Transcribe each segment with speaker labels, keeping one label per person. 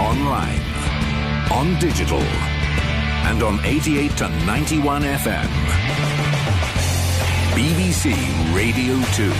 Speaker 1: online, on digital, and on 88 to 91 FM. BBC Radio 2.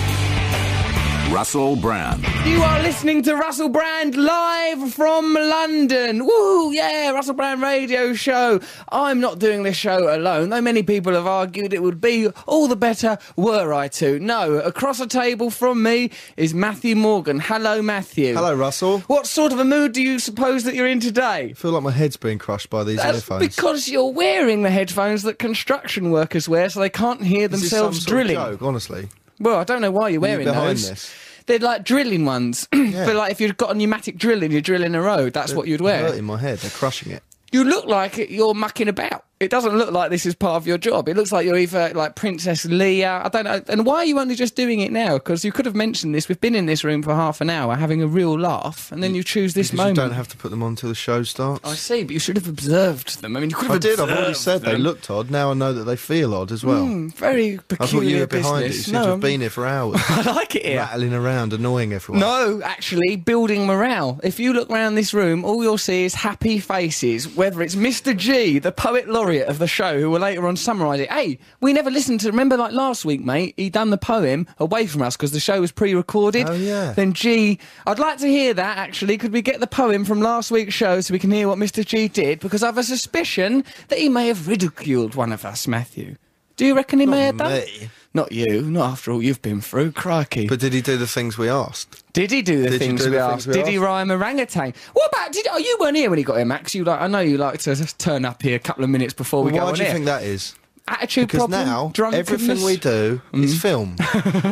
Speaker 1: Russell Brand.
Speaker 2: You are listening to Russell Brand live from London. Woo, yeah, Russell Brand radio show. I'm not doing this show alone, though many people have argued it would be all the better were I to. No, across the table from me is Matthew Morgan. Hello, Matthew.
Speaker 3: Hello, Russell.
Speaker 2: What sort of a mood do you suppose that you're in today?
Speaker 3: I feel like my head's being crushed by these
Speaker 2: That's
Speaker 3: earphones.
Speaker 2: because you're wearing the headphones that construction workers wear so they can't hear
Speaker 3: Is this some
Speaker 2: themselves
Speaker 3: sort of
Speaker 2: drilling.
Speaker 3: joke, honestly.
Speaker 2: Well, I don't know why you're wearing
Speaker 3: behind
Speaker 2: those.
Speaker 3: this?
Speaker 2: They're like drilling ones. but like if you've got a pneumatic drill and you're drilling a road, that's what you'd wear.
Speaker 3: Hurting my head. They're crushing it.
Speaker 2: You look like it- you're mucking about. It doesn't look like this is part of your job. It looks like you're either like Princess Leia. I don't know. And why are you only just doing it now? Because you could have mentioned this. We've been in this room for half an hour having a real laugh, and then you choose this
Speaker 3: Because you
Speaker 2: moment.
Speaker 3: don't have to put them on till the show starts.
Speaker 2: I see, but you should have observed them. I mean, you could have
Speaker 3: I did. I've
Speaker 2: observed
Speaker 3: already said they
Speaker 2: them.
Speaker 3: looked odd. Now I know that they feel odd as well.
Speaker 2: very
Speaker 3: I thought you
Speaker 2: peculiar
Speaker 3: were behind it. You
Speaker 2: business.
Speaker 3: seem
Speaker 2: no,
Speaker 3: to
Speaker 2: I'm-
Speaker 3: have been here for hours,
Speaker 2: I like it here.
Speaker 3: rattling around, annoying everyone.
Speaker 2: No, actually, building morale. If you look round this room, all you'll see is happy faces, whether it's Mr. G, the poet laureate of the show, who will later on summarise it. Hey, we never listened to, remember like last week, mate, he done the poem away from us because the show was pre recorded.
Speaker 3: Oh, yeah.
Speaker 2: Then G, I'd like to hear that actually. Could we get the poem from last week's show so we can hear what Mr. G did? Because I've a suspicion that he may have ridiculed one of us, Matthew. Do you reckon he may have done?
Speaker 3: me.
Speaker 2: Not you, not after all you've been through, crikey.
Speaker 3: But did he do the things we asked?
Speaker 2: Did he do the
Speaker 3: Did you
Speaker 2: things
Speaker 3: do
Speaker 2: we
Speaker 3: the
Speaker 2: asked?
Speaker 3: things we
Speaker 2: did he
Speaker 3: asked?
Speaker 2: rhyme orangutan? What about? Did oh, you weren't here when he got here, Max? You like? I know you like to just turn up here a couple of minutes before we
Speaker 3: Why
Speaker 2: go on
Speaker 3: do you
Speaker 2: here.
Speaker 3: think that is?
Speaker 2: Attitude
Speaker 3: Because
Speaker 2: problem.
Speaker 3: now
Speaker 2: drunkenness. Mm.
Speaker 3: everything we do is filmed.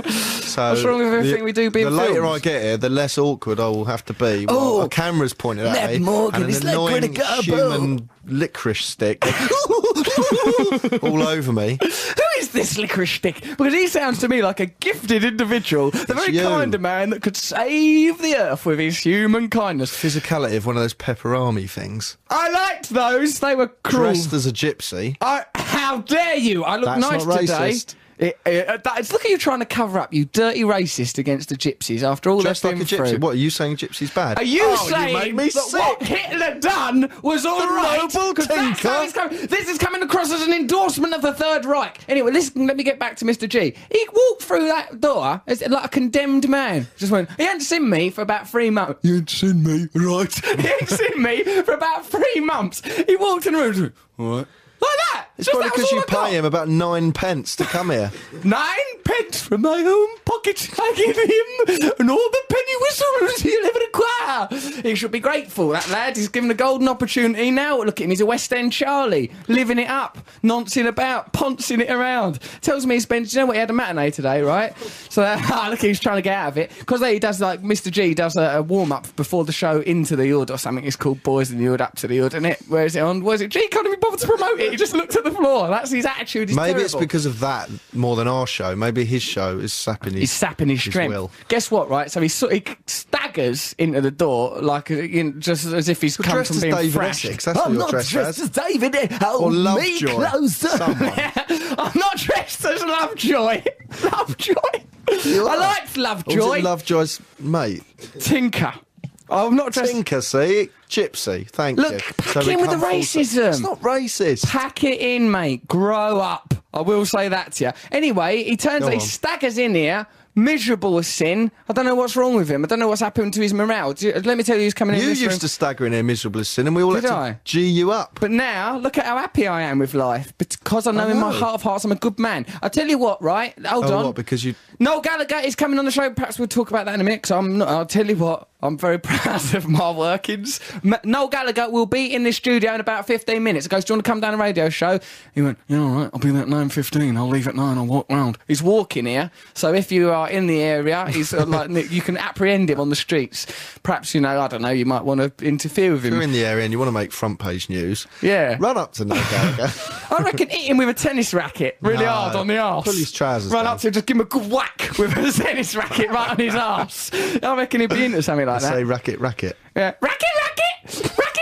Speaker 3: so
Speaker 2: What's wrong with everything
Speaker 3: the,
Speaker 2: we do being
Speaker 3: The later
Speaker 2: filmed?
Speaker 3: I get here, the less awkward I will have to be.
Speaker 2: Oh,
Speaker 3: While a camera's pointed at
Speaker 2: Ned
Speaker 3: me,
Speaker 2: Morgan
Speaker 3: and
Speaker 2: is
Speaker 3: an
Speaker 2: like
Speaker 3: annoying
Speaker 2: Greta Garbo.
Speaker 3: human licorice stick all over me.
Speaker 2: Who is this licorice stick? Because he sounds to me like a gifted individual, the very
Speaker 3: you.
Speaker 2: kind of man that could save the earth with his human kindness.
Speaker 3: Physicality of one of those pepperami things.
Speaker 2: I liked those. They were cruel.
Speaker 3: Dressed as a gypsy.
Speaker 2: I, how dare you? I look
Speaker 3: That's
Speaker 2: nice
Speaker 3: not
Speaker 2: today.
Speaker 3: racist.
Speaker 2: It- it- uh, that- it's- look at you trying to cover up, you dirty racist against the gypsies after all
Speaker 3: Dressed
Speaker 2: they've
Speaker 3: like a
Speaker 2: been
Speaker 3: gypsy.
Speaker 2: through.
Speaker 3: What are you saying? Gypsy's bad?
Speaker 2: Are you
Speaker 3: oh,
Speaker 2: saying
Speaker 3: you make me
Speaker 2: that
Speaker 3: sick.
Speaker 2: what Hitler done was all right?
Speaker 3: noble
Speaker 2: 'Cause that's
Speaker 3: tinker.
Speaker 2: how it's coming- This is coming across as an endorsement of the Third Reich. Anyway, listen, let me get back to Mr. G. He walked through that door as like a condemned man. Just went, he hadn't seen me for about three months. You hadn't seen me, right? he hadn't seen me for about three months. He walked in the room and went, all right. Like that.
Speaker 3: It's
Speaker 2: Just
Speaker 3: probably
Speaker 2: that was
Speaker 3: because
Speaker 2: all
Speaker 3: you
Speaker 2: I got.
Speaker 3: pay him about nine pence to come here.
Speaker 2: Nine pence from my own pocket I give him, and all the penny whistles he'll ever acquire. He should be grateful, that lad. He's given a golden opportunity now. Look at him, he's a West End Charlie, living it up, noncing about, poncing it around. Tells me he spends, you know what, he had a matinee today, right? So ah, look, he's trying to get out of it. Because he does, like, Mr. G does a, a warm up before the show into the Yard or something. It's called Boys in the Yard, up to the Yard, isn't it? Where is it on? Where's it? G can't even bother to promote it. He just looks at the floor. That's his attitude. He's
Speaker 3: Maybe it's
Speaker 2: terrible.
Speaker 3: because of that more than our show. Maybe his show is sapping his,
Speaker 2: He's sapping his strength.
Speaker 3: will.
Speaker 2: Guess what, right? So he, sort he staggers into the door like uh, you know, just as if he's come
Speaker 3: dressed
Speaker 2: from
Speaker 3: as
Speaker 2: being
Speaker 3: David
Speaker 2: thrashed.
Speaker 3: Essex, that's what
Speaker 2: I'm
Speaker 3: you're
Speaker 2: not
Speaker 3: dressed as.
Speaker 2: David. eh, Hold
Speaker 3: Or Lovejoy, someone.
Speaker 2: I'm not dressed as Lovejoy. Lovejoy. I
Speaker 3: are.
Speaker 2: liked
Speaker 3: Or was
Speaker 2: Lovejoy.
Speaker 3: it Lovejoy's mate?
Speaker 2: Tinker. I'm not dressed.
Speaker 3: Tinker, see? Gypsy, thank
Speaker 2: Look,
Speaker 3: you.
Speaker 2: pack
Speaker 3: we
Speaker 2: in with
Speaker 3: come
Speaker 2: the
Speaker 3: full circle.
Speaker 2: racism.
Speaker 3: It's not racist.
Speaker 2: Pack it in, mate. Grow up. I will say that to you. Anyway, he turns
Speaker 3: Go
Speaker 2: out he
Speaker 3: on.
Speaker 2: staggers in here, miserable as sin. I don't know what's wrong with him. I don't know what's happened to his morale. Do you- let me tell you who's coming in
Speaker 3: you
Speaker 2: this
Speaker 3: used
Speaker 2: room.
Speaker 3: to stagger in here miserable as sin, and we all
Speaker 2: Did
Speaker 3: had to
Speaker 2: I?
Speaker 3: G you up.
Speaker 2: But now, look at how happy I am with life because I know,
Speaker 3: I
Speaker 2: in my
Speaker 3: know.
Speaker 2: heart of hearts I'm a good man. I tell you what, right? Hold
Speaker 3: Oh,
Speaker 2: on.
Speaker 3: what, because you-
Speaker 2: Noel Gallagher is coming on the show. Perhaps we'll talk about that in a minute. 'cause I'm not. I'll tell you what. I'm very proud of my workings. M- Noel Gallagher will be in this studio in about 15 minutes. He goes, "Do you want to come down to the radio show?" He went, "Yeah, all right. I'll be there at 9:15. I'll leave at nine. I'll walk round." He's walking here, so if you are in the area, he's uh, like you can apprehend him on the streets. Perhaps you know, I don't know. You might want to interfere with him.
Speaker 3: You're in the area and you want to make front page news.
Speaker 2: Yeah.
Speaker 3: Run up to Noel Gallagher.
Speaker 2: I reckon hit him with a tennis racket really
Speaker 3: No.
Speaker 2: hard on the arse.
Speaker 3: Pull his trousers
Speaker 2: Run
Speaker 3: down.
Speaker 2: up to him, just give him a good whack with a tennis racket right on his arse. I reckon he'd be into something like that.
Speaker 3: Say racket, racket.
Speaker 2: Yeah. Racket, racket! Racket,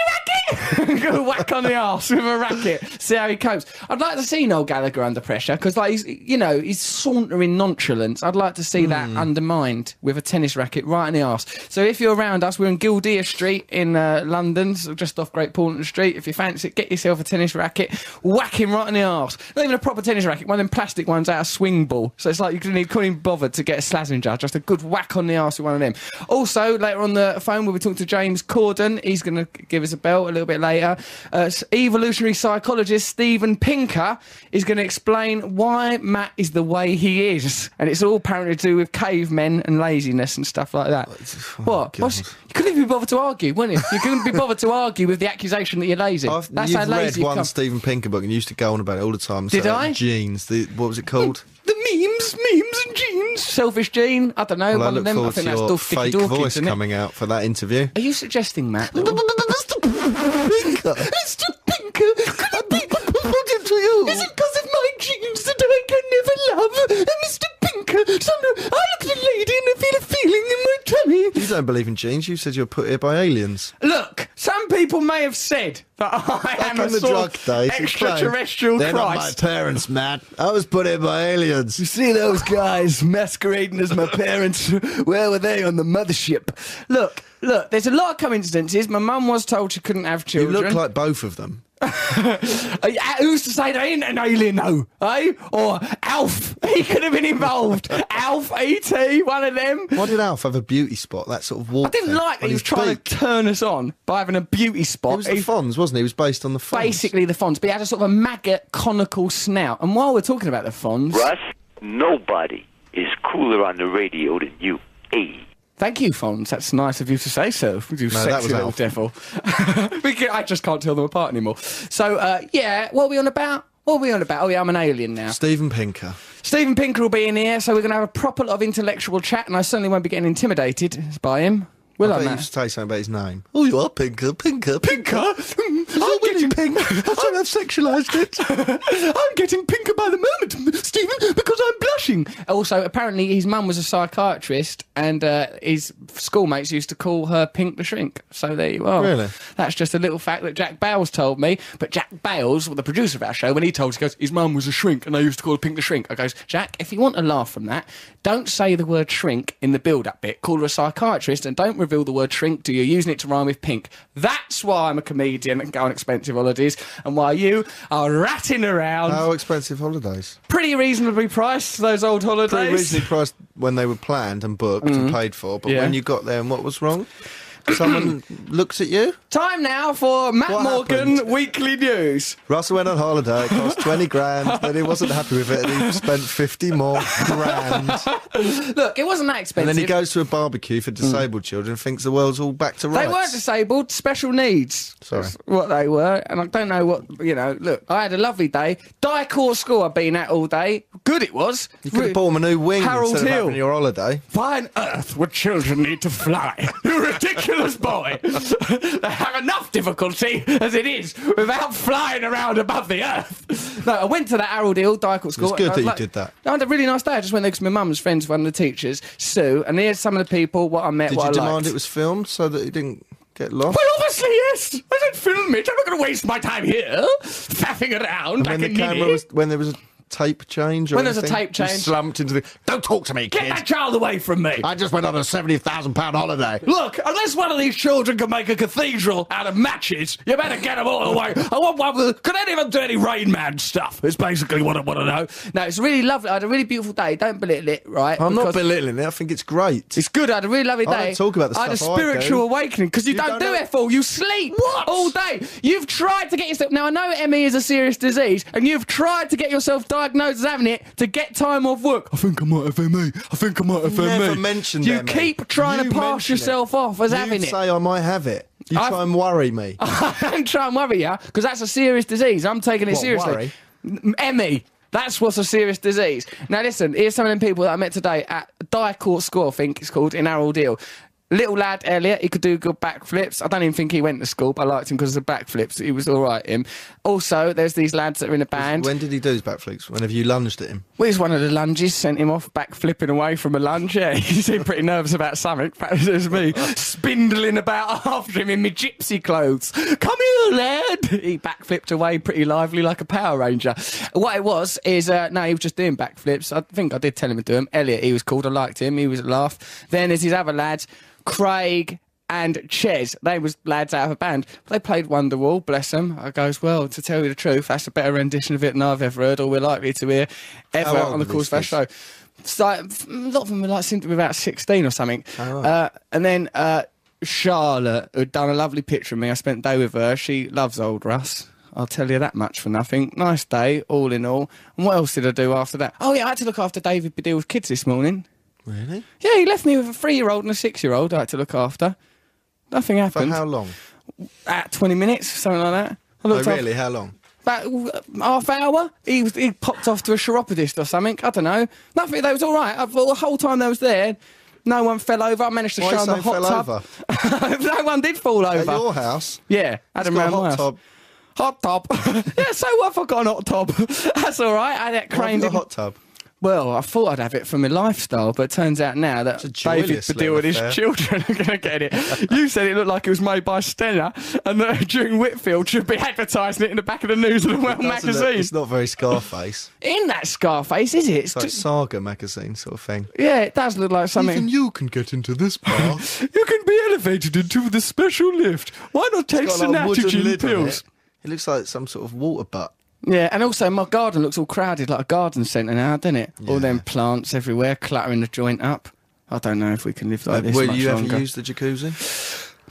Speaker 2: go whack on the arse with a racket. See how he copes. I'd like to see Noel Gallagher under pressure because, like, he's you know he's sauntering nonchalance. I'd like to see that undermined with a tennis racket right in the arse. So if you're around us, we're in Guildea Street in uh, London, so just off Great Portland Street. If you fancy it, get yourself a tennis racket, whack him right in the arse. Not even a proper tennis racket, one of them plastic ones out of swing ball. So it's like you couldn't, you couldn't even bother to get a slazzing jar, just a good whack on the arse with one of them. Also, later on the phone, we'll be talking to James Corden. He's going to give us a bell a little bit later. Uh, s- evolutionary psychologist Stephen Pinker is going to explain why Matt is the way he is. And it's all apparently to do with cavemen and laziness and stuff like that.
Speaker 3: oh
Speaker 2: what? What's- you couldn't even be bothered to argue, wouldn't you? You couldn't be bothered to argue with the accusation that you're lazy.
Speaker 3: I've,
Speaker 2: That's how
Speaker 3: you've read
Speaker 2: lazy you
Speaker 3: one
Speaker 2: come.
Speaker 3: Stephen Pinker book and you used to go on about it all the time. and
Speaker 2: Did
Speaker 3: say, like,
Speaker 2: I?
Speaker 3: Genes. The, what was it called?
Speaker 2: The memes, memes and jeans. Selfish gene. I don't know.
Speaker 3: Well, I
Speaker 2: one
Speaker 3: look
Speaker 2: of them. I
Speaker 3: forward
Speaker 2: think
Speaker 3: to
Speaker 2: that's
Speaker 3: your
Speaker 2: Dorf Dicky
Speaker 3: fake
Speaker 2: Dorkins,
Speaker 3: voice
Speaker 2: isn't it?
Speaker 3: coming out for that interview.
Speaker 2: Are you suggesting, Matt? that- Mr. Pinker, uh, could it be? Is it because of my genes that I can never love? Uh, Mr. Pinker, sometimes I look at a lady and I feel a feeling in my tummy.
Speaker 3: You don't believe in genes. You said you were put here by aliens.
Speaker 2: Look, some people may have said that I
Speaker 3: Back
Speaker 2: am a
Speaker 3: in the
Speaker 2: sort
Speaker 3: drug
Speaker 2: of
Speaker 3: days, you claimed,
Speaker 2: extraterrestrial
Speaker 3: They're not my
Speaker 2: Christ.
Speaker 3: parents, Matt. I was put here by aliens.
Speaker 2: You see those guys masquerading as my parents? Where were they on the mothership? Look, look, there's a lot of coincidences. My mum was told she couldn't have
Speaker 3: You
Speaker 2: children.
Speaker 3: look like both of them.
Speaker 2: Uh, who's to say they ain't an alien though, eh? Or Alf? He could have been involved. Alf, E.T., one of them.
Speaker 3: Why did Alf have a beauty spot? That sort of walk.
Speaker 2: I didn't
Speaker 3: thing
Speaker 2: like that
Speaker 3: on
Speaker 2: he was
Speaker 3: his
Speaker 2: trying
Speaker 3: beak?
Speaker 2: to turn us on by having a beauty
Speaker 3: It
Speaker 2: spot.
Speaker 3: was the
Speaker 2: He-
Speaker 3: Fonz, wasn't he? It was based on the Fonz.
Speaker 2: basically the Fonz, but he had a sort of a maggot conical snout. And while we're talking about the Fonz,
Speaker 4: Russ, nobody is cooler on the radio than you. Hey.
Speaker 2: thank you, Fonz. That's nice of you to say so. You
Speaker 3: that
Speaker 2: sexy
Speaker 3: was
Speaker 2: little
Speaker 3: Alf.
Speaker 2: devil. we can, I just can't tell them apart anymore. So uh, yeah, what are we on about? What are we on about? Oh yeah, I'm an alien now.
Speaker 3: Stephen Pinker.
Speaker 2: Stephen Pinker will be in here, so we're going to have a proper lot of intellectual chat, and I certainly won't be getting intimidated by him. Will
Speaker 3: I
Speaker 2: I,
Speaker 3: thought you
Speaker 2: Matt?
Speaker 3: should say something about his name. Oh, you are Pinker, Pinker, Pinker.
Speaker 2: I'm getting
Speaker 3: Pink. I think I've sexualised it.
Speaker 2: I'm getting pinker by the moment, Stephen, because I'm blushing. Also, apparently, his mum was a psychiatrist, and uh, his schoolmates used to call her Pink the Shrink. So there you are.
Speaker 3: Really?
Speaker 2: That's just a little fact that Jack Bales told me. But Jack Bales, well, the producer of our show, when he told us, he goes, his mum was a shrink, and they used to call her Pink the Shrink. I goes, Jack, if you want a laugh from that, don't say the word shrink in the build-up bit. Call her a psychiatrist, and don't reveal the word shrink till you're using it to rhyme with pink. That's why I'm a comedian and go on expensive holidays, and why you are ratting around
Speaker 3: How expensive holidays?
Speaker 2: pretty reasonably priced those old
Speaker 3: Pretty
Speaker 2: holidays.
Speaker 3: reasonably priced when they were planned and booked and paid for, but
Speaker 2: Mm. Yeah.
Speaker 3: when you got there and what was wrong? Someone looked at you.
Speaker 2: Time now for Matt
Speaker 3: What
Speaker 2: Morgan
Speaker 3: happened?
Speaker 2: Weekly News.
Speaker 3: Russell went on holiday. It cost twenty grand. Then he wasn't happy with it. And he spent fifty more grand.
Speaker 2: Look, it wasn't that
Speaker 3: And
Speaker 2: expensive.
Speaker 3: then he goes to a barbecue for disabled children. and Thinks the world's all back to
Speaker 2: Hmm. they
Speaker 3: rights.
Speaker 2: were disabled, special needs.
Speaker 3: Sorry.
Speaker 2: That's what they were. And I don't know what, you know, look, I had a lovely day. Diecore school I've been at all day. Good it was.
Speaker 3: You could have bought him a new wing
Speaker 2: Harold
Speaker 3: instead
Speaker 2: Hill.
Speaker 3: of having your holiday.
Speaker 2: Why on earth would children need to fly? You ridiculous boy! they have enough difficulty as it is without flying around above the earth. No, I went to that Harold Hill Dykel school. and
Speaker 3: good
Speaker 2: I
Speaker 3: that
Speaker 2: was
Speaker 3: you did that.
Speaker 2: I had a really nice day. I just went there because my mum was friends with one of the teachers, Sue, and here's some of the people what I met.
Speaker 3: Did
Speaker 2: what
Speaker 3: you
Speaker 2: I
Speaker 3: demand
Speaker 2: liked.
Speaker 3: it was filmed so that he didn't get lost?
Speaker 2: Well, obviously yes. I don't film it. I'm not going to waste my time here faffing around like
Speaker 3: when the
Speaker 2: a ninny.
Speaker 3: camera was when there was a tape change or
Speaker 2: When there was a
Speaker 3: anything,
Speaker 2: tape
Speaker 3: you
Speaker 2: change.
Speaker 3: slumped into the don't talk to me
Speaker 2: Get that child away from me!
Speaker 3: i just went on a 70000 pound holiday
Speaker 2: Look, unless one of these children can make a cathedral out of matches, you better get them all away. I want one with. Can any of them do any Rain Man stuff? It's basically what I want to know. No, it's really lovely. I had a really beautiful day. Don't belittle it, right?
Speaker 3: i'm not
Speaker 2: Because
Speaker 3: belittling it i think it's great
Speaker 2: It's good. I had a really lovely day.
Speaker 3: I don't talk about the
Speaker 2: I had a
Speaker 3: stuff I
Speaker 2: spiritual
Speaker 3: do.
Speaker 2: awakening because you,
Speaker 3: You
Speaker 2: don't,
Speaker 3: don't
Speaker 2: do
Speaker 3: know-
Speaker 2: it for. You sleep all day. You've tried to get yourself. Now I know ME is a serious disease, and you've tried to get yourself diagnosed as having it to get time off work. I think I might have ME. I think I might have
Speaker 3: Never
Speaker 2: ME.
Speaker 3: mentioned
Speaker 2: You
Speaker 3: ME.
Speaker 2: keep trying
Speaker 3: You
Speaker 2: to pass
Speaker 3: mention it.
Speaker 2: yourself off as
Speaker 3: you
Speaker 2: having it.
Speaker 3: say i might have it you
Speaker 2: I've-
Speaker 3: try and worry me
Speaker 2: Don't try and worry you, because that's a serious disease. I'm taking it
Speaker 3: What,
Speaker 2: seriously.
Speaker 3: worry?
Speaker 2: M- Emmy. That's what's a serious disease. Now, listen, here's some of them people that I met today at Dye Court School, I think it's called, in Harold Hill. Little lad Elliot, he could do good backflips. I don't even think he went to school, but I liked him because of the backflips. He was all right, him. Also, there's these lads that are in a band.
Speaker 3: When did he do his backflips? Whenever you lunged at him.
Speaker 2: Well, it was one of the lunges, sent him off, back flipping away from a lunge. Yeah, he seemed pretty nervous about something. Perhaps it was me spindling about after him in my gypsy clothes. Come here, lad! He backflipped away pretty lively like a Power Ranger. What it was is, uh, no, he was just doing backflips. I think I did tell him to do them. Elliot, he was called. I liked him. He was a laugh. Then there's his other lads, Craig and Ches. They was lads out of a band. They played Wonderwall, bless them. I goes, well, to tell you the truth, that's a better rendition of it than I've ever heard or we're likely to hear ever
Speaker 3: How old
Speaker 2: on the
Speaker 3: are
Speaker 2: course of
Speaker 3: these
Speaker 2: our show. It's like, a lot of them were like, seemed to be about 16 or something.
Speaker 3: Oh,
Speaker 2: Uh, and then uh, Charlotte, who'd done a lovely picture of me. I spent the day with her. She loves old Russ. I'll tell you that much for nothing. Nice day, all in all. And what else did I do after that? Oh, yeah, I had to look after David Bedill's kids this morning.
Speaker 3: Really?
Speaker 2: Yeah, he left me with a three-year-old and a six-year-old I had to look after. Nothing
Speaker 3: For
Speaker 2: happened.
Speaker 3: how long?
Speaker 2: At 20 minutes, something like that. I
Speaker 3: Oh,
Speaker 2: looked after-
Speaker 3: really? How long?
Speaker 2: about uh, half hour. He was, he popped off to a chiropodist or something. I don't know. Nothing. They was all right. I, well, the whole time they was there, no one fell over. I managed to
Speaker 3: Why
Speaker 2: show him the
Speaker 3: someone
Speaker 2: hot
Speaker 3: fell
Speaker 2: tub. no one did fall
Speaker 3: At
Speaker 2: over.
Speaker 3: your house?
Speaker 2: Yeah,
Speaker 3: It's
Speaker 2: Adam
Speaker 3: got a
Speaker 2: round my
Speaker 3: hot
Speaker 2: house.
Speaker 3: tub.
Speaker 2: Hot tub. yeah, so what if I got an hot tub? That's all right. I had that
Speaker 3: Why have
Speaker 2: crane.
Speaker 3: you got a
Speaker 2: didn't-
Speaker 3: hot tub.
Speaker 2: Well, I thought I'd have it for my lifestyle, but it turns out now that
Speaker 3: a
Speaker 2: David
Speaker 3: joyless
Speaker 2: Baddiel
Speaker 3: little
Speaker 2: and his
Speaker 3: affair.
Speaker 2: children are going to get it. you said it looked like it was made by Stena, and that during Whitfield should be advertising it in the back of the News and the World
Speaker 3: Doesn't it?
Speaker 2: magazine.
Speaker 3: It's not very Scarface.
Speaker 2: In that Scarface, is it? It's
Speaker 3: It's like
Speaker 2: just-
Speaker 3: Saga magazine sort of thing.
Speaker 2: yeah, it does look like something.
Speaker 3: Even you can get into this bar.
Speaker 2: you can be elevated into the special lift. Why not take
Speaker 3: Got, like, a wooden
Speaker 2: Synaptogen
Speaker 3: lid on
Speaker 2: pills?
Speaker 3: It. It looks like some sort of water butt.
Speaker 2: Yeah, and also my garden looks all crowded like a garden centre now, doesn't it? All them plants everywhere, cluttering the joint up. I don't know if we can live like this
Speaker 3: Will
Speaker 2: much
Speaker 3: you
Speaker 2: longer.
Speaker 3: ever use the jacuzzi?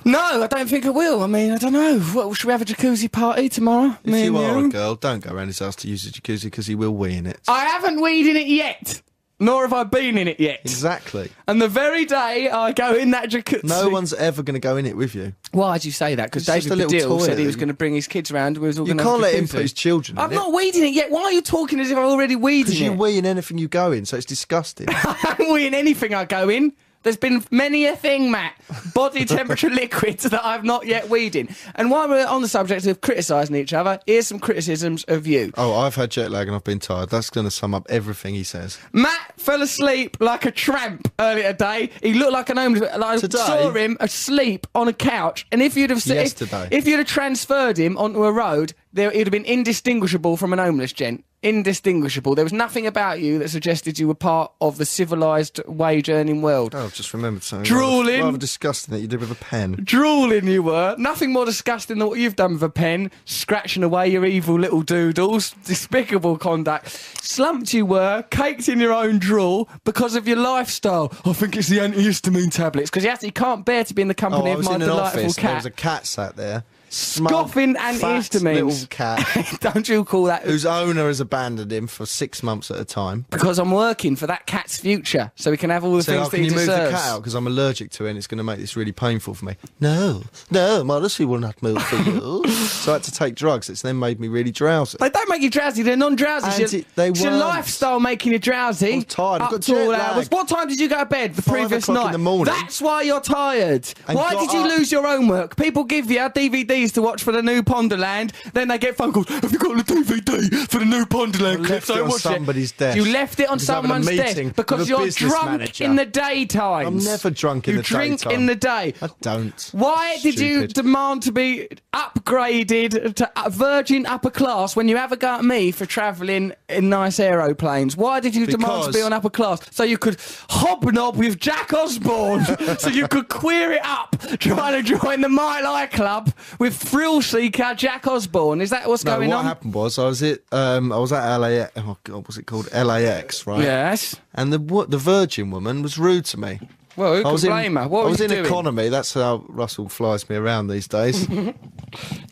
Speaker 2: No, I don't think I will. I mean, I don't know. What, should we have a jacuzzi party tomorrow?
Speaker 3: If
Speaker 2: Me
Speaker 3: you
Speaker 2: and
Speaker 3: are a girl, don't go around his house to use the jacuzzi because he will wee in it.
Speaker 2: I haven't weed in it yet. Nor have I been in it yet.
Speaker 3: Exactly.
Speaker 2: And the very day I go in that jacuzzi,
Speaker 3: No one's ever going to go in it with you.
Speaker 2: Why did you say that? Because
Speaker 3: It's just
Speaker 2: David
Speaker 3: a little
Speaker 2: Baddiel
Speaker 3: toy
Speaker 2: said he
Speaker 3: that
Speaker 2: was
Speaker 3: you-
Speaker 2: going to bring his kids around. We was all
Speaker 3: You
Speaker 2: gonna
Speaker 3: can't let him
Speaker 2: jacuzzi.
Speaker 3: put his children
Speaker 2: I'm
Speaker 3: in
Speaker 2: not weeding it yet. Why are you talking as if I'm already weeding
Speaker 3: Because you
Speaker 2: it?
Speaker 3: wee in anything you go in, so it's disgusting.
Speaker 2: I'm weeding anything I go in. There's been many a thing, Matt. Body temperature liquids that I've not yet weeding. And while we're on the subject of criticising each other, here's some criticisms of you.
Speaker 3: oh, I've had jet lag and I've been tired. That's going to sum up everything he says.
Speaker 2: Matt fell asleep like a tramp earlier today. He looked like an homeless. and I
Speaker 3: Today?
Speaker 2: saw him asleep on a couch, and if you'd have said,
Speaker 3: Yesterday.
Speaker 2: if, you'd have transferred him onto a road, there he'd have been indistinguishable from an homeless gent. Indistinguishable. There was nothing about you that suggested you were part of the civilized wage-earning world.
Speaker 3: Oh, I've just remembered something.
Speaker 2: Drooling.
Speaker 3: Rather, rather disgusting that you did with a pen.
Speaker 2: drooling you were. Nothing more disgusting than what you've done with a pen, scratching away your evil little doodles. Despicable conduct. Slumped you were, caked in your own drool because of your lifestyle. I think it's the antihistamine tablets because you actually can't bear to be in the
Speaker 3: Oh,
Speaker 2: company
Speaker 3: I
Speaker 2: of
Speaker 3: was
Speaker 2: my
Speaker 3: in an
Speaker 2: delightful
Speaker 3: office and there
Speaker 2: cat.
Speaker 3: was a cat sat there.
Speaker 2: Scoffing
Speaker 3: smug, fat
Speaker 2: antihistamines.
Speaker 3: little cat
Speaker 2: Don't you call that
Speaker 3: whose owner has abandoned him for six months at a time.
Speaker 2: because I'm working for that cat's future, so we can have all the
Speaker 3: So
Speaker 2: things
Speaker 3: oh,
Speaker 2: that
Speaker 3: can
Speaker 2: he
Speaker 3: you move the
Speaker 2: deserves.
Speaker 3: cat out because I'm allergic to it and it's going to make this really painful for me. No, no, my Lucy will not move for you. so I had to take drugs. It's then made me really drowsy.
Speaker 2: They don't make you drowsy. They're non-drowsy. It's
Speaker 3: And
Speaker 2: your-
Speaker 3: it- they
Speaker 2: it's your
Speaker 3: weren't.
Speaker 2: lifestyle making you drowsy.
Speaker 3: I'm tired. I've
Speaker 2: Up
Speaker 3: got
Speaker 2: to all
Speaker 3: jet lag.
Speaker 2: hours. What time did you go to bed the
Speaker 3: Five
Speaker 2: previous
Speaker 3: o'clock in
Speaker 2: night?
Speaker 3: the morning.
Speaker 2: That's why you're tired.
Speaker 3: And
Speaker 2: why
Speaker 3: got
Speaker 2: did you
Speaker 3: up.
Speaker 2: lose your homework? People give you DVDs to watch for the new Ponderland. Then they get phone calls. Have you got the DVD for the new Ponderland
Speaker 3: I
Speaker 2: clips?
Speaker 3: left
Speaker 2: Don't
Speaker 3: it on
Speaker 2: watch
Speaker 3: somebody's desk.
Speaker 2: You left it on
Speaker 3: Because I'm having a
Speaker 2: someone's
Speaker 3: meeting
Speaker 2: desk
Speaker 3: with
Speaker 2: because
Speaker 3: a
Speaker 2: you're
Speaker 3: business
Speaker 2: drunk
Speaker 3: manager.
Speaker 2: in the daytime.
Speaker 3: I'm never drunk
Speaker 2: you
Speaker 3: in the
Speaker 2: drink
Speaker 3: daytime.
Speaker 2: in the day.
Speaker 3: I don't.
Speaker 2: Why did you
Speaker 3: Stupid.
Speaker 2: demand to be upgraded to uh, virgin upper class when you have a go at me for travelling in nice aeroplanes? Why did you demand to be
Speaker 3: Because-
Speaker 2: on upper class so you could hobnob with Jack Osborne, so you could queer it up trying to join the Mile High Club with thrill seeker Jack Osborne? Is that what's
Speaker 3: No,
Speaker 2: going
Speaker 3: what
Speaker 2: on?
Speaker 3: happened was I was at um, I was at LAX. Oh God, was it called LAX? Right.
Speaker 2: Yes.
Speaker 3: And the wo- the Virgin woman was rude to me.
Speaker 2: Well, Oh, who
Speaker 3: I
Speaker 2: can
Speaker 3: was in,
Speaker 2: blame her? What
Speaker 3: I
Speaker 2: were
Speaker 3: was
Speaker 2: you
Speaker 3: in
Speaker 2: doing?
Speaker 3: economy. That's how Russell flies me around these days.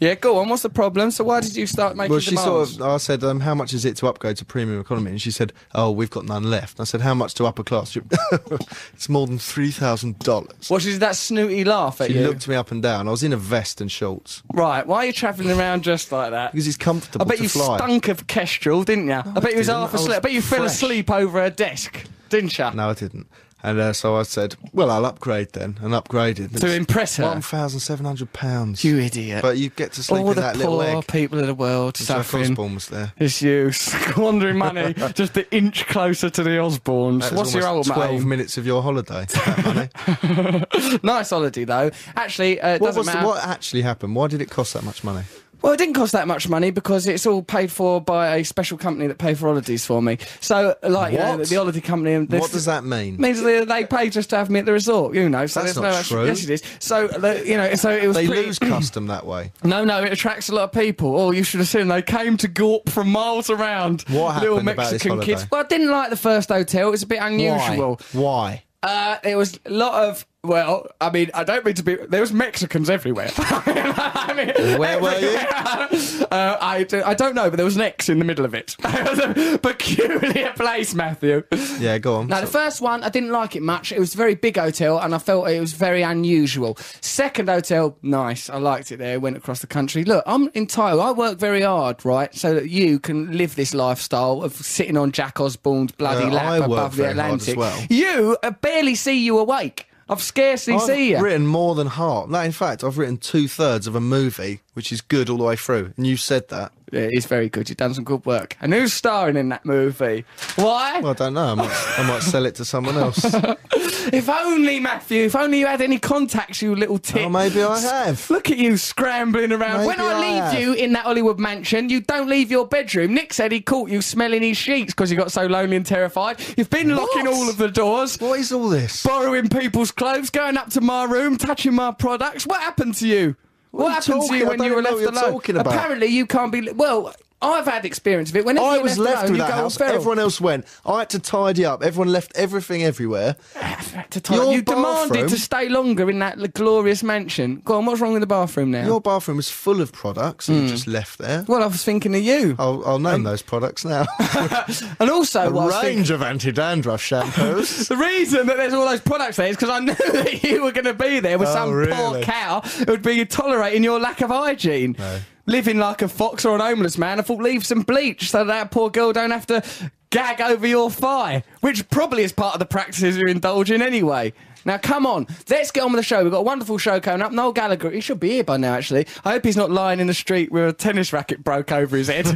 Speaker 2: Yeah, go on. What's the problem? So why did you start making
Speaker 3: well, she
Speaker 2: demands?
Speaker 3: sort of. I said, um, "How much is it to upgrade to premium economy?" And she said, "Oh, we've got none left." And I said, "How much to upper class?" She- it's more than three thousand dollars.
Speaker 2: What is that snooty laugh at
Speaker 3: She
Speaker 2: you?
Speaker 3: looked me up and down. I was in a vest and shorts
Speaker 2: Right, why are you travelling around dressed like that?
Speaker 3: because it's
Speaker 2: I
Speaker 3: comfortable.
Speaker 2: bet
Speaker 3: to
Speaker 2: you
Speaker 3: fly.
Speaker 2: stunk of Kestrel, didn't you? I bet you was
Speaker 3: didn't.
Speaker 2: half
Speaker 3: I was
Speaker 2: asleep. I bet you fell
Speaker 3: fresh.
Speaker 2: asleep over her desk, didn't you?
Speaker 3: No, I didn't. And uh, so I said, well, I'll upgrade then, and upgraded.
Speaker 2: To impress her?
Speaker 3: One thousand seven hundred pounds.
Speaker 2: You idiot.
Speaker 3: But you get to sleep
Speaker 2: All
Speaker 3: with
Speaker 2: the
Speaker 3: that little
Speaker 2: poor
Speaker 3: egg.
Speaker 2: people in the world
Speaker 3: Jack
Speaker 2: suffering.
Speaker 3: Osborne was there.
Speaker 2: It's you squandering money just an inch closer to the Osbournes.
Speaker 3: That was
Speaker 2: What's your old
Speaker 3: almost Twelve
Speaker 2: mate?
Speaker 3: minutes of your holiday. that money.
Speaker 2: Nice holiday though. Actually, uh, it
Speaker 3: what,
Speaker 2: doesn't
Speaker 3: was the-
Speaker 2: matter.
Speaker 3: what actually happened? Why did it cost that much money?
Speaker 2: Well, it didn't cost that much money because it's all paid for by a special company that paid for holidays for me. So, like, you know,
Speaker 3: What?
Speaker 2: the holiday company. and this-
Speaker 3: what does that mean?
Speaker 2: Means they, they pay just to have me at the resort, you know. So
Speaker 3: That's
Speaker 2: there's
Speaker 3: not
Speaker 2: no actual-
Speaker 3: true.
Speaker 2: Yes, it is. So the- you know, so it was.
Speaker 3: they
Speaker 2: pretty-
Speaker 3: lose custom that way.
Speaker 2: No, no, it attracts a lot of people. Oh, you should have seen they came to Gorp from miles around.
Speaker 3: What
Speaker 2: Little
Speaker 3: happened about
Speaker 2: Mexican
Speaker 3: this holiday?
Speaker 2: kids. Well, I didn't like the first hotel. It was a bit unusual.
Speaker 3: Why? Why?
Speaker 2: Uh, there was a lot of. Well, I mean, I don't mean to be. There was Mexicans everywhere. I mean,
Speaker 3: Where were you?
Speaker 2: everywhere. Uh, I, do, I don't know, but there was an X in the middle of it. it was a peculiar place, Matthew.
Speaker 3: Yeah, go on.
Speaker 2: No, the first one, I didn't like it much. It was a very big hotel and I felt it was very unusual. Second hotel, nice. I liked it there. Went across the country. Look, I'm entitled. I work very hard, right? So that you can live this lifestyle of sitting on Jack Osborne's bloody
Speaker 3: Uh,
Speaker 2: lap
Speaker 3: I work
Speaker 2: above the
Speaker 3: very hard as
Speaker 2: Atlantic.
Speaker 3: well.
Speaker 2: You, I barely see you awake. I've scarcely
Speaker 3: I've
Speaker 2: seen you.
Speaker 3: written more than half. No, in fact, I've written two thirds of a movie, which is good all the way through. And you said that.
Speaker 2: Yeah, it's very good. You've done some good work. And who's starring in that movie? Why?
Speaker 3: Well, I don't know. I might, I might sell it to someone else.
Speaker 2: if only, Matthew, if only you had any contacts, you little tit.
Speaker 3: Or Oh, maybe I have.
Speaker 2: Look at you scrambling around.
Speaker 3: Maybe
Speaker 2: when I,
Speaker 3: I
Speaker 2: leave
Speaker 3: have.
Speaker 2: you in that Hollywood mansion, you don't leave your bedroom. Nick said he caught you smelling his sheets because you got so lonely and terrified. You've been locking all of the doors,
Speaker 3: What is all this?
Speaker 2: borrowing people's clothes, going up to my room, touching my products. What happened to you? What,
Speaker 3: are you
Speaker 2: happened to
Speaker 3: talking-
Speaker 2: you
Speaker 3: I
Speaker 2: when
Speaker 3: don't
Speaker 2: you were
Speaker 3: even know
Speaker 2: left
Speaker 3: what you're
Speaker 2: alone?
Speaker 3: talking about.
Speaker 2: Apparently, you can't be. Well, I've had experience of it. Whenever
Speaker 3: I
Speaker 2: you're
Speaker 3: was left
Speaker 2: alone,
Speaker 3: with
Speaker 2: you
Speaker 3: that
Speaker 2: go
Speaker 3: house.
Speaker 2: feral.
Speaker 3: Everyone else went. I had to tidy up. Everyone left everything everywhere.
Speaker 2: To time.
Speaker 3: your
Speaker 2: you demanded
Speaker 3: bathroom-
Speaker 2: to stay longer in that l- glorious mansion. Go on, what's wrong with the bathroom now?
Speaker 3: Your bathroom was full of products that you just left there.
Speaker 2: Hmm. Well, I was thinking of you.
Speaker 3: I'll, I'll name those products now.
Speaker 2: And also,
Speaker 3: a
Speaker 2: what I was thinking-
Speaker 3: range of anti-dandruff shampoos.
Speaker 2: The reason that there's all those products there is because I knew that you were going to be there with
Speaker 3: Oh,
Speaker 2: some poor
Speaker 3: really?
Speaker 2: cow who would be tolerating your lack of hygiene. Living like a fox or an homeless man, I thought leave some bleach so that poor girl don't have to gag over your thigh, which probably is part of the practices you indulge in anyway. Now, come on, let's get on with the show. We've got a wonderful show coming up. Noel Gallagher, he should be here by now, actually. I hope he's not lying in the street where a tennis racket broke over his head.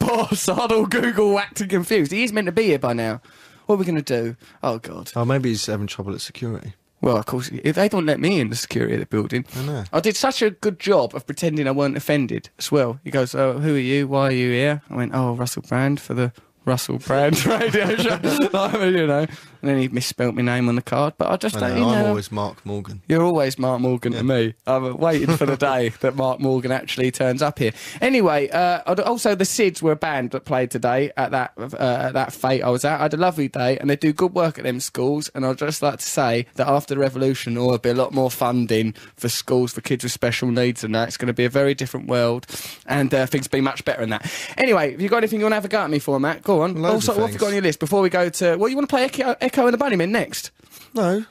Speaker 2: Poor sod, all Google acting confused. He is meant to be here by now. What are we going to do? Oh, God.
Speaker 3: oh, maybe he's having trouble at security.
Speaker 2: Well, of course, if they don't let me in the security of the building, I
Speaker 3: know.
Speaker 2: did such a good job of pretending I weren't offended as well. He goes, "Oh, who are you? Why are you here?" I went, "Oh, Russell Brand for the Russell Brand radio show." Like, you know, and then he misspelt my name on the card, but I just
Speaker 3: I
Speaker 2: don't.
Speaker 3: know,
Speaker 2: you
Speaker 3: I'm
Speaker 2: know,
Speaker 3: always Mark Morgan.
Speaker 2: you're always Mark Morgan to me. I'm waiting for the day that Mark Morgan actually turns up here. Anyway, uh, I'd- also the Sids were a band that played today at that uh, at that fate I was at. I had a lovely day, and they do good work at them schools. And I'd just like to say that after the revolution, there'll be a lot more funding for schools for kids with special needs, and that it's going to be a very different world, and uh, things be much better than that. Anyway, have you got anything you want to have a go at me for, Matt? Go on.
Speaker 3: Loads of
Speaker 2: also, what have you
Speaker 3: things.
Speaker 2: got on your list before we go to? Well, you want to play Echo, Echo and the Bunnymen next?
Speaker 3: No,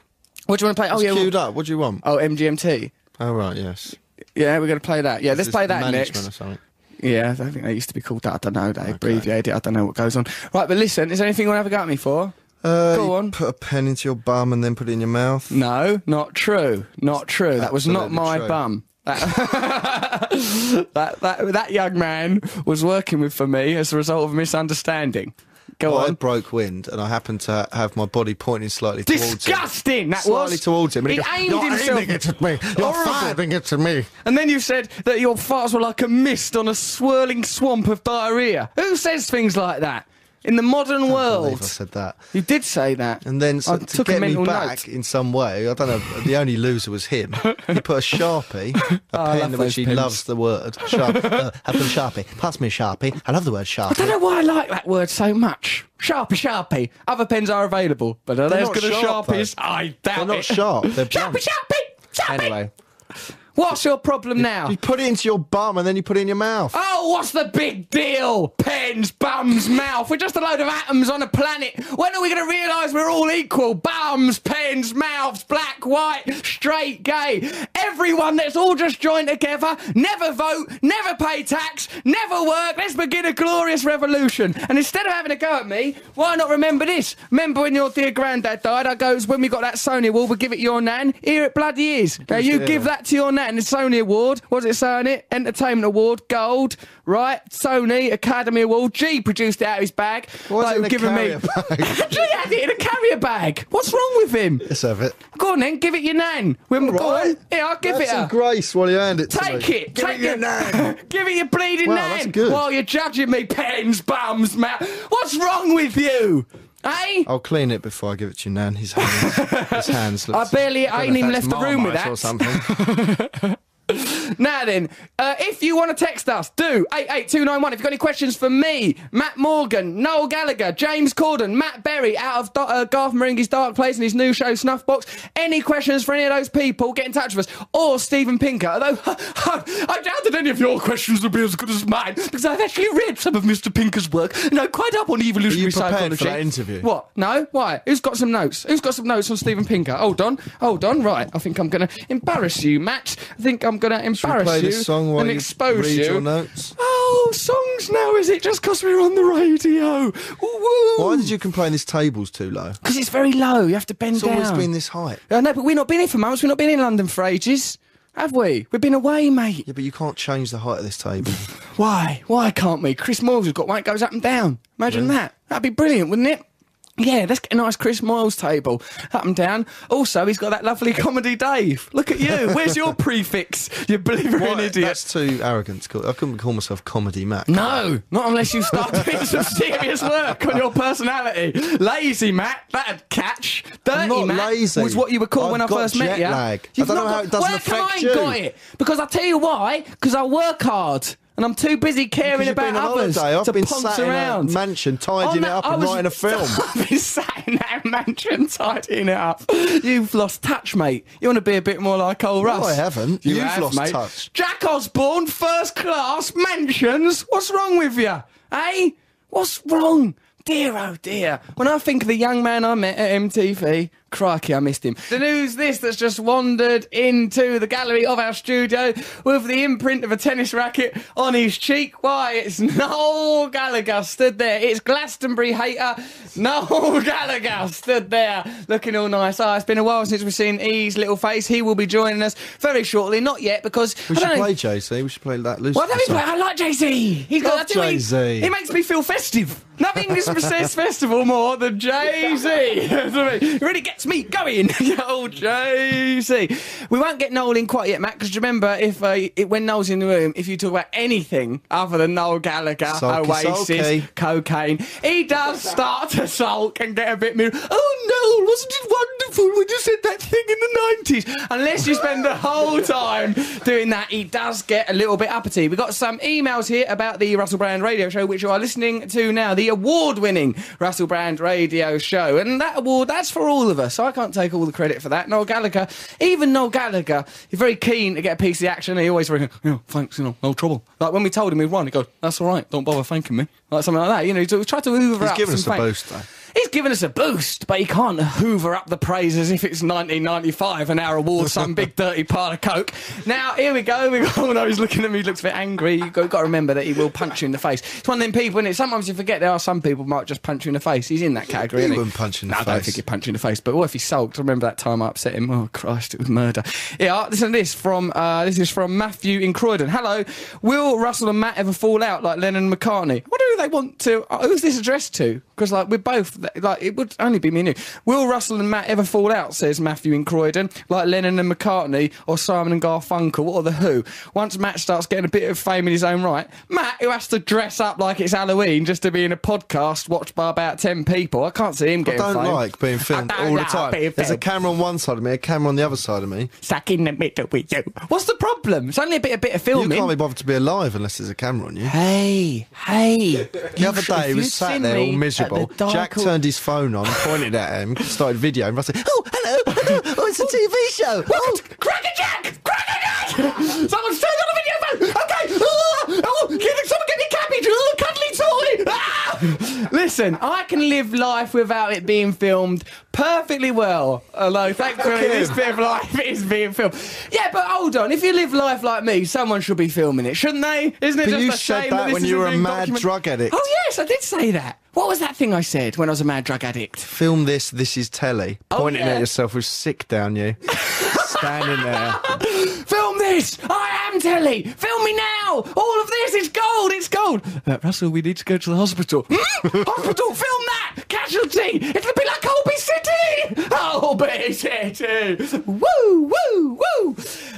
Speaker 2: What do you want to play? Oh
Speaker 3: it's
Speaker 2: yeah. well-
Speaker 3: queued up. What do you want?
Speaker 2: Oh, MGMT.
Speaker 3: Oh right, yes.
Speaker 2: Yeah, we're going to play that. Yeah, let's
Speaker 3: It's
Speaker 2: play that
Speaker 3: management Or
Speaker 2: next.
Speaker 3: something.
Speaker 2: Yeah, I think they used to be called that. I don't know. They abbreviated it. I don't know what goes on. Right, but listen, is there anything you want to have a go at me for?
Speaker 3: Uh,
Speaker 2: Go
Speaker 3: you
Speaker 2: on.
Speaker 3: Put a pen into your bum and then put it in your mouth.
Speaker 2: No, not true. Not true. That was not
Speaker 3: Absolutely
Speaker 2: my
Speaker 3: true.
Speaker 2: bum. That, that that that young man was working with for me as a result of a misunderstanding. Go
Speaker 3: Well, I
Speaker 2: on.
Speaker 3: broke wind and I happened to have my body pointing slightly towards him.
Speaker 2: Disgusting. That
Speaker 3: Slightly
Speaker 2: was
Speaker 3: towards him. and
Speaker 2: He
Speaker 3: goes,
Speaker 2: aimed
Speaker 3: You're
Speaker 2: himself.
Speaker 3: aiming it at me. You're
Speaker 2: Horrible.
Speaker 3: firing it at me.
Speaker 2: And then you said that your farts were like a mist on a swirling swamp of diarrhoea. Who says things like that in the modern
Speaker 3: I
Speaker 2: world?
Speaker 3: believe I said that.
Speaker 2: You did say that.
Speaker 3: And then so,
Speaker 2: I
Speaker 3: to
Speaker 2: took a
Speaker 3: get me
Speaker 2: mental
Speaker 3: back
Speaker 2: note.
Speaker 3: in some way, I don't know. The only loser was him. He put a sharpie,
Speaker 2: I
Speaker 3: a
Speaker 2: love
Speaker 3: pen
Speaker 2: those
Speaker 3: which he
Speaker 2: pens.
Speaker 3: loves the word. Sharp, uh, have some sharpie. Pass me a sharpie. I love the word sharpie.
Speaker 2: I don't know why I like that word so much. Sharpie, sharpie. Other pens are available, but are they as
Speaker 3: not
Speaker 2: good as
Speaker 3: sharp, though.
Speaker 2: sharpies? I doubt
Speaker 3: They're
Speaker 2: it.
Speaker 3: not sharp. They're
Speaker 2: Sharpie,
Speaker 3: blunt.
Speaker 2: sharpie, sharpie.
Speaker 3: Anyway,
Speaker 2: what's your problem now?
Speaker 3: you put it into your bum and then you put it in your mouth.
Speaker 2: Oh, what's the big deal? Pens, bums, mouth. We're just a load of atoms on a planet. When are we going to realise we're all equal? Bums, pens, mouths, black, white, straight, gay. Every everyone that's all just joined together. Never vote, never pay tax, never work. Let's begin a glorious revolution. And instead of having a go at me, why not remember this? Remember when your dear granddad died? I goes, when we got that Sony Award, we give it your nan. Here it bloody is. Now you
Speaker 3: Yeah.
Speaker 2: give that to your nan, the Sony Award. What's it saying it? Entertainment Award, gold, right? Sony Academy Award. G produced it out of his bag.
Speaker 3: Why
Speaker 2: Bloke
Speaker 3: is it in a
Speaker 2: giving
Speaker 3: carrier bag?
Speaker 2: G had it in a carrier bag. What's wrong with him?
Speaker 3: Let's have it.
Speaker 2: Go on then, give it your nan. When, Go on.
Speaker 3: Right.
Speaker 2: Yeah, I'll give
Speaker 3: Have
Speaker 2: it her.
Speaker 3: some grace while you hand it to
Speaker 2: Take
Speaker 3: me.
Speaker 2: it. take it. Give it your bleeding
Speaker 3: Wow,
Speaker 2: nan.
Speaker 3: that's good.
Speaker 2: While you're judging me, pens, bums, mouth. What's wrong with you? Hey?
Speaker 3: I'll clean it before I give it to you, Nan. His hands. his hands.
Speaker 2: I
Speaker 3: looks-
Speaker 2: barely, I
Speaker 3: don't
Speaker 2: ain't
Speaker 3: know
Speaker 2: even
Speaker 3: if
Speaker 2: left
Speaker 3: that's
Speaker 2: the room with
Speaker 3: Marmite Or
Speaker 2: that.
Speaker 3: something.
Speaker 2: Now then, uh, if you want to text us, do 88291. If you've got any questions for me, Matt Morgan, Noel Gallagher, James Corden, Matt Berry out of Do- uh, Garth Marenghi's Dark Place and his new show Snuffbox, any questions for any of those people, get in touch with us. Or Stephen Pinker, although I doubt that any of your questions will be as good as mine because I've actually read some of Mr. Pinker's work and I'm quite up on evolutionary
Speaker 3: Are you prepared
Speaker 2: psychology.
Speaker 3: for that interview?
Speaker 2: What? No? Why? Who's got some notes? Who's got some notes on Stephen Pinker? Hold on. Hold on. Right. I think I'm going to embarrass you, Matt. I think I'm going to
Speaker 3: Should we
Speaker 2: embarrass
Speaker 3: play
Speaker 2: you
Speaker 3: this song while
Speaker 2: and
Speaker 3: you
Speaker 2: expose
Speaker 3: read
Speaker 2: you.
Speaker 3: your notes?
Speaker 2: Oh, songs now, is it? Just because we're on the radio.
Speaker 3: Why
Speaker 2: Woo!
Speaker 3: did you complain this table's too low?
Speaker 2: Because it's very low. You have to bend
Speaker 3: It's
Speaker 2: down.
Speaker 3: always been this height.
Speaker 2: I know, but we've not been here for months. We've not been in London for ages. Have we? We've been away, mate.
Speaker 3: Yeah, but you can't change the height of this table.
Speaker 2: Why? Why can't we? Chris Moyles has got one that goes up and down. Imagine that. That'd be brilliant, wouldn't it? Yeah, let's get a nice Chris Moyles table. Up and down. Also, he's got that lovely comedy Dave. Look at you. Where's your prefix? You believer an
Speaker 3: Why?
Speaker 2: idiot.
Speaker 3: That's too arrogant. to call- I couldn't call myself Comedy Mac.
Speaker 2: No, not unless you start doing some serious work on your personality. Lazy Matt, that'd catch. Dirty
Speaker 3: I'm not
Speaker 2: Matt
Speaker 3: lazy.
Speaker 2: was what you were called
Speaker 3: I've
Speaker 2: when I
Speaker 3: got
Speaker 2: first met
Speaker 3: jet
Speaker 2: you.
Speaker 3: lag. I
Speaker 2: You've
Speaker 3: don't
Speaker 2: not
Speaker 3: know how
Speaker 2: got-
Speaker 3: it doesn't
Speaker 2: Where can I
Speaker 3: affect
Speaker 2: ain't
Speaker 3: you?
Speaker 2: got it? Because I tell you why. Because I work hard. And I'm too busy caring
Speaker 3: you've
Speaker 2: about
Speaker 3: been on
Speaker 2: others
Speaker 3: holiday. I've
Speaker 2: to
Speaker 3: been
Speaker 2: ponce
Speaker 3: sat in a
Speaker 2: around.
Speaker 3: mansion tidying
Speaker 2: On
Speaker 3: it
Speaker 2: that-
Speaker 3: up
Speaker 2: I
Speaker 3: and
Speaker 2: was-
Speaker 3: writing a film.
Speaker 2: I've been sat in that mansion tidying it up. You've lost touch, mate. You want to be a bit more like old Russ?
Speaker 3: I haven't.
Speaker 2: You
Speaker 3: You've
Speaker 2: have,
Speaker 3: lost
Speaker 2: mate.
Speaker 3: touch.
Speaker 2: Jack Osborne, first class, mansions. What's wrong with you? Eh? What's wrong? Dear, oh dear. When I think of the young man I met at MTV, crikey, I missed him. The news this that's just wandered into the gallery of our studio with the imprint of a tennis racket on his cheek. Why, it's Noel Gallagher stood there. It's Glastonbury hater Noel Gallagher stood there looking all nice. Ah, it's been a while since we've seen E's little face. He will be joining us very shortly. Not yet, because
Speaker 3: We
Speaker 2: I
Speaker 3: should
Speaker 2: don't know.
Speaker 3: play JC. We should play that loose.
Speaker 2: Well, let me play. I like Jay Z. He's got
Speaker 3: Love
Speaker 2: that to me.
Speaker 3: Jay-Z.
Speaker 2: He makes me feel festive. Nothing is says festival more than Jay Z. It really gets me going. oh, Jay Z. We won't get Noel in quite yet, Matt, because remember, if uh, it, when Noel's in the room, if you talk about anything other than Noel Gallagher,
Speaker 3: Sulky,
Speaker 2: Oasis,
Speaker 3: sulky.
Speaker 2: cocaine, he does start to sulk and get a bit moody. Oh, Noel, wasn't it wonderful when you said that thing in the 90s? Unless you spend the whole time doing that, he does get a little bit uppity. We've got some emails here about the Russell Brand radio show, which you are listening to now, the award winning Russell Brand radio show. And that award, that's for all of us. I can't take all the credit for that. Noel Gallagher, even Noel Gallagher, he's very keen to get a piece of the action. He always rings, you know, thanks, you know, no trouble. Like when we told him he'd won, he goes, that's all right, don't bother thanking me. Like something like that. You know, he's tried to hoover
Speaker 3: He's
Speaker 2: up
Speaker 3: given
Speaker 2: some
Speaker 3: us a
Speaker 2: fame.
Speaker 3: boost, though.
Speaker 2: He's given us a boost, but he can't hoover up the praise as if it's 1995 and our award some big dirty pile of coke. Now, here we go. We got, oh no, he's looking at me, he looks a bit angry. You've got, got to remember that he will punch you in the face. It's one of them people, is it? Sometimes you forget there are some people who might just punch you in the face. He's in that category.
Speaker 3: He
Speaker 2: isn't
Speaker 3: wouldn't punch you in
Speaker 2: No,
Speaker 3: the
Speaker 2: I don't
Speaker 3: face.
Speaker 2: think he'd punch you in the face, but what if he sulked? Remember that time I upset him? Oh, Christ, it was murder. Yeah, listen to this from, uh, this is from Matthew in Croydon. Hello, will Russell and Matt ever fall out like Lennon and McCartney? What do they want to, uh, who's this addressed to? Because, like, we're both, like, it would only be me and you. Will Russell and Matt ever fall out, says Matthew in Croydon, like Lennon and McCartney or Simon and Garfunkel or The Who? Once Matt starts getting a bit of fame in his own right, Matt, who has to dress up like it's Halloween just to be in a podcast watched by about 10 people, I can't see him
Speaker 3: I
Speaker 2: getting
Speaker 3: don't
Speaker 2: fame.
Speaker 3: like being filmed
Speaker 2: I don't
Speaker 3: all the
Speaker 2: like
Speaker 3: time.
Speaker 2: being
Speaker 3: There's a
Speaker 2: filmed.
Speaker 3: camera on one side of me, a camera on the other side of me.
Speaker 2: Sack in the middle with you. What's the problem? It's only a bit, a bit of
Speaker 3: You
Speaker 2: filming.
Speaker 3: can't be bothered to be alive unless there's a camera on you.
Speaker 2: Hey, hey.
Speaker 3: The other day he
Speaker 2: you
Speaker 3: was sat there all miserable. Jack turned his phone on, pointed at him, started videoing. and I said, "Oh, hello, hello! Oh, it's a TV show. Oh,
Speaker 2: Cracker Jack! Cracker Jack! Someone's turned on the video phone! Okay! Ah! Oh, give someone get me cabbage! Oh, cuddly toy! Ah! Listen, I can live life without it being filmed perfectly well. Although, thankfully, this bit of life is being filmed. Yeah, but hold on. If you live life like me, someone should be filming it, shouldn't they? Isn't it
Speaker 3: But
Speaker 2: just
Speaker 3: you
Speaker 2: a
Speaker 3: said
Speaker 2: shame
Speaker 3: that
Speaker 2: this
Speaker 3: when you
Speaker 2: isn't
Speaker 3: were a
Speaker 2: being
Speaker 3: mad
Speaker 2: documented?
Speaker 3: drug addict.
Speaker 2: Oh yes, I did say that. What was that thing I said when I was a mad drug addict?
Speaker 3: Film this, this is telly.
Speaker 2: Oh,
Speaker 3: Pointing
Speaker 2: yeah.
Speaker 3: at yourself with sick down you. Standing there.
Speaker 2: Film this! I am telly! Film me now! All of this is gold! It's gold! Uh, Russell, we need to go to the hospital. Hmm? hospital, film that! Casualty! It'll be like Holby City! Oh, Holby City! Woo, woo, woo!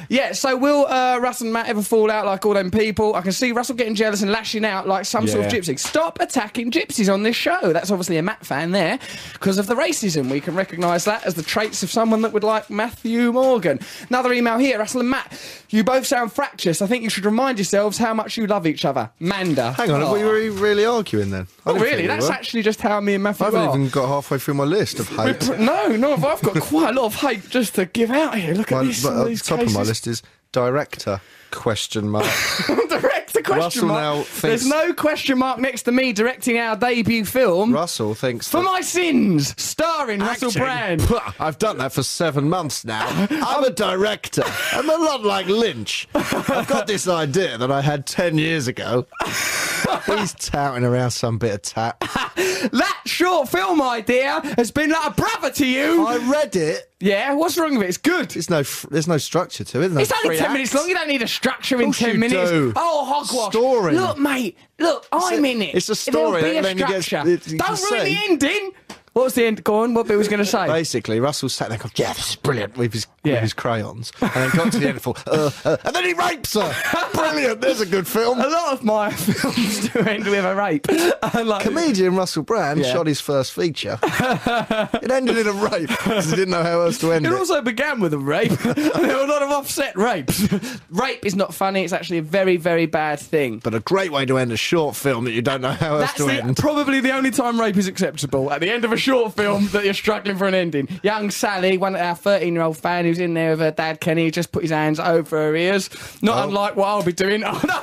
Speaker 2: Yeah, so will uh, Russ and Matt ever fall out like all them people? I can see Russell getting jealous and lashing out like some sort of
Speaker 3: Yeah.
Speaker 2: gypsy. Stop attacking gypsies on this show. That's obviously a Matt fan there because of the racism. We can recognise that as the traits of someone that would like Matthew Morgan. Another email here, Russell and Matt. You both sound fractious. I think you should remind yourselves how much you love each other. Manda.
Speaker 3: Hang on,
Speaker 2: Oh.
Speaker 3: are we really, really arguing then? I
Speaker 2: Oh,
Speaker 3: didn't think
Speaker 2: really?
Speaker 3: we
Speaker 2: That's
Speaker 3: were.
Speaker 2: actually just how me and Matthew
Speaker 3: I haven't
Speaker 2: are.
Speaker 3: even got halfway through my list of hate.
Speaker 2: no, no, I've got quite a lot of hate just to give out here. Look at
Speaker 3: My,
Speaker 2: this.
Speaker 3: but
Speaker 2: all
Speaker 3: at the
Speaker 2: these
Speaker 3: top
Speaker 2: cases.
Speaker 3: of my list is director question mark.
Speaker 2: Director question
Speaker 3: Russell
Speaker 2: mark.
Speaker 3: now thinks-
Speaker 2: There's no question mark next to me directing our debut film.
Speaker 3: Russell thinks
Speaker 2: For
Speaker 3: that
Speaker 2: my sins, starring Russell
Speaker 3: acting-
Speaker 2: Brand.
Speaker 3: Puh, I've done that for seven months now. I'm a director. I'm a lot like Lynch. I've got this idea that I had ten years ago. He's touting around some bit of tap.
Speaker 2: That short film idea has been like a brother to you.
Speaker 3: I read it.
Speaker 2: yeah, what's wrong with it? It's good.
Speaker 3: It's no, f- there's no structure to it.
Speaker 2: It's only 10 minutes long. You don't need a structure in
Speaker 3: course
Speaker 2: 10
Speaker 3: you
Speaker 2: minutes.
Speaker 3: do.
Speaker 2: Oh, hogwash.
Speaker 3: Story.
Speaker 2: Look, mate. Look, I'm in it.
Speaker 3: it's a story
Speaker 2: There'll be
Speaker 3: that
Speaker 2: a
Speaker 3: only gets-
Speaker 2: structure.
Speaker 3: it- you
Speaker 2: don't
Speaker 3: can
Speaker 2: ruin
Speaker 3: say-
Speaker 2: the ending. What was the end? Go on. What Bill was going to say?
Speaker 3: Basically, Russell sat there going, yeah, this is brilliant, with his,
Speaker 2: Yeah.
Speaker 3: with his crayons. And then got to the end and thought, uh, uh, and then he rapes her. Brilliant, there's a good film.
Speaker 2: a lot of my films do end with a rape. And like,
Speaker 3: Comedian Russell Brand
Speaker 2: Yeah.
Speaker 3: shot his first feature. it ended in a rape because he didn't know how else to end
Speaker 2: It
Speaker 3: it.
Speaker 2: also began with a rape. there were a lot of offset rapes. rape is not funny. It's actually a very, very bad thing.
Speaker 3: but a great way to end a short film that you don't know how else
Speaker 2: That's
Speaker 3: to
Speaker 2: the-
Speaker 3: end.
Speaker 2: probably the only time rape is acceptable at the end of a short film that you're struggling for an ending. Young Sally, one of our 13 year old fan who's in there with her dad Kenny, just put his hands over her ears. Not unlike what I'll be doing. Oh, no,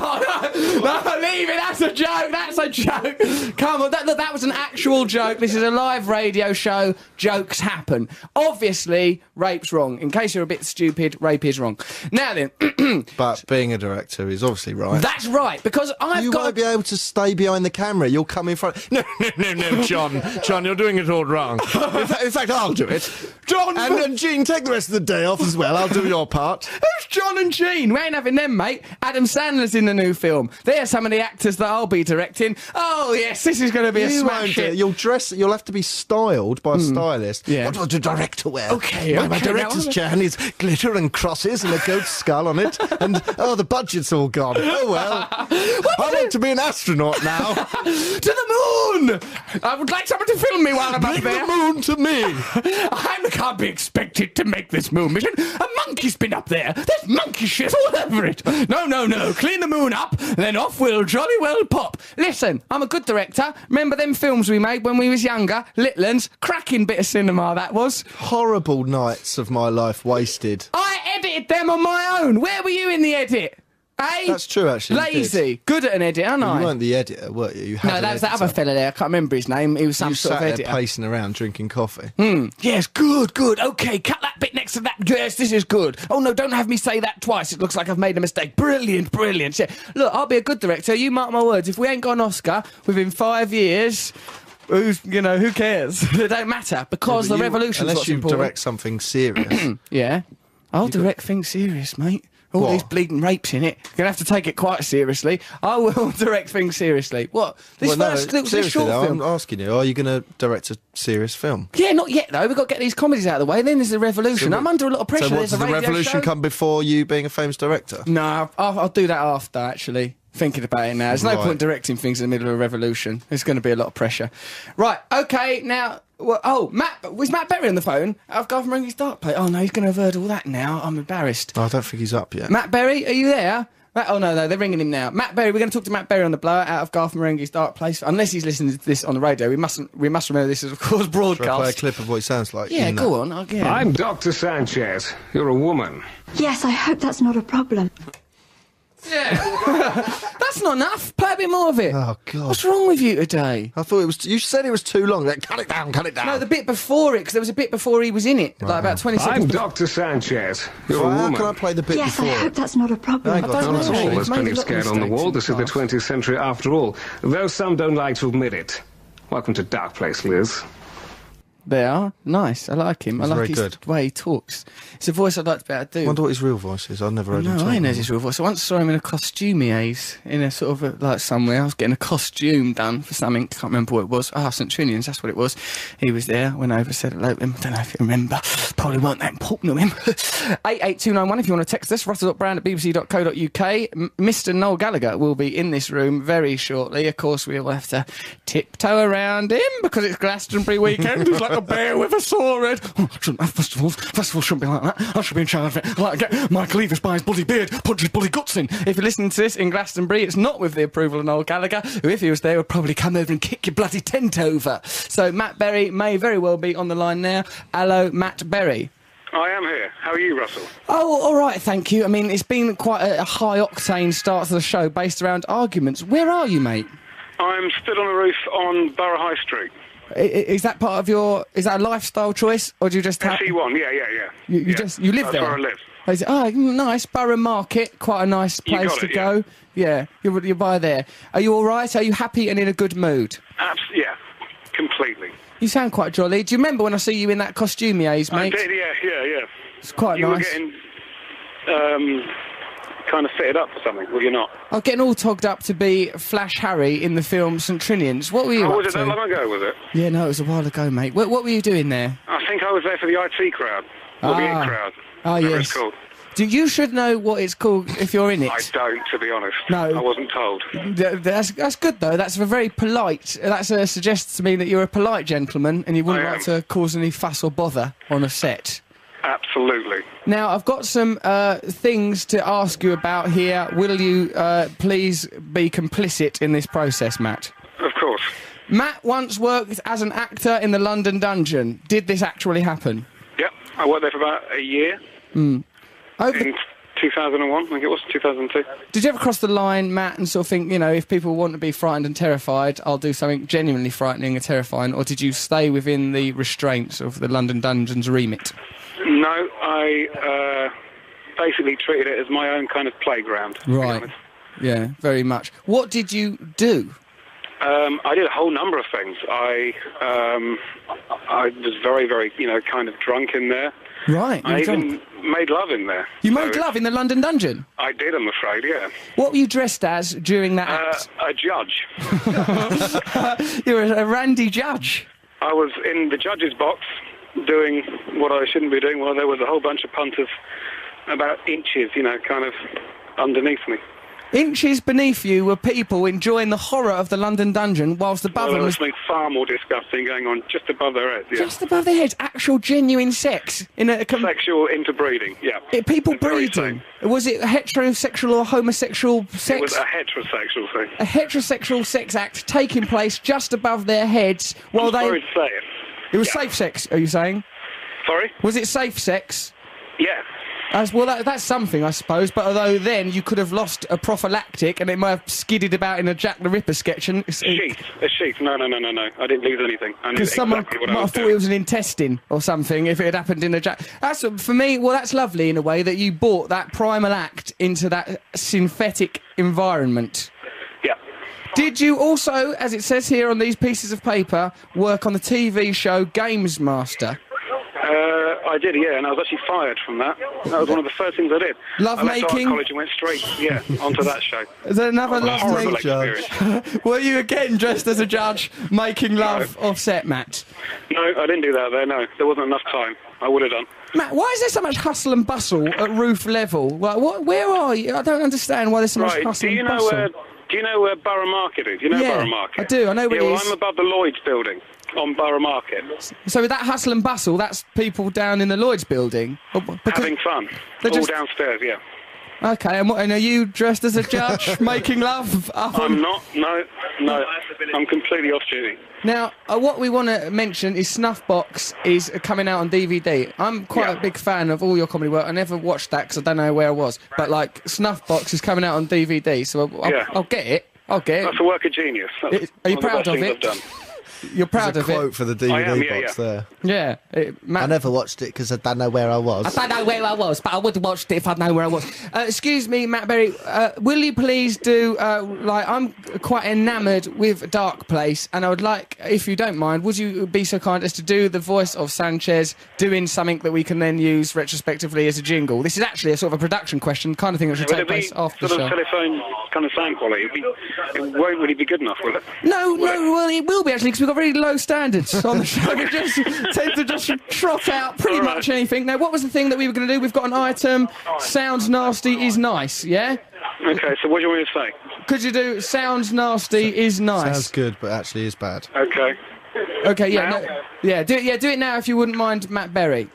Speaker 2: no, no, leave it. That's a joke. That's a joke. Come on, that, that, that was an actual joke. This is a live radio show. Jokes happen. Obviously, rape's wrong. In case you're a bit stupid, rape is wrong. Now then,
Speaker 3: But being a director is obviously right.
Speaker 2: that's right, because I've
Speaker 3: you
Speaker 2: got.
Speaker 3: won't be able to stay behind the camera. You'll come in front. No, no, no, no, John. John, you're doing it all wrong. In, fa- in fact, I'll do it.
Speaker 2: John,
Speaker 3: And then, Gene, take the rest of the day off as well. I'll do your part.
Speaker 2: Who's John and Gene? We ain't having them, mate. Adam Sandler's in the new film. They're some of the actors that I'll be directing. Oh yes, this is going to be a
Speaker 3: You
Speaker 2: smash
Speaker 3: won't uh, do it.
Speaker 2: hit.
Speaker 3: You'll dress. You'll have to be styled by a stylist.
Speaker 2: Yeah.
Speaker 3: What will the director wear?
Speaker 2: Okay,
Speaker 3: Well, my
Speaker 2: okay,
Speaker 3: director's
Speaker 2: now-
Speaker 3: chair needs glitter and crosses and a goat skull on it. And oh, the budget's all gone. Oh well. I want to be an astronaut now.
Speaker 2: to the moon. I would like someone to film me while I'm up
Speaker 3: Bring the
Speaker 2: there.
Speaker 3: moon to me.
Speaker 2: I can't be expected to make this moon mission. A monkey's been up there. There's monkey shit all over it. No, no, no. Clean the moon up, then off we'll jolly well pop. Listen, I'm a good director. Remember them films we made when we was younger? Litlands. Cracking bit of cinema that was.
Speaker 3: Horrible nights of my life wasted.
Speaker 2: I edited them on my own. Where were you in the edit? Eh?
Speaker 3: That's true, actually, you
Speaker 2: Lazy. Good at an edit, aren't I?
Speaker 3: You weren't the editor, were you? you
Speaker 2: no, that was that other fella there. I can't remember his name. He was some
Speaker 3: You
Speaker 2: sort
Speaker 3: sat
Speaker 2: of
Speaker 3: there
Speaker 2: editor. Hmm,
Speaker 3: pacing around drinking coffee.
Speaker 2: Yes, good, good. Okay, cut that bit next to that. Yes, this is good. Oh no, don't have me say that twice. It looks like I've made a mistake. Brilliant, brilliant. Yeah. Look, I'll be a good director. You mark my words. If we ain't got an Oscar within five years, who's you know who cares? it don't matter because
Speaker 3: But
Speaker 2: the
Speaker 3: you-
Speaker 2: revolution's
Speaker 3: Unless
Speaker 2: what's
Speaker 3: you
Speaker 2: important.
Speaker 3: direct something serious.
Speaker 2: Yeah. I'll direct things serious, mate. All
Speaker 3: What?
Speaker 2: these bleeding rapes in it. You're gonna have to take it quite seriously. I will direct things seriously. What? This
Speaker 3: Well, no,
Speaker 2: first this
Speaker 3: seriously
Speaker 2: short
Speaker 3: though,
Speaker 2: film.
Speaker 3: I'm asking you, are you going to direct a serious film?
Speaker 2: Yeah, not yet though. We've got to get these comedies out of the way. Then there's the revolution. I'm under a lot of pressure.
Speaker 3: So, what,
Speaker 2: there's
Speaker 3: does the
Speaker 2: a radio show.
Speaker 3: revolution come before you being a famous director?
Speaker 2: No, I'll, I'll do that after actually. Thinking about it now. There's no
Speaker 3: Right.
Speaker 2: point directing things in the middle of a revolution. There's going to be a lot of pressure. Right, okay, now. Well, oh, Matt, was Matt Berry on the phone? I've got him ringing his dark plate. Oh no, he's going to avert all that now. I'm embarrassed.
Speaker 3: Oh, I don't think he's up yet.
Speaker 2: Matt Berry, are you there? Matt, oh no, no, they're ringing him now. Matt Berry, we're going to talk to Matt Berry on the blower out of Garth Marenghi's Dark Place. Unless he's listening to this on the radio, we mustn't. We must remember this is of course
Speaker 3: Should I play a
Speaker 2: broadcast.
Speaker 3: clip of what he sounds like.
Speaker 2: Yeah,
Speaker 3: in
Speaker 2: go
Speaker 3: that?
Speaker 2: on. I'll get
Speaker 5: I'm Dr. Sanchez. You're a woman.
Speaker 6: Yes, I hope that's not a problem.
Speaker 2: Yeah, that's That's not enough. Play a bit more of it.
Speaker 3: Oh, God.
Speaker 2: What's wrong with you today?
Speaker 3: I thought it was. you said it was too long. Like, cut it down, cut it down.
Speaker 2: No, the bit before it, because there was a bit before he was in it, like about 20 seconds.
Speaker 5: I'm Dr. Sanchez. You're
Speaker 3: Well,
Speaker 5: a
Speaker 3: how
Speaker 5: woman.
Speaker 3: can I play the bit
Speaker 7: Yes, I
Speaker 3: before?
Speaker 7: hope that's not a problem.
Speaker 3: Thank God.
Speaker 2: don't
Speaker 5: Not
Speaker 2: know.
Speaker 5: at all.
Speaker 2: He's
Speaker 5: There's
Speaker 2: made
Speaker 5: plenty
Speaker 2: a
Speaker 5: of
Speaker 2: lot of
Speaker 5: scat on the
Speaker 2: mistakes
Speaker 5: wall.
Speaker 2: in
Speaker 5: This is the
Speaker 2: past.
Speaker 5: 20th century after all, though some don't like to admit it. Welcome to Dark Place, Liz.
Speaker 2: They are. Nice. I like him.
Speaker 3: He's
Speaker 2: I like
Speaker 3: very
Speaker 2: his
Speaker 3: good.
Speaker 2: way he talks. It's a voice I'd like to be able to do.
Speaker 3: I wonder what his real voice is. I've never heard him
Speaker 2: No,
Speaker 3: talk.
Speaker 2: I know his real voice. I once saw him in a costumiers in a sort of a, like somewhere. I was getting a costume done for something. Can't remember what it was. Ah, St Trinian's. That's what it was. He was there. Went over, said hello to him. Don't know if you remember. Probably weren't that important to him. Eight eight two nine one. If you want to text us, rutter.brand at bbc.co.uk. M- Mr Noel Gallagher will be in this room very shortly. Of course, we will have to tiptoe around him because it's Glastonbury weekend. He's like a bear with a sword. Oh, I shouldn't have festivals. Festivals shouldn't be like that. I should be in charge of it. Like, get Michael Eavis by his bloody beard, punches bloody guts in. If you're listening to this in Glastonbury, it's not with the approval of Noel Gallagher, who, if he was there, would probably come over and kick your bloody tent over. So, Matt Berry may very well be on the line now. Hello, Matt Berry.
Speaker 8: I am here. How are you, Russell?
Speaker 2: Oh, all right, thank you. I mean, it's been quite a, a high octane start to the show based around arguments. Where are you, mate?
Speaker 8: I'm stood on a roof on Borough High Street.
Speaker 2: I- I- Is that part of your? Is that a lifestyle choice, or do you just have?
Speaker 8: SE1, yeah, yeah, yeah.
Speaker 2: You, you
Speaker 8: Yeah.
Speaker 2: just you live
Speaker 8: That's
Speaker 2: there.
Speaker 8: where I live.
Speaker 2: Is it- oh, nice Borough Market, quite a nice
Speaker 8: You
Speaker 2: place
Speaker 8: got
Speaker 2: to
Speaker 8: it, yeah.
Speaker 2: go. Yeah, you're, you're by there. Are you all right? Are you happy and in a good mood?
Speaker 8: Abs- yeah, completely.
Speaker 2: You sound quite jolly. Do you remember when I see you in that costume, Yaze,
Speaker 8: I
Speaker 2: mate?
Speaker 8: did, yeah, yeah, yeah.
Speaker 2: It's quite
Speaker 8: you
Speaker 2: nice.
Speaker 8: were getting um, kind of fitted up for something, were you not?
Speaker 2: I was getting all togged up to be Flash Harry in the film St Trinian's. What were you
Speaker 8: Or
Speaker 2: up
Speaker 8: Oh, was it
Speaker 2: to?
Speaker 8: that long ago, was it?
Speaker 2: Yeah, no, it was a while ago, mate. What, what were you doing there?
Speaker 8: I think I was there for the IT crowd. Or the
Speaker 2: Ah.
Speaker 8: IT crowd.
Speaker 2: Ah,
Speaker 8: whatever
Speaker 2: yes.
Speaker 8: It's called.
Speaker 2: Do you should know what it's called if you're in it?
Speaker 8: I don't, to be honest.
Speaker 2: No.
Speaker 8: I wasn't told.
Speaker 2: Th- That's, that's good though. That's a very polite. That uh, suggests to me that you're a polite gentleman and you wouldn't
Speaker 8: I
Speaker 2: like
Speaker 8: am.
Speaker 2: to cause any fuss or bother on a set.
Speaker 8: Absolutely.
Speaker 2: Now I've got some uh, things to ask you about here. Will you uh, please be complicit in this process, Matt?
Speaker 8: Of course.
Speaker 2: Matt once worked as an actor in the London Dungeon. Did this actually happen?
Speaker 8: Yep. I worked there for about a year
Speaker 2: Over
Speaker 8: in 2001, I think it was, 2002.
Speaker 2: Did you ever cross the line, Matt, and sort of think, you know, if people want to be frightened and terrified, I'll do something genuinely frightening and terrifying, or did you stay within the restraints of the London Dungeons remit?
Speaker 8: No, I uh, basically treated it as my own kind of playground. to be honest.
Speaker 2: Yeah, very much. What did you do?
Speaker 8: Um, I did a whole number of things. I um, I was very, very, you know, kind of drunk in there.
Speaker 2: Right. You,
Speaker 8: I
Speaker 2: were
Speaker 8: even
Speaker 2: drunk.
Speaker 8: made love in there.
Speaker 2: You
Speaker 8: So
Speaker 2: made love in the London Dungeon.
Speaker 8: I did, I'm afraid, yeah.
Speaker 2: What were you dressed as during that
Speaker 8: Uh,
Speaker 2: act?
Speaker 8: a judge.
Speaker 2: You were a randy judge.
Speaker 8: I was in the judge's box doing what I shouldn't be doing while there was a whole bunch of punters about inches, you know, kind of underneath me.
Speaker 2: Inches beneath you were people enjoying the horror of the London Dungeon, whilst above
Speaker 8: Well,
Speaker 2: them
Speaker 8: there was
Speaker 2: was
Speaker 8: something far more disgusting going on just above their heads, yeah.
Speaker 2: just above their heads actual genuine sex in a, a com-
Speaker 8: Sexual interbreeding, yeah.
Speaker 2: It, people
Speaker 8: Very
Speaker 2: breeding.
Speaker 8: same.
Speaker 2: Was it heterosexual or homosexual
Speaker 8: It was
Speaker 2: sex?
Speaker 8: a heterosexual thing.
Speaker 2: a heterosexual sex act taking place just above their heads while
Speaker 8: I'm
Speaker 2: they.
Speaker 8: sorry to say it.
Speaker 2: It was
Speaker 8: yeah.
Speaker 2: safe sex. Are you saying?
Speaker 8: Sorry?
Speaker 2: Was it safe sex?
Speaker 8: Yeah.
Speaker 2: As, well, that, that's something, I suppose. But although then you could have lost a prophylactic, and it might have skidded about in a Jack the Ripper sketch, and
Speaker 8: Sheath. A sheath. No, no, no, no, no. I didn't lose anything. I knew
Speaker 2: because someone
Speaker 8: exactly what
Speaker 2: might
Speaker 8: I
Speaker 2: have
Speaker 8: was
Speaker 2: thought it
Speaker 8: doing.
Speaker 2: was an intestine or something if it had happened in a jack. That's for me. Well, that's lovely in a way that you brought that primal act into that synthetic environment.
Speaker 8: Yeah.
Speaker 2: Did you also, as it says here on these pieces of paper, work on the TV show Games Master?
Speaker 8: Uh, I did, yeah, and I was actually fired from that. That was one of the first things I did.
Speaker 2: Love
Speaker 8: I left art
Speaker 2: making?
Speaker 8: college and went straight, yeah, onto that show.
Speaker 2: Is there another love
Speaker 8: Oh, Horrible
Speaker 2: make?
Speaker 3: judge.
Speaker 8: experience.
Speaker 2: Were you again dressed as a judge making love offset, Matt?
Speaker 8: No, I didn't do that there, no. There wasn't enough time. I would have done.
Speaker 2: Matt, why is there so much hustle and bustle at roof level? Like, what, where are you? I don't understand why there's so much
Speaker 8: Right,
Speaker 2: hustle
Speaker 8: do you
Speaker 2: and
Speaker 8: know
Speaker 2: bustle.
Speaker 8: where... Do you know where Borough Market is? You know
Speaker 2: Yeah,
Speaker 8: Borough Market?
Speaker 2: I do, I know where
Speaker 8: yeah,
Speaker 2: it
Speaker 8: well,
Speaker 2: is.
Speaker 8: I'm above the Lloyd's building on Borough Market,
Speaker 2: So with that hustle and bustle, that's people down in the Lloyd's building. Oh, because-
Speaker 8: having fun.
Speaker 2: They're
Speaker 8: All
Speaker 2: just-
Speaker 8: downstairs, yeah.
Speaker 2: Okay, and, what, and are you dressed as a judge making love? Uh, Up on-
Speaker 8: I'm not. No, no.
Speaker 9: I'm completely off duty.
Speaker 2: Now, uh, what we want to mention is Snuffbox is uh, coming out on DVD. I'm quite
Speaker 9: Yeah.
Speaker 2: a big fan of all your comedy work. I never watched that because I don't know where I was. But like, Snuffbox is coming out on DVD, so I'll, I'll,
Speaker 9: Yeah.
Speaker 2: I'll get it. I'll get it.
Speaker 9: That's a work of genius. That's
Speaker 2: It- are you
Speaker 9: one of
Speaker 2: proud
Speaker 9: the
Speaker 2: of
Speaker 9: best
Speaker 2: it?
Speaker 9: things I've done.
Speaker 2: You're proud
Speaker 3: There's a
Speaker 2: of it.
Speaker 3: quote for the DVD
Speaker 9: am, yeah,
Speaker 3: box
Speaker 9: yeah.
Speaker 3: there.
Speaker 2: Yeah. It, Matt,
Speaker 3: I never watched it because I don't know where I was.
Speaker 2: I don't know where I was, but I would have watched it if I'd known where I was. Uh, excuse me, Matt Berry. Uh, will you please do, uh, like, I'm quite enamoured with Dark Place, and I would like, if you don't mind, would you be so kind as to do the voice of Sanchez doing something that we can then use retrospectively as a jingle? This is actually a sort of a production question, kind of thing that should
Speaker 9: Will
Speaker 2: take
Speaker 9: it be
Speaker 2: place
Speaker 9: sort
Speaker 2: after
Speaker 9: of
Speaker 2: the show.
Speaker 9: telephone kind of sound quality? It'll be- It won't really be good enough, will it?
Speaker 2: No,
Speaker 9: Will it?
Speaker 2: no, uh, well, it will be actually because we've got very low standards on the show. We just tend to just trot out pretty
Speaker 9: All right.
Speaker 2: much anything. Now, what was the thing that we were going to do? We've got an item. Sounds nasty is nice. Yeah.
Speaker 9: Okay, so what do you want me to say?
Speaker 2: Could you do sounds nasty is
Speaker 3: Sounds
Speaker 2: nice?
Speaker 3: good, but actually is bad.
Speaker 2: Oh,
Speaker 9: Okay.
Speaker 2: Okay. Yeah.
Speaker 9: Now?
Speaker 2: no- yeah. Do it. Yeah. Do it now if you wouldn't mind, Matt Berry.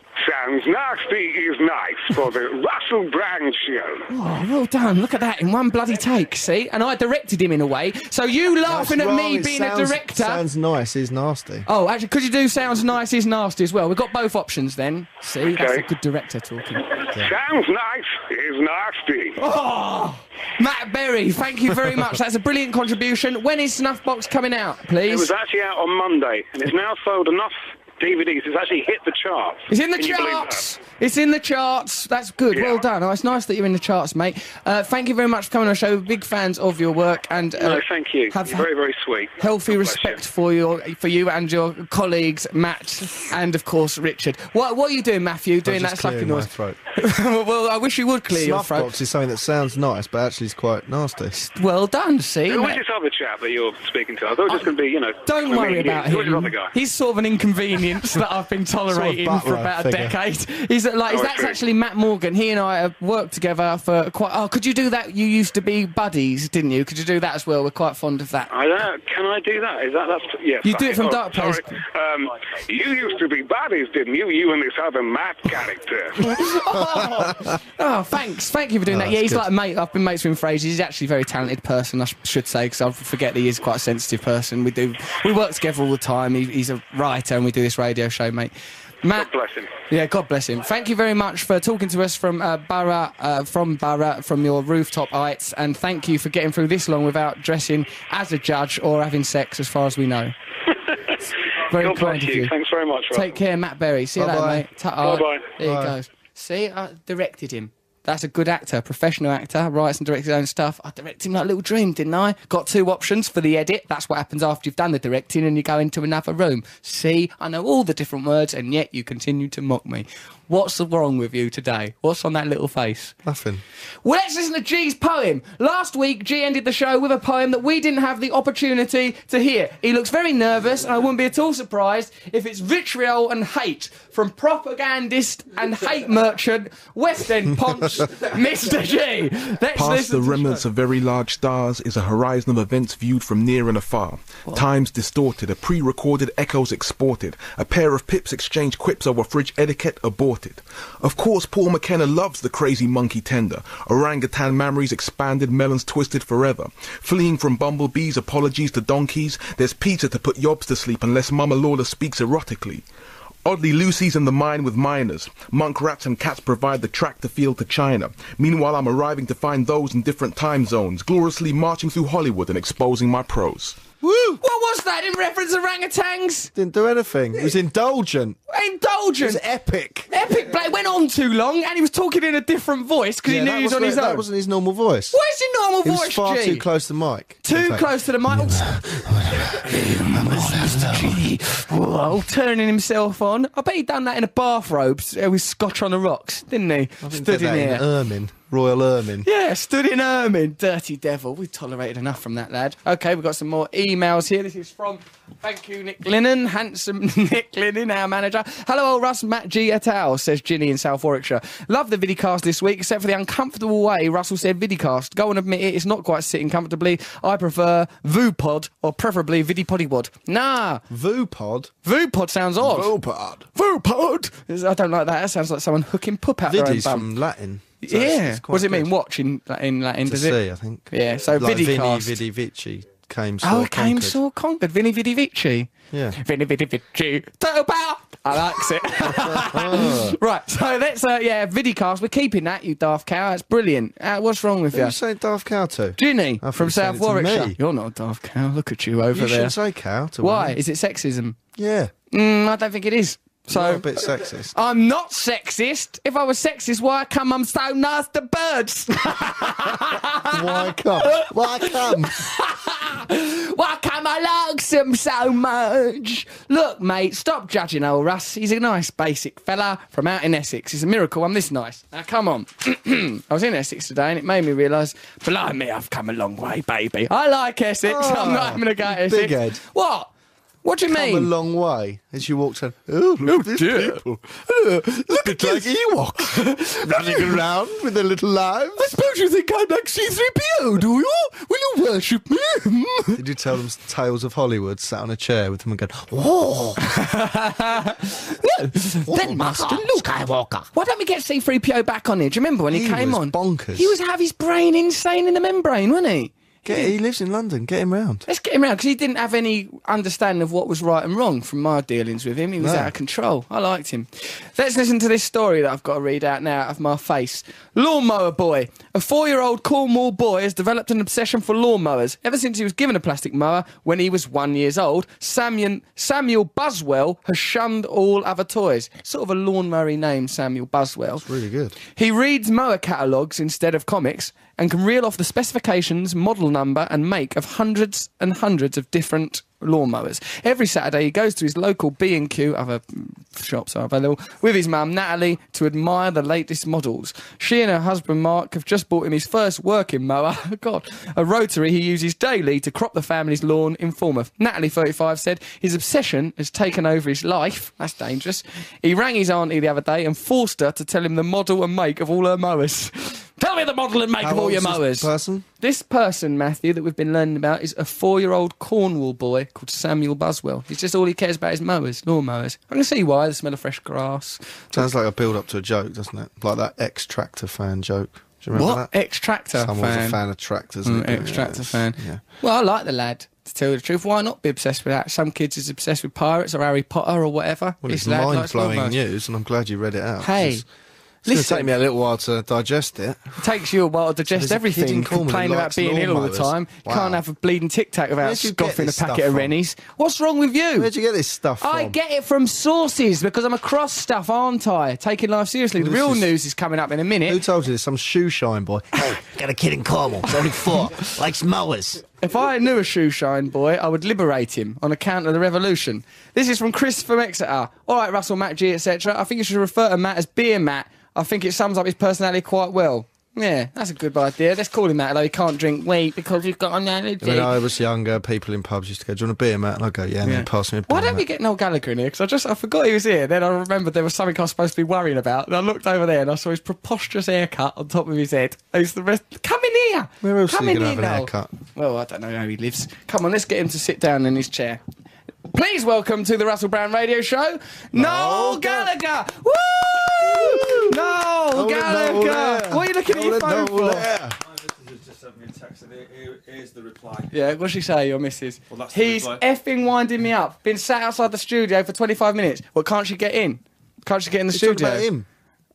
Speaker 9: Sounds nasty is nice for the Russell Brand show.
Speaker 2: Oh, well done. Look at that in one bloody take. See, and I directed him in a way. So you laughing
Speaker 3: That's
Speaker 2: at me
Speaker 3: wrong, it
Speaker 2: being a
Speaker 3: sounds-
Speaker 2: director.
Speaker 3: Sounds nice, is nasty.
Speaker 2: Oh, actually, could you do sounds nice is nasty as well? We've got both options then. See, that's a
Speaker 9: Okay.
Speaker 2: good director talking.
Speaker 9: Sounds nice is nasty.
Speaker 2: Oh, Matt Berry, thank you very much. That's a brilliant contribution. When is Snuffbox coming out,
Speaker 9: It
Speaker 2: please?
Speaker 9: was actually out on Monday, and it's now sold enough DVDs. It's actually hit the charts.
Speaker 2: It's in the
Speaker 9: Can you believe
Speaker 2: charts.
Speaker 9: that?
Speaker 2: It's in the charts. That's good.
Speaker 9: Yeah.
Speaker 2: Well done. Oh, it's nice that you're in the charts, mate. Uh, thank you very much for coming on the show. Big fans of your work and uh,
Speaker 9: No, thank you.
Speaker 2: Have
Speaker 9: You're very, very sweet.
Speaker 2: healthy
Speaker 9: God bless
Speaker 2: respect
Speaker 9: you.
Speaker 2: for your for you and your colleagues, Matt, and of course Richard. What what are you doing, Matthew? Doing
Speaker 3: I'm just
Speaker 2: that sucking
Speaker 3: clearing my
Speaker 2: noise?
Speaker 3: throat.
Speaker 2: well, I wish you would clear your
Speaker 3: Snuff
Speaker 2: throat.
Speaker 3: box is something that sounds nice, but actually is quite nasty.
Speaker 2: Well done. See.
Speaker 9: Who was
Speaker 2: Matt.
Speaker 9: this other chap that you're speaking to? I thought it was just going to be, you know.
Speaker 2: Don't
Speaker 9: me
Speaker 2: worry
Speaker 9: and you.
Speaker 2: about
Speaker 9: Who was this
Speaker 2: him.
Speaker 9: other guy?
Speaker 2: He's sort of an inconvenience that I've been tolerating
Speaker 3: Sort of
Speaker 2: for
Speaker 3: butler
Speaker 2: about a
Speaker 3: figure.
Speaker 2: decade. He's uh, like
Speaker 9: Oh, I
Speaker 2: that's
Speaker 9: see.
Speaker 2: actually Matt Morgan. He and I have worked together for quite. Oh, could you do that? You used to be buddies, didn't you? Could you do that as well? We're quite fond of that.
Speaker 9: I don't know. Can I do that? Is that that's yeah?
Speaker 2: You
Speaker 9: fuck
Speaker 2: do it from
Speaker 9: Oh,
Speaker 2: Dark Place.
Speaker 9: sorry. Um, you used to be buddies, didn't you? You and this other Matt character.
Speaker 2: Oh, thanks. Thank you for doing that. Yeah,
Speaker 3: that's
Speaker 2: he's
Speaker 3: good.
Speaker 2: like a mate. I've been mates with him for ages. He's actually a very talented person, I sh- should say, because I forget that he is quite a sensitive person. We do we work together all the time. He, he's a writer, and we do this radio show, mate. Matt,
Speaker 9: God bless him.
Speaker 2: Yeah, God bless him. Thank you very much for talking to us from uh, Barra, uh, from Barra, from your rooftop heights, and thank you for getting through this long without dressing as a judge or having sex, as far as we know. very
Speaker 9: God
Speaker 2: kind
Speaker 9: bless
Speaker 2: of
Speaker 9: you.
Speaker 2: you.
Speaker 9: Thanks very much. Russell.
Speaker 2: Take care, Matt Berry. See you later,
Speaker 3: Bye-bye.
Speaker 2: mate. Ta-
Speaker 9: Bye-bye.
Speaker 2: There
Speaker 3: Bye.
Speaker 2: you goes. See, I directed him. That's a good actor, professional actor, writes and directs his own stuff. I directed him like Little Dream, didn't I? Got two options for the edit. That's what happens after you've done the directing and you go into another room. See, I know all the different words and yet you continue to mock me. What's wrong with you today? What's on that little face?
Speaker 3: Nothing.
Speaker 2: Well, let's listen to G's poem. Last week, G ended the show with a poem that we didn't have the opportunity to hear. He looks very nervous, and I wouldn't be at all surprised if it's vitriol and hate from propagandist and hate merchant West End Ponce, Mr. G. Let's
Speaker 6: Past
Speaker 2: listen
Speaker 6: the
Speaker 2: to
Speaker 6: remnants of very large stars is a horizon of events viewed from near and afar. Times distorted, a pre recorded echoes exported, a pair of pips exchange quips over fridge etiquette aborted. Of course, Paul McKenna loves the crazy monkey tender, orangutan memories expanded, melons twisted forever. Fleeing from bumblebees, apologies to donkeys, there's pizza to put yobs to sleep unless Mama Lawler speaks erotically. Oddly, Lucy's in the mine with miners. Monk rats and cats provide the track to field to China. Meanwhile, I'm arriving to find those in different time zones, gloriously marching through Hollywood and exposing my pros.
Speaker 2: What was that in reference to orangutans?
Speaker 3: Didn't do anything. It was indulgent. It
Speaker 2: Indulgent.
Speaker 3: was e- epic.
Speaker 2: Epic Blake went on too long, and he was talking in a different voice because
Speaker 3: Yeah,
Speaker 2: he knew
Speaker 3: that
Speaker 2: he was on
Speaker 3: wasn't-
Speaker 2: his
Speaker 3: That
Speaker 2: own.
Speaker 3: wasn't his normal voice.
Speaker 2: Where's your normal
Speaker 3: He was
Speaker 2: voice,
Speaker 3: far
Speaker 2: G?
Speaker 3: too close to the mic.
Speaker 2: Too
Speaker 3: in fact.
Speaker 2: close to the mic. Whoa, turning himself on. I bet he done that in a bathrobe s- uh, with scotch on the rocks, didn't he?
Speaker 3: Didn't
Speaker 2: Stood
Speaker 3: do
Speaker 2: in
Speaker 3: that
Speaker 2: here.
Speaker 3: Ermine. Royal Ermine.
Speaker 2: yeah, stood in ermine. Dirty devil. We've tolerated enough from that lad. Okay, we've got some more emails here. This is from, thank you, Nick Lennon. Handsome Nick Lennon, our manager. Hello, old Russ, Matt G. et al., says Ginny in South Warwickshire. Love the vidicast this week, except for the uncomfortable way Russell said vidicast. Go and admit it, it's not quite sitting comfortably. I prefer VooPod or preferably VidiPoddyWod. Nah,
Speaker 3: Voopod.
Speaker 2: VooPod sounds odd.
Speaker 3: Voopod.
Speaker 2: Voopod! I don't like that. That sounds like someone hooking pup out their own
Speaker 3: Vidi's
Speaker 2: bum.
Speaker 3: from Latin. so
Speaker 2: yeah.
Speaker 3: it's-
Speaker 2: what
Speaker 3: it's quite
Speaker 2: does it mean?
Speaker 3: good
Speaker 2: Watch in, in Latin,
Speaker 3: To
Speaker 2: does
Speaker 3: see,
Speaker 2: it?
Speaker 3: I think.
Speaker 2: Yeah, so
Speaker 3: like Vini,
Speaker 2: vidicast.
Speaker 3: Vidi, Vici Came, saw,
Speaker 2: Oh, it came,
Speaker 3: conquered.
Speaker 2: saw, conquered. Vini Vidi Vici.
Speaker 3: Yeah.
Speaker 2: Vini Vidi Vici. Total power. I likes it. right, so that's, uh, yeah, Vidicast. We're keeping that, you daft cow. That's brilliant. Uh, what's wrong with
Speaker 3: Who
Speaker 2: you?
Speaker 3: you say Daft Cow to?
Speaker 2: Ginny
Speaker 3: I thought
Speaker 2: from
Speaker 3: you said
Speaker 2: South
Speaker 3: it to
Speaker 2: Warwickshire.
Speaker 3: me.
Speaker 2: You're not a daft cow. Look at you over
Speaker 3: You
Speaker 2: there.
Speaker 3: should say cow to
Speaker 2: Why?
Speaker 3: women.
Speaker 2: Is it sexism?
Speaker 3: Yeah.
Speaker 2: Mm, I don't think it is.
Speaker 3: So,
Speaker 2: So
Speaker 3: a bit sexist.
Speaker 2: I'm not sexist. If I was sexist, why come I'm so nice to birds?
Speaker 3: Why come? Why come?
Speaker 2: why come I like them so much? Look, mate, stop judging old Russ. He's a nice, basic fella from out in Essex. It's a miracle I'm this nice. Now, come on. I was in Essex today and it made me realise, blimey, I've come a long way, baby. I like Essex. I'm not having a go at Essex.
Speaker 3: Ah, big head.
Speaker 2: What? What do you
Speaker 3: Come
Speaker 2: mean?
Speaker 3: a long way as you walked in. Oh, look at these people. Oh, look at like Ewoks running around with their little lives.
Speaker 2: suppose you think I'm like C3PO, do you? Will you worship me?
Speaker 3: Did you tell them tales of Hollywood? Sat on a chair with them and going, "Whoa!" Oh,
Speaker 2: then, Master Luke Skywalker. Why don't we get C3PO back on here? Do you remember when he,
Speaker 3: He
Speaker 2: came
Speaker 3: was
Speaker 2: on?
Speaker 3: bonkers.
Speaker 2: He was have his brain insane in the membrane, wasn't he?
Speaker 3: Get, he lives in London. Get him round.
Speaker 2: Let's get him round because he didn't have any understanding of what was right and wrong from my dealings with him. He was
Speaker 3: No.
Speaker 2: out of control. I liked him. Let's listen to this story that I've got to read out now out of my face. Lawnmower boy. A four year old Cornwall boy has developed an obsession for lawnmowers ever since he was given a plastic mower when he was one years old. Samuel, Samuel Buswell has shunned all other toys. Sort of a lawnmower name, Samuel Buswell.
Speaker 3: Really good.
Speaker 2: He reads mower catalogues instead of comics and can reel off the specifications, model number, and make of hundreds and hundreds of different lawnmowers. Every Saturday, he goes to his local B&Q, other mm, shops are available, with his mum, Natalie, to admire the latest models. She and her husband, Mark, have just bought him his first working mower, Oh, God, a rotary he uses daily to crop the family's lawn in Falmouth. Natalie, 35, said his obsession has taken over his life. That's dangerous. He rang his auntie the other day and forced her to tell him the model and make of all her mowers. Tell me the model and make
Speaker 3: How
Speaker 2: of all
Speaker 3: old's
Speaker 2: your
Speaker 3: this
Speaker 2: mowers.
Speaker 3: person?
Speaker 2: This person, Matthew, that we've been learning about is a four year old Cornwall boy called Samuel Buswell. It's just all he cares about is mowers, lawn mowers. I can see why the smell of fresh grass.
Speaker 3: Sounds like a build-up to a joke, doesn't it? Like that X-Tractor fan joke. Do you remember
Speaker 2: What?
Speaker 3: that?
Speaker 2: Extractor.
Speaker 3: Someone
Speaker 2: fan.
Speaker 3: was a fan of tractors.
Speaker 2: Mm,
Speaker 3: and it-
Speaker 2: Extractor
Speaker 3: yes,
Speaker 2: fan.
Speaker 3: Yeah.
Speaker 2: Well, I like the lad. To tell you the truth, why not be obsessed with that? Some kids is obsessed with pirates or Harry Potter or whatever.
Speaker 3: Well,
Speaker 2: This
Speaker 3: it's
Speaker 2: lad likes
Speaker 3: mind-blowing
Speaker 2: lawnmowers.
Speaker 3: news, and I'm glad you read it out.
Speaker 2: Hey,
Speaker 3: It's, it's going to
Speaker 2: listen.
Speaker 3: take me a little while to digest it.
Speaker 2: It takes you a while to digest
Speaker 3: There's a kid
Speaker 2: everything.
Speaker 3: in Cornwall who
Speaker 2: Complain about
Speaker 3: likes
Speaker 2: being ill all the
Speaker 3: lawnmowers.
Speaker 2: time.
Speaker 3: Wow.
Speaker 2: Can't have a bleeding tic tac without
Speaker 3: Where'd you get
Speaker 2: scoffing a
Speaker 3: this
Speaker 2: packet
Speaker 3: stuff
Speaker 2: of
Speaker 3: from?
Speaker 2: Rennies. What's wrong with you?
Speaker 3: Where'd you get this stuff from?
Speaker 2: I get it from sources because I'm across stuff, aren't I? Taking life seriously. The
Speaker 3: Well, this
Speaker 2: real
Speaker 3: is-
Speaker 2: news is coming up in a
Speaker 3: Who
Speaker 2: minute.
Speaker 3: told you this? Some shoe shine boy.
Speaker 10: Hey, got a kid in Cornwall. He's only four. Likes mowers.
Speaker 2: If I knew a shoeshine boy, I would liberate him on account of the revolution. This is from Chris from Exeter. All right, Russell, Matt G, etc. I think you should refer to Matt as Beer Matt. I think it sums up his personality quite well. Yeah, that's a good idea. Let's call him that, although he can't drink wheat because he's got an allergy.
Speaker 3: When I was younger, people in pubs used to go, "Do you want a beer, Matt?" And I would go, "Yeah." And
Speaker 2: Yeah.
Speaker 3: then pass me a beer.
Speaker 2: Why don't we
Speaker 3: Matt."
Speaker 2: get Noel Gallagher in here? Because I just I forgot he was here. Then I remembered there was something I was supposed to be worrying about. And I looked over there and I saw his preposterous haircut on top of his head. It's the rest. Come in here.
Speaker 3: Where else
Speaker 2: Come
Speaker 3: are
Speaker 2: in
Speaker 3: you gonna
Speaker 2: here,
Speaker 3: have an
Speaker 2: Noel.
Speaker 3: haircut?
Speaker 2: Well, I don't know how he lives. Come on, let's get him to sit down in his chair. Please welcome to the Russell Brown Radio Show, Noel
Speaker 3: Noel
Speaker 2: Gallagher. Woo! Noel
Speaker 3: Hold it, Noel,
Speaker 2: Gallagher. What
Speaker 3: there.
Speaker 2: are you looking at
Speaker 3: Hold
Speaker 2: your
Speaker 3: it,
Speaker 2: phone
Speaker 3: Noel,
Speaker 2: for?
Speaker 3: there.
Speaker 11: just sent me a text and here- here- here's the reply.
Speaker 2: Yeah, what's she say, your missus?
Speaker 11: Well, that's the
Speaker 2: He's
Speaker 11: reply.
Speaker 2: effing winding me up. Been sat outside the studio for 25 minutes. Well, can't she get in? Can't she get in the
Speaker 3: He's talking
Speaker 2: studio?
Speaker 3: about him.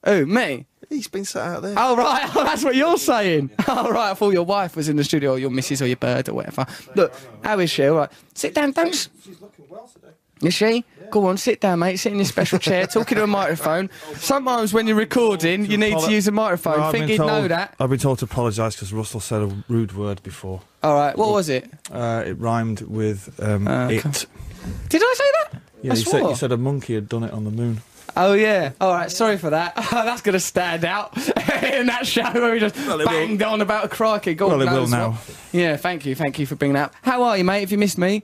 Speaker 2: Oh, me?
Speaker 3: He's been sat out there.
Speaker 2: Oh, right. Oh, that's what you're saying. All right. oh, right. I thought your wife was in the studio or your missus or your bird or whatever. Look, how is she? All right. Sit down. Don't. s-
Speaker 11: She's looking well today.
Speaker 2: Is she? Go on, sit down, mate. Sit in your special chair, talking to a microphone. Sometimes when you're recording, you need to use a microphone. Think you'd know that.
Speaker 11: I've been told to apologise because Russell said a rude word before.
Speaker 2: All right. What was it?
Speaker 11: Uh, it rhymed with um,
Speaker 2: Uh, okay.
Speaker 11: it.
Speaker 2: Did I say that?
Speaker 11: Yeah,
Speaker 2: I
Speaker 11: you said,
Speaker 2: swore.
Speaker 11: you said a monkey had done it on the moon.
Speaker 2: Oh yeah. All right. Sorry for that. That's gonna stand out in that show where we just
Speaker 11: it will.
Speaker 2: banged on about a crikey. God
Speaker 11: Well, it will
Speaker 2: knows what.
Speaker 11: now.
Speaker 2: Yeah. Thank you. Thank you for bringing that. up. How are you, mate? Have you missed me?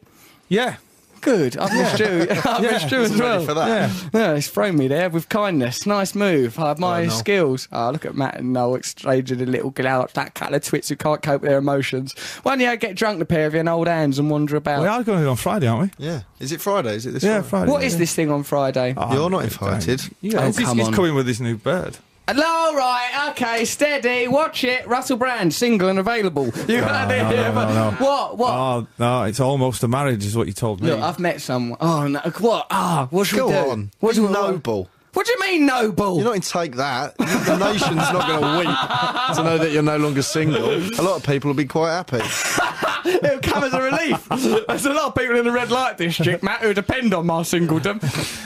Speaker 11: Yeah,
Speaker 2: Good. I've missed you. I've missed you as well.
Speaker 3: for that.
Speaker 11: yeah.
Speaker 2: Yeah, he's thrown me there with kindness. Nice move. I admire his
Speaker 3: Noel.
Speaker 2: skills. Oh, look at Matt and Noel exchanging a little glouch. That couple of twits who can't cope with their emotions. Why don't you get drunk, the pair of you, and hold hands and wander about?
Speaker 11: We are going on Friday, aren't
Speaker 3: Yeah. Is it Friday? Is it this?
Speaker 11: we? Yeah,
Speaker 3: Friday?
Speaker 11: Friday.
Speaker 2: what is this thing on Friday?
Speaker 11: Oh,
Speaker 3: You're not
Speaker 11: it-
Speaker 3: invited.
Speaker 11: Yeah,
Speaker 2: Oh,
Speaker 11: he's,
Speaker 2: come
Speaker 11: he's
Speaker 2: on.
Speaker 11: coming with his new bird.
Speaker 2: All right, okay, steady, watch it. Russell Brand, single and available. You heard it.
Speaker 11: no, no, no.
Speaker 2: What? What?
Speaker 11: Oh, no, it's almost a marriage, is what you told me.
Speaker 2: Look, I've met someone. Oh no! What? Ah, what should we
Speaker 3: Go
Speaker 2: do?
Speaker 3: on.
Speaker 2: What
Speaker 3: Be
Speaker 2: do we-
Speaker 3: noble.
Speaker 2: What do you mean noble?
Speaker 3: You're not in Take That. The nation's not going to weep to know that you're no longer single. A lot of people will be quite happy.
Speaker 2: It'll come as a relief. There's a lot of people in the red light district, Matt, who depend on my singledom.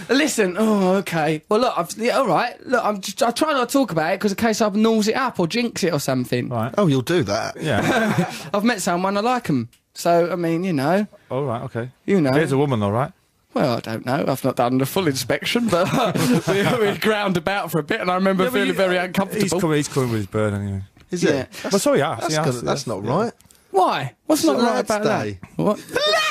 Speaker 2: Listen, oh, okay. Well, look, I've, yeah, all right. Look, I'm just, I try not to talk about it because in case I nulls it up or jinx it or something.
Speaker 11: Right.
Speaker 3: Oh, you'll do that.
Speaker 11: Yeah.
Speaker 2: I've met someone, I like them. So, I mean, you know,
Speaker 11: all right, okay.
Speaker 2: You know.
Speaker 11: Here's a woman, all right?
Speaker 2: well, I don't know. I've not done a full inspection, but we, we ground about for a bit and I remember feeling very
Speaker 11: uh, He's
Speaker 2: uncomfortable.
Speaker 11: coming, he's coming with his bird anyway.
Speaker 3: Is
Speaker 2: Yeah.
Speaker 3: it?
Speaker 11: Well, so he has.
Speaker 3: That's,
Speaker 11: he has,
Speaker 3: gonna-
Speaker 11: he
Speaker 3: that's
Speaker 11: has,
Speaker 3: not
Speaker 11: yeah.
Speaker 3: right.
Speaker 2: Why? What's not
Speaker 3: a
Speaker 2: right
Speaker 3: lad's
Speaker 2: about
Speaker 3: day.
Speaker 2: that? What?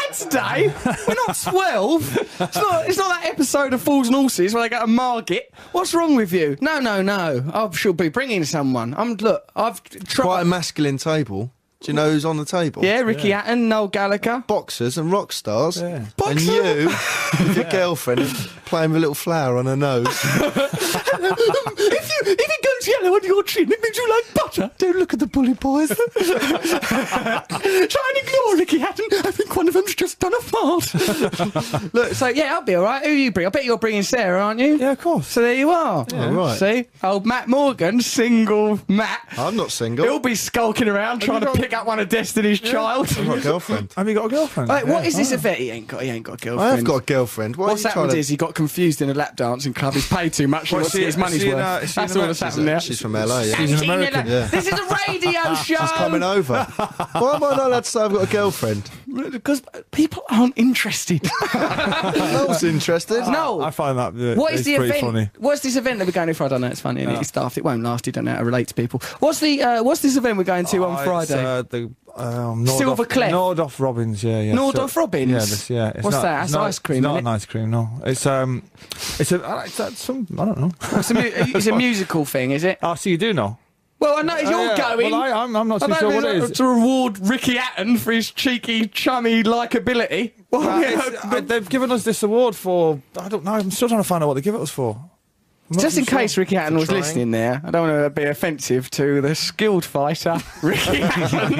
Speaker 2: Lads Day? We're not twelve. It's not. It's not that episode of Fools and Horses where they go to Margit. What's wrong with you? No, no, no. I should be bringing someone. I'm look. I've
Speaker 3: Quite a
Speaker 2: tried.
Speaker 3: masculine table. Do you know who's on the table?
Speaker 2: yeah, Ricky Hatton, Noel Gallagher.
Speaker 3: Boxers and rock stars.
Speaker 11: Yeah.
Speaker 3: And
Speaker 2: Boxer?
Speaker 3: you, with your girlfriend, playing with a little flower on her nose.
Speaker 2: if you if it goes yellow on your chin, it means you like butter. Don't look at the bully boys. Try and ignore Ricky Hatton. I think one of them's just done a fart. look, so yeah, I'll be all right. Who you bring? I bet you're bringing Sarah, aren't you?
Speaker 11: Yeah, of course.
Speaker 2: So there you are.
Speaker 3: Oh, right.
Speaker 2: See, old Matt Morgan, single Matt.
Speaker 3: I'm not single.
Speaker 2: He'll be skulking around trying to pick up one of Destiny's child.
Speaker 3: I've got a girlfriend.
Speaker 11: Have you got a girlfriend?
Speaker 2: Wait, what
Speaker 11: Yeah.
Speaker 2: is this affair? He ain't got. He ain't got a
Speaker 3: I
Speaker 2: girlfriend.
Speaker 3: have got a girlfriend. Why
Speaker 2: What's
Speaker 3: are you trying
Speaker 2: happened
Speaker 3: to...
Speaker 2: is he got confused in a lap dancing club. He's paid too much. He
Speaker 11: Well,
Speaker 2: wants to
Speaker 11: she-
Speaker 2: get his money's
Speaker 11: she in,
Speaker 2: worth.
Speaker 11: uh, she in
Speaker 2: That's all
Speaker 11: America,
Speaker 2: that's
Speaker 11: is
Speaker 2: happened
Speaker 11: it?
Speaker 2: there.
Speaker 3: She's from LA. Yeah.
Speaker 11: She's an American.
Speaker 3: Yeah.
Speaker 2: This is a radio show.
Speaker 3: She's coming over. Why am I not allowed to say I've got a girlfriend?
Speaker 2: because people aren't interested.
Speaker 3: That was interested.
Speaker 2: no.
Speaker 11: I find that uh,
Speaker 2: What is
Speaker 11: it's
Speaker 2: the
Speaker 11: pretty
Speaker 2: event?
Speaker 11: funny.
Speaker 2: What's this event that we're going to Friday night? It's funny, and it's stuffed. It won't last. You don't know how to relate to people. What's the uh, What's this event we're going to
Speaker 11: Oh,
Speaker 2: on
Speaker 11: it's,
Speaker 2: Friday?
Speaker 11: uh, the, um, Nordoff,
Speaker 2: Silver Clef.
Speaker 11: Nordoff Robbins, yeah, yeah.
Speaker 2: Nordoff Robbins?
Speaker 11: Yeah, this, yeah. It's
Speaker 2: What's
Speaker 11: not,
Speaker 2: that?
Speaker 11: it's
Speaker 2: That's
Speaker 11: not-
Speaker 2: ice cream,
Speaker 11: It's not
Speaker 2: isn't
Speaker 11: an
Speaker 2: it?
Speaker 11: ice cream, no. It's um, it's a, I- it's that some, I don't know.
Speaker 2: It's a, mu- it's a musical thing, is it?
Speaker 11: Oh, so you do know?
Speaker 2: Well, I know you're
Speaker 11: Oh, yeah.
Speaker 2: going.
Speaker 11: Well, I, I'm, I'm not
Speaker 2: I
Speaker 11: too
Speaker 2: don't
Speaker 11: sure
Speaker 2: know
Speaker 11: what
Speaker 2: if
Speaker 11: it
Speaker 2: it's
Speaker 11: is.
Speaker 2: To reward Ricky Hatton for his cheeky, chummy likability. Well,
Speaker 11: Uh,
Speaker 2: you know,
Speaker 11: it's-
Speaker 2: the-
Speaker 11: uh, they've given us this award for I don't know. I'm still trying to find out what they give it us for. I'm not
Speaker 2: just in
Speaker 11: too sure.
Speaker 2: case Ricky Hatton was
Speaker 3: trying.
Speaker 2: listening there, I don't want to be offensive to the skilled fighter, Ricky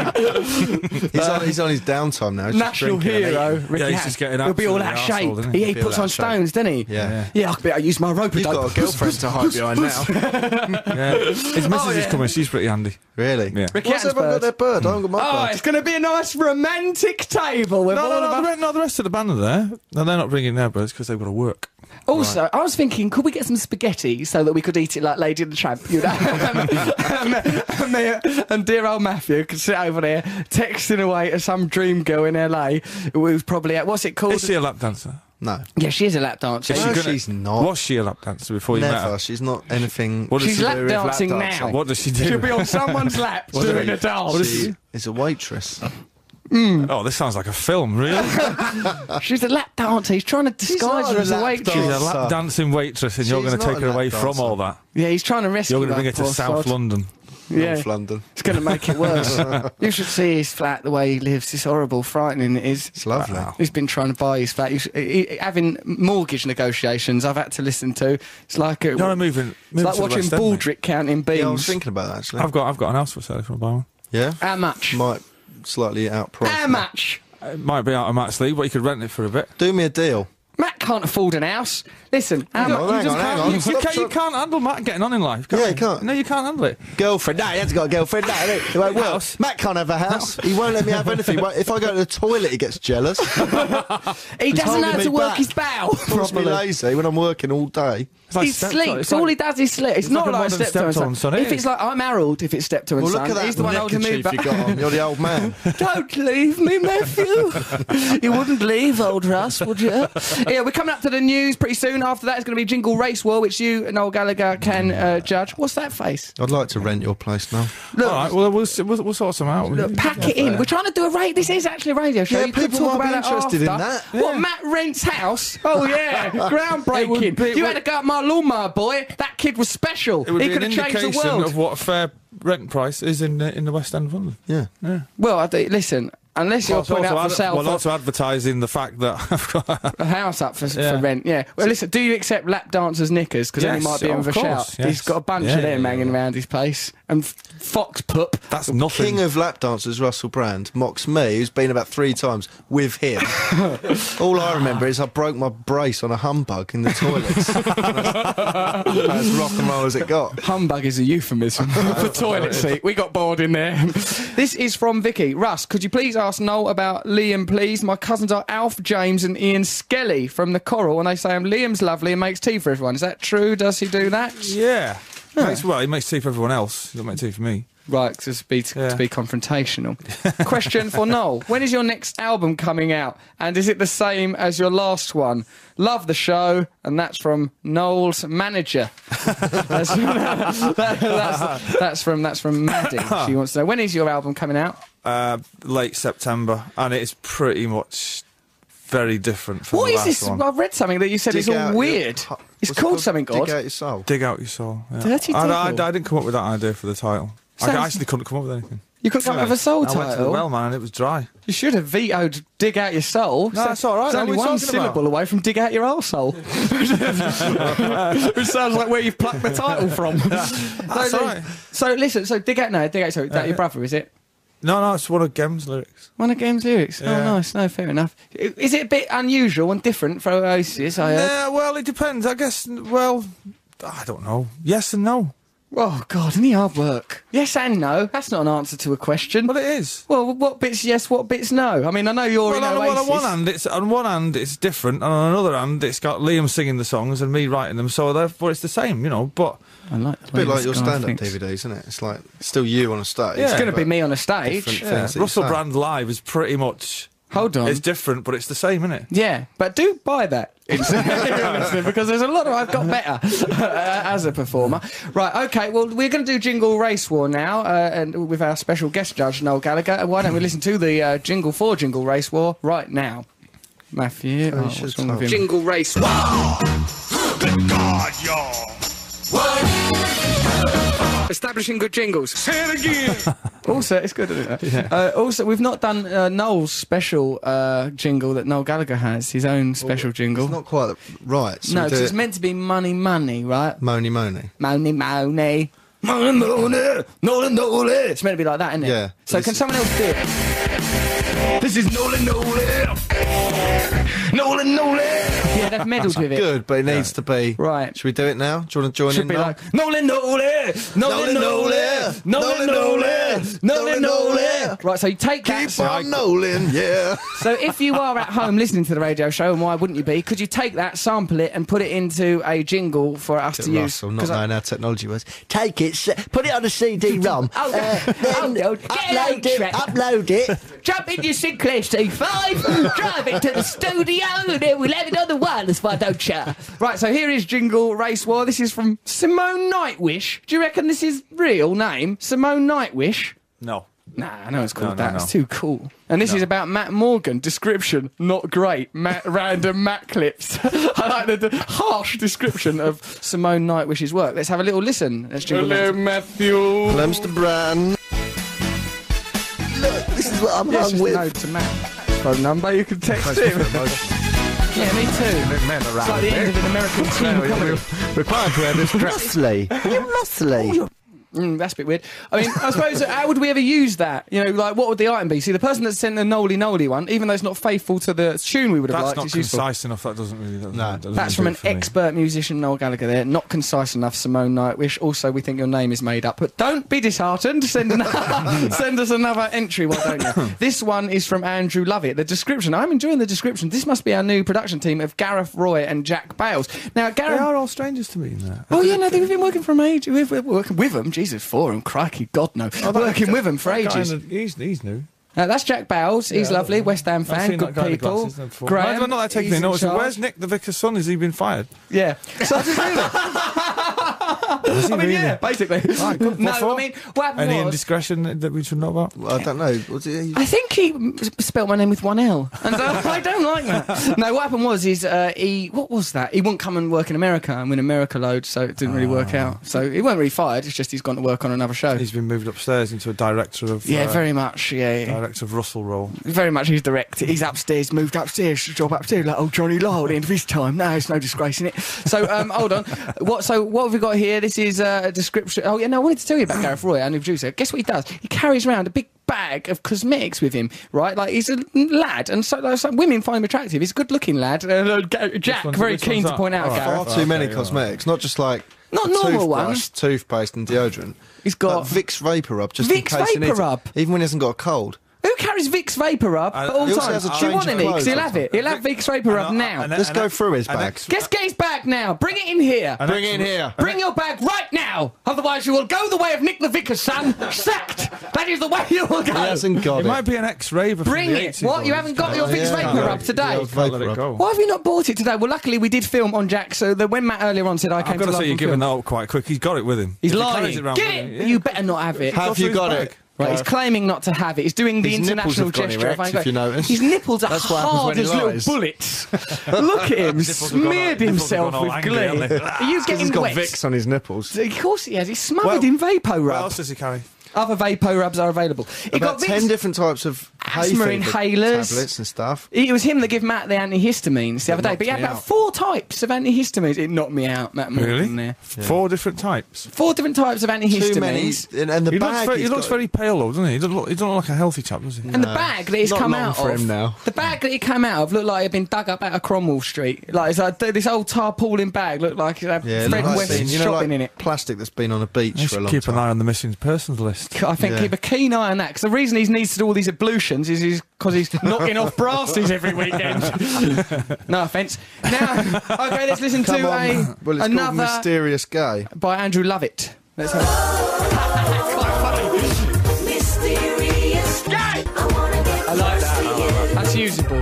Speaker 2: Hatton,
Speaker 3: He's, on, he's on his downtime now. He's just
Speaker 2: national
Speaker 3: drinking and
Speaker 2: hero.
Speaker 3: eating.
Speaker 2: Ricky
Speaker 11: Yeah, he's
Speaker 2: Hatton.
Speaker 11: just getting
Speaker 2: He'll be all out of
Speaker 11: absolutely arsehole,
Speaker 2: shape.
Speaker 11: isn't he?
Speaker 2: he, he
Speaker 3: He'll be
Speaker 2: puts
Speaker 3: all
Speaker 2: on
Speaker 3: out of shape.
Speaker 2: stones, doesn't he?
Speaker 3: Yeah.
Speaker 2: Yeah, I, could be, I use my rope.
Speaker 3: You've got a girlfriend to hide behind now.
Speaker 11: Yeah. His missus is
Speaker 2: Oh, yeah.
Speaker 11: coming. She's pretty handy.
Speaker 3: Really?
Speaker 11: Yeah.
Speaker 2: Ricky
Speaker 3: Why's
Speaker 2: Hatton's
Speaker 3: everyone got
Speaker 2: bird.
Speaker 3: their bird? I haven't got my
Speaker 2: Oh,
Speaker 3: bird.
Speaker 2: it's going to be a nice romantic table with
Speaker 11: No,
Speaker 2: all
Speaker 11: no,
Speaker 2: of
Speaker 11: no,
Speaker 2: us.
Speaker 11: the, re- no. The rest of the band are there. No, they're not bringing their birds because they've got to work.
Speaker 2: Also, I was thinking, could we get some spaghetti so that we could eat it like Lady and the Tramp? You know, and, me- and, me- and dear old Matthew could sit over there texting away to some dream girl in LA who's probably at what's it called?
Speaker 11: Is she a lap dancer?
Speaker 3: No.
Speaker 2: yeah, she is a lap dancer.
Speaker 11: Is
Speaker 3: No,
Speaker 11: she gonna-
Speaker 3: she's not.
Speaker 11: Was she a lap dancer before you met
Speaker 3: Never.
Speaker 11: her?
Speaker 3: She's not anything.
Speaker 11: What does
Speaker 2: She's
Speaker 11: she
Speaker 2: lap
Speaker 11: do?
Speaker 2: dancing
Speaker 3: lap
Speaker 2: now.
Speaker 3: dancing.
Speaker 11: What does she do?
Speaker 2: She'll be on someone's lap doing a dance.
Speaker 3: She is a waitress.
Speaker 11: oh, this sounds like a film, really.
Speaker 2: She's a lap dancer. He's trying to disguise
Speaker 3: not
Speaker 2: her
Speaker 3: a
Speaker 2: as a
Speaker 3: lap
Speaker 2: waitress.
Speaker 11: She's a
Speaker 3: Dancer.
Speaker 11: lap dancing waitress, and you're
Speaker 3: She's
Speaker 11: going to
Speaker 3: not
Speaker 11: take
Speaker 3: a
Speaker 11: her
Speaker 3: lap
Speaker 11: away from
Speaker 3: dancer.
Speaker 11: all that.
Speaker 2: Yeah, he's trying to rescue
Speaker 11: You're going to bring her to
Speaker 2: poor
Speaker 11: South
Speaker 2: sod.
Speaker 11: London.
Speaker 2: Yeah.
Speaker 3: North London.
Speaker 2: It's going to make it worse. you should see his flat, the way he lives. It's horrible, frightening it is.
Speaker 3: It's lovely.
Speaker 2: He's been trying to buy his flat. He's, he, he- having mortgage negotiations, I've had to listen to. It's like a,
Speaker 11: You want to move in? Move
Speaker 2: it's like
Speaker 11: to the
Speaker 2: watching
Speaker 11: West End, mate.
Speaker 2: Baldric counting
Speaker 3: Yeah, I was
Speaker 2: beans.
Speaker 3: thinking about that actually.
Speaker 11: I've got, I've got an house for sale if you want to buy one.
Speaker 3: yeah.
Speaker 2: How much?
Speaker 3: Might slightly outprice.
Speaker 2: How
Speaker 3: me.
Speaker 2: much?
Speaker 11: It might be out of Matt's league, but you could rent it for a bit.
Speaker 3: Do me a deal.
Speaker 2: Matt can't afford an house. Listen, how
Speaker 3: Hang
Speaker 2: much?
Speaker 3: on,
Speaker 11: You
Speaker 3: hang
Speaker 11: just
Speaker 3: on, hang
Speaker 11: can't-
Speaker 3: on.
Speaker 11: you- You,
Speaker 3: Stop,
Speaker 11: can't, you
Speaker 3: stop.
Speaker 11: can't handle Matt getting on in life. Can
Speaker 3: Yeah, you can't.
Speaker 11: No, you can't handle it.
Speaker 3: Girlfriend, no, he hasn't got a girlfriend. No, no. He won't work.
Speaker 11: House.
Speaker 3: Matt can't have a house. He won't let me have anything. Well, If I go to the toilet, he gets jealous.
Speaker 2: He doesn't
Speaker 3: holding
Speaker 2: know how
Speaker 3: me
Speaker 2: to work
Speaker 3: back.
Speaker 2: his bowel.
Speaker 3: Calls me lazy when I'm working all day.
Speaker 11: It's like
Speaker 2: he
Speaker 11: step-
Speaker 2: sleeps.
Speaker 11: it's
Speaker 2: All
Speaker 11: like-
Speaker 2: he does is sleep. It's,
Speaker 11: it's
Speaker 2: not
Speaker 11: like a
Speaker 2: like,
Speaker 11: modern
Speaker 2: step to
Speaker 11: steptoe
Speaker 2: son.
Speaker 11: and son,
Speaker 2: If
Speaker 11: isn't it?
Speaker 2: it's like I'm Harold, if it's step to and
Speaker 3: Well,
Speaker 2: son,
Speaker 3: look at that
Speaker 2: he's the one holding me
Speaker 3: neckerchief you
Speaker 2: back.
Speaker 3: got on. You're the old man.
Speaker 2: Don't leave me, Matthew. you wouldn't leave old Russ, would you? Yeah, we're coming up to the news pretty soon. After that, it's going to be Jingle Race War, which you, Noel Gallagher, can uh, judge. What's that face?
Speaker 3: I'd like to rent your place now.
Speaker 11: All right, well, we'll, s- we'll, we'll sort some out.
Speaker 2: Look, pack it in. We're trying to do a radio. This is actually a radio show.
Speaker 3: Yeah,
Speaker 2: you could
Speaker 3: people
Speaker 2: talk
Speaker 3: might be
Speaker 2: about it
Speaker 3: interested in
Speaker 2: after.
Speaker 3: that.
Speaker 2: What,
Speaker 11: Yeah.
Speaker 2: Matt Rent's house? Oh, yeah.
Speaker 11: It would
Speaker 2: Groundbreaking.
Speaker 11: be-
Speaker 2: you
Speaker 11: it
Speaker 2: had to
Speaker 11: would-
Speaker 2: go at my lawnmower, boy. That kid was special.
Speaker 11: It would
Speaker 2: He
Speaker 11: be
Speaker 2: could
Speaker 11: an
Speaker 2: have changed the
Speaker 11: indication
Speaker 2: world.
Speaker 11: of what a fair rent price is in the, in the West End of London.
Speaker 3: Yeah.
Speaker 2: Well, I think, listen, Unless you're
Speaker 11: Well,
Speaker 2: putting
Speaker 11: also
Speaker 2: out for
Speaker 11: ad-
Speaker 2: sale
Speaker 11: well,
Speaker 2: for
Speaker 11: also advertising the fact that I've got.
Speaker 2: a house up for,
Speaker 11: Yeah.
Speaker 2: for rent, yeah. Well, listen, do you accept lap dancers' knickers? Because then
Speaker 11: Yes,
Speaker 2: he might be
Speaker 11: of
Speaker 2: in for a
Speaker 11: course,
Speaker 2: shout.
Speaker 11: yes.
Speaker 2: He's got a bunch
Speaker 11: Yeah,
Speaker 2: of them
Speaker 11: yeah,
Speaker 2: hanging around his place. And f- Fox Pup.
Speaker 11: That's nothing.
Speaker 3: King of lap dancers, Russell Brand, mocks me, who's been about three times with him. All I remember is I broke my brace on a humbug in the toilets. That's rock and roll as it got.
Speaker 2: Humbug is a euphemism for toilet seat. We got bored in there. this is from Vicky. Russ, could you please ask Noel about Liam, please? My cousins are Alf, James, and Ian Skelly from the Coral, and they say um, Liam's lovely and makes tea for everyone. Is that true? Does he do that?
Speaker 11: yeah. Makes, well, he makes tea for everyone else. He doesn't make tea for me.
Speaker 2: Right, 'cause it's be,
Speaker 11: Yeah.
Speaker 2: to be confrontational. Question for Noel: When is your next album coming out, and is it the same as your last one? Love the show, and that's from Noel's manager. that's, that- that's, that's from that's from Maddie. She wants to know when is your album coming out.
Speaker 12: uh, late September, and it's pretty much very different from
Speaker 2: What
Speaker 12: the
Speaker 2: is
Speaker 12: last
Speaker 2: this?
Speaker 12: one.
Speaker 2: I've read something that you said
Speaker 3: Dig
Speaker 2: it's all
Speaker 3: out your-
Speaker 2: weird. it's
Speaker 3: What's it
Speaker 2: called something,
Speaker 3: Dig out
Speaker 2: God.
Speaker 3: your soul.
Speaker 12: Dig out your soul. yeah.
Speaker 2: Dirty
Speaker 12: I, I,
Speaker 2: Devil.
Speaker 12: I didn't come up with that idea for the title. I
Speaker 2: Sounds-
Speaker 12: actually couldn't come up with anything.
Speaker 2: You couldn't come up with a soul
Speaker 12: I went to the
Speaker 2: title?
Speaker 12: well, man, and it was dry.
Speaker 2: You should have vetoed "Dig Out Your Soul."
Speaker 12: No, that's all right.
Speaker 2: It's
Speaker 12: What
Speaker 2: only
Speaker 12: are we
Speaker 2: one
Speaker 12: talking about?
Speaker 2: syllable away from "Dig Out Your Arsehole," which sounds like where you've plucked the title from. so,
Speaker 12: all right.
Speaker 2: so listen. So "Dig Out" no, "Dig Out Your Soul." Is that your brother? Is it?
Speaker 12: No, no, it's one of Gem's lyrics.
Speaker 2: One of Game's lyrics.
Speaker 12: Yeah.
Speaker 2: Oh, nice. No, fair enough. I- Is it a bit unusual and different for Oasis? I heard.
Speaker 12: Yeah, well, it depends. I guess, well, I don't know. Yes and no.
Speaker 2: Oh God, any hard work? Yes and no. That's not an answer to a question.
Speaker 12: Well, it is.
Speaker 2: Well, what bits yes, what bits no? I mean, I know you're in
Speaker 12: Well, on,
Speaker 2: Oasis.
Speaker 12: well, on one hand, it's on one hand it's different, and on another hand, it's got Liam singing the songs and me writing them, so therefore it's the same, you know. But
Speaker 2: I like the
Speaker 3: A bit
Speaker 2: way
Speaker 3: like
Speaker 2: this
Speaker 3: your
Speaker 2: guy
Speaker 3: stand up
Speaker 2: thinks.
Speaker 3: DVDs, isn't it? It's like still you on a stage.
Speaker 2: It's
Speaker 12: It's
Speaker 2: going to be
Speaker 3: but
Speaker 2: me on a stage.
Speaker 3: different
Speaker 12: yeah,
Speaker 3: things that you
Speaker 12: Russell
Speaker 3: say.
Speaker 12: Brand live is pretty much
Speaker 2: Hold on.
Speaker 12: it's different, but it's the same, isn't it?
Speaker 2: Yeah, but do buy that because there's a lot of I've got better uh, as a performer. Right, okay. Well, we're going to do Jingle Race War now, uh, and with our special guest judge Noel Gallagher. Uh, Why don't we listen to the uh, jingle for Jingle Race War right now, Matthew? oh,
Speaker 3: should
Speaker 2: what's wrong with
Speaker 3: tell.
Speaker 2: him?
Speaker 10: Jingle race. Wow.
Speaker 2: Establishing good jingles. Say it again. also, it's good, isn't it? Uh, also, we've not done uh, Noel's special uh, jingle that Noel Gallagher has, his own special jingle.
Speaker 3: Oh, It's not quite the- right. So
Speaker 2: no,
Speaker 3: we do
Speaker 2: because it's
Speaker 3: it
Speaker 2: meant to be money, money, right?
Speaker 3: Money, money.
Speaker 2: Money, money. Money, money. Nolan, Nolan. It's meant to be like that, isn't it?
Speaker 3: Yeah.
Speaker 2: So
Speaker 3: This-
Speaker 2: can someone else do it? This is Nolan, Nolan. Nolan, Nolan. Yeah, they've meddled with it.
Speaker 3: Good, but it needs to be.
Speaker 2: Right.
Speaker 3: Should we do it now? Do you want to join
Speaker 2: Should
Speaker 3: in
Speaker 2: be
Speaker 3: now?
Speaker 2: like Nolan, Nolan. Nolan, Nolan.
Speaker 3: Nolan, Nolan.
Speaker 2: Nolan,
Speaker 3: Nolan,
Speaker 2: Nolan. Nolan, Nolan.
Speaker 3: Nolan, Nolan.
Speaker 2: Right, so you take that.
Speaker 3: Keep
Speaker 2: so-
Speaker 3: on Nolan, yeah.
Speaker 2: So if you are at home listening to the radio show, and why wouldn't you be? Could you take that, sample it, and put it into a jingle for us to use?
Speaker 3: Russell, not
Speaker 2: 'Cause I-
Speaker 3: knowing how technology works.
Speaker 10: Take it, s- put it on a CD-ROM.
Speaker 2: Oh,
Speaker 10: uh,
Speaker 2: oh,
Speaker 10: then
Speaker 2: no, get it out,
Speaker 10: upload it.
Speaker 2: Trevor.
Speaker 10: Upload it.
Speaker 2: Jump in your Sinclair C5, drive it to the studio, and then we'll have it on the wireless, why don't you? Right, so here is Jingle Race War. This is from Simone Nightwish. Do you reckon this is real name? Simone Nightwish?
Speaker 12: No.
Speaker 2: Nah, no one's called
Speaker 12: No,
Speaker 2: that.
Speaker 12: no, no.
Speaker 2: It's too cool. And this is about Matt Morgan. Description, not great. Matt, random Matt clips. I like the, the harsh description of Simone Nightwish's work. Let's have a little listen. Let's jingle Race-
Speaker 3: Hello, Mr. Brand.
Speaker 10: Look, this is what I'm
Speaker 2: Yes,
Speaker 10: hung
Speaker 2: just
Speaker 10: with.
Speaker 2: no to Matt. Phone number, you can text him. yeah, me too.
Speaker 12: Men around.
Speaker 2: It's like the end of an American team comedy.
Speaker 10: Required to wear this dressly. you muscly.
Speaker 2: Mm, that's a bit weird. I mean, I suppose uh, how would we ever use that? You know, like what would the item be? See, the person that sent the Noli Noli one, even though it's not faithful to the tune we would have
Speaker 12: That's
Speaker 2: liked,
Speaker 12: not
Speaker 2: it's useful.
Speaker 12: concise enough. That doesn't really. That
Speaker 3: No.
Speaker 12: doesn't
Speaker 2: That's
Speaker 12: do
Speaker 2: from
Speaker 12: it
Speaker 2: an
Speaker 12: for me.
Speaker 2: expert musician, Noel Gallagher. There, not concise enough, Simone Nightwish. Also, we think your name is made up, but don't be disheartened. Send another, send us another entry, why don't you? this one is from Andrew Lovett. The description. I'm enjoying the description. This must be our new production team of Gareth Roy and Jack Bales. Now,
Speaker 12: They
Speaker 2: Gareth.
Speaker 12: are all strangers to me in there.
Speaker 2: Oh yeah, no, they've been working for 'em age. We've been working with them. Jesus, for them, crikey, God no, working with them for
Speaker 12: Oh, That guy in
Speaker 2: ages.
Speaker 12: the- he's, he's new.
Speaker 2: Uh, that's Jack Bowles. He's
Speaker 12: Yeah,
Speaker 2: lovely, West Ham
Speaker 12: I've
Speaker 2: fan,
Speaker 12: seen
Speaker 2: good
Speaker 12: that guy in the
Speaker 2: people.
Speaker 12: glasses before.
Speaker 2: Graham,
Speaker 12: Mine's not that taking
Speaker 2: he's
Speaker 12: me
Speaker 2: in
Speaker 12: notice.
Speaker 2: charge.
Speaker 12: Where's Nick, the vicar's son? Has he been fired?
Speaker 2: Yeah. So I mean,
Speaker 12: really?
Speaker 2: yeah, basically.
Speaker 12: Right, good.
Speaker 2: no,
Speaker 12: What for?
Speaker 2: I mean, what happened
Speaker 12: Any
Speaker 2: was,
Speaker 12: indiscretion that we should know about?
Speaker 3: I don't know. Was it,
Speaker 2: I think he m- spelt my name with one L, and uh, I don't like that. No, what happened was is uh, he what was that? He wouldn't come and work in America, and we in America load, so it didn't really work out. So he weren't really fired. It's just he's gone to work on another show.
Speaker 12: Ah. He's been moved upstairs into a director of.
Speaker 2: yeah,
Speaker 12: uh,
Speaker 2: very much. Yeah, yeah.
Speaker 12: Director of Russell role.
Speaker 2: very much. He's directed. He's upstairs, moved upstairs, job upstairs, like old Johnny Law at the end of his time. No, it's no disgrace in it. So um, hold on. What? So what have we got here? This is uh, a description. Oh yeah, no, I wanted to tell you about Gareth Roy, our new producer. Guess what he does? He carries around a big bag of cosmetics with him, right? Like he's a lad, and so, like, some women find him attractive. He's a good-looking lad. Uh, uh, Ga- Jack,
Speaker 12: one's-
Speaker 2: very
Speaker 12: which
Speaker 2: keen
Speaker 12: one's
Speaker 2: to
Speaker 12: that?
Speaker 2: point out,
Speaker 12: Oh,
Speaker 2: Gareth.
Speaker 3: Far too many cosmetics, not just like
Speaker 2: Not
Speaker 3: a
Speaker 2: normal
Speaker 3: toothbrush,
Speaker 2: ones.
Speaker 3: toothpaste, and deodorant.
Speaker 2: He's got-
Speaker 3: like Vicks Vapor Rub just in
Speaker 2: Vicks
Speaker 3: case he needs
Speaker 2: Vapor
Speaker 3: it.
Speaker 2: Rub?
Speaker 3: even when he hasn't got a cold.
Speaker 2: Who carries Vicks Vapor Rub
Speaker 12: And
Speaker 2: at all
Speaker 3: Uh, he also
Speaker 2: times?
Speaker 3: has a
Speaker 2: Do you
Speaker 3: change
Speaker 2: want
Speaker 3: of
Speaker 2: any? 'Cause
Speaker 3: clothes
Speaker 2: He'll have it. He'll have
Speaker 12: sometimes.
Speaker 2: Vicks Vapor Rub
Speaker 12: And, uh,
Speaker 2: now.
Speaker 12: and, uh,
Speaker 3: Let's
Speaker 12: an
Speaker 3: go
Speaker 12: ex-
Speaker 3: through his
Speaker 12: an
Speaker 3: bag.
Speaker 12: ex-
Speaker 2: Let's get his bag now. Bring it in here.
Speaker 12: an
Speaker 3: Bring
Speaker 12: ex-
Speaker 3: it in here.
Speaker 2: Bring your bag right now, otherwise you will go the way of Nick the Vicar's son, sacked. That is the way you will
Speaker 3: He
Speaker 2: go.
Speaker 3: hasn't got
Speaker 12: It
Speaker 3: it.
Speaker 12: might be an X-ray. from
Speaker 2: Bring
Speaker 12: the
Speaker 2: it.
Speaker 12: 80s
Speaker 2: What? You
Speaker 12: or
Speaker 2: haven't got
Speaker 12: something.
Speaker 2: your Vicks
Speaker 3: Yeah.
Speaker 2: Vapor Rub today.
Speaker 3: Yeah,
Speaker 12: Can't let
Speaker 3: Vapor
Speaker 12: it
Speaker 3: Rub.
Speaker 12: go.
Speaker 2: Why have you not bought it today? Well, luckily we did film on Jack, so that when Matt earlier on said I came
Speaker 12: I've got to
Speaker 2: to
Speaker 12: say, you're
Speaker 2: London
Speaker 12: giving
Speaker 2: film,
Speaker 12: that up quite quick. He's got it with him.
Speaker 2: He's
Speaker 12: If he
Speaker 2: lying.
Speaker 12: carries it around
Speaker 2: Get
Speaker 12: with
Speaker 2: it.
Speaker 12: him, yeah.
Speaker 2: You better not have it.
Speaker 3: Have
Speaker 12: through
Speaker 3: you
Speaker 12: his
Speaker 3: got
Speaker 12: bag.
Speaker 3: it?
Speaker 2: Right, he's claiming not to have it. He's doing the
Speaker 3: Uh, His nipples
Speaker 2: international
Speaker 3: have gone
Speaker 2: gesture. of
Speaker 3: erect,
Speaker 2: having
Speaker 3: if you
Speaker 2: gone-
Speaker 3: notice.
Speaker 2: His nipples are
Speaker 3: That's what happens
Speaker 2: hard
Speaker 3: when he
Speaker 2: as little
Speaker 3: lies.
Speaker 2: bullets. Look at him,
Speaker 12: Nipples have gone all-
Speaker 2: smeared
Speaker 12: nipples have
Speaker 2: himself
Speaker 12: gone all
Speaker 2: with
Speaker 12: angry,
Speaker 2: glee.
Speaker 12: haven't they?
Speaker 2: Are you
Speaker 3: He's
Speaker 2: getting
Speaker 3: got
Speaker 2: wet?
Speaker 3: Vicks on his nipples.
Speaker 2: Of course he has. He's smothered
Speaker 12: Well-
Speaker 2: in Vapo
Speaker 12: What
Speaker 2: Rub.
Speaker 12: else does he carry?
Speaker 2: Other vapor rubs are available. It
Speaker 3: About
Speaker 2: got
Speaker 3: ten
Speaker 2: Vicks-
Speaker 3: different types of hay
Speaker 2: Asthma
Speaker 3: fever
Speaker 2: inhalers.
Speaker 3: tablets and stuff.
Speaker 2: It was him that gave Matt the antihistamines the other day,
Speaker 3: knocked
Speaker 2: but he had
Speaker 3: me
Speaker 2: about
Speaker 3: out.
Speaker 2: four types of antihistamines. It knocked me out, Matt Morgan. There.
Speaker 12: Four different types.
Speaker 2: Four different types of antihistamines.
Speaker 3: Too many, and, and the
Speaker 12: He looks,
Speaker 3: bag.
Speaker 12: very, he
Speaker 3: he's
Speaker 12: looks
Speaker 3: got-
Speaker 12: very pale though, doesn't he? He doesn't look, he doesn't look like a healthy chap, does he?
Speaker 2: And the bag that he's
Speaker 3: Not
Speaker 2: come
Speaker 3: long
Speaker 2: out
Speaker 3: for
Speaker 2: of
Speaker 3: him now.
Speaker 2: the bag that he came out of looked like he'd been dug up out of Cromwell Street. Like it's like th- this old tarpaulin bag looked like it had
Speaker 3: Yeah,
Speaker 2: Fred
Speaker 3: like
Speaker 2: West
Speaker 3: seen- you know,
Speaker 2: shopping
Speaker 3: like
Speaker 2: in it.
Speaker 3: plastic that's been on a beach
Speaker 12: Let's
Speaker 3: for a long
Speaker 12: keep
Speaker 3: time.
Speaker 12: an eye on the missing persons list.
Speaker 2: I think
Speaker 3: Yeah.
Speaker 2: keep a keen eye on that because the reason he's needs to do all these ablutions is he's because he's knocking off brasses every weekend. no offence. Now, okay, let's listen
Speaker 3: Come
Speaker 2: to
Speaker 3: on.
Speaker 2: a
Speaker 3: well, it's called
Speaker 2: another
Speaker 3: Mysterious Gay.
Speaker 2: by Andrew Lovett. Let's have a
Speaker 7: Mysterious. I wanna get I
Speaker 2: like that.
Speaker 7: that.
Speaker 2: That's usable.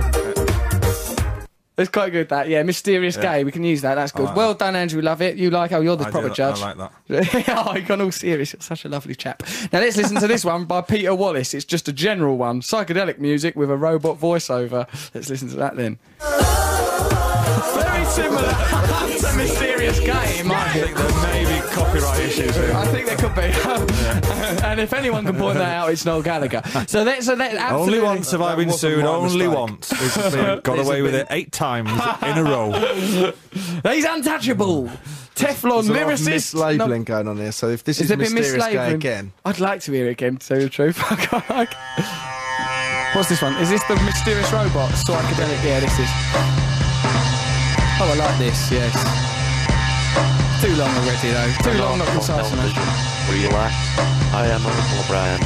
Speaker 2: It's quite good that, yeah. Mysterious gay, we can use that. That's good.
Speaker 12: like
Speaker 2: well done, Andrew Lovett. You like? Oh, you're the
Speaker 12: I
Speaker 2: proper
Speaker 12: do-
Speaker 2: judge.
Speaker 12: I like that.
Speaker 2: oh, you gone all serious. You're such a lovely chap. Now let's listen to this one by Peter Wallace. It's just a general one, psychedelic music with a robot voiceover. Let's listen to that then. Very similar to Mysterious Gay, in my
Speaker 12: I think there may be copyright issues here.
Speaker 2: I think there could be. and if anyone can point that out, it's Noel Gallagher. So that's so that absolutely.
Speaker 12: Only once have I been
Speaker 3: wasn't
Speaker 12: sued.
Speaker 3: my
Speaker 12: Only
Speaker 3: mistake.
Speaker 12: once. It's been- got away with it eight times in a row.
Speaker 2: He's untouchable. Teflon
Speaker 3: There's a lot of
Speaker 2: lyricist. No,
Speaker 3: mislabeling going on here. So if this
Speaker 2: has
Speaker 3: is,
Speaker 2: there been
Speaker 3: Mysterious Gay
Speaker 2: mislabeling?
Speaker 3: again,
Speaker 2: I'd like to hear it again, to tell you the truth. I can't- I can't. What's this one? Is this the mysterious robot? Psychedelic. Yeah, this is. Oh, I like this. Yes. Too long already, though. Too long, not concise enough.
Speaker 4: Relax. I am Uncle Brian.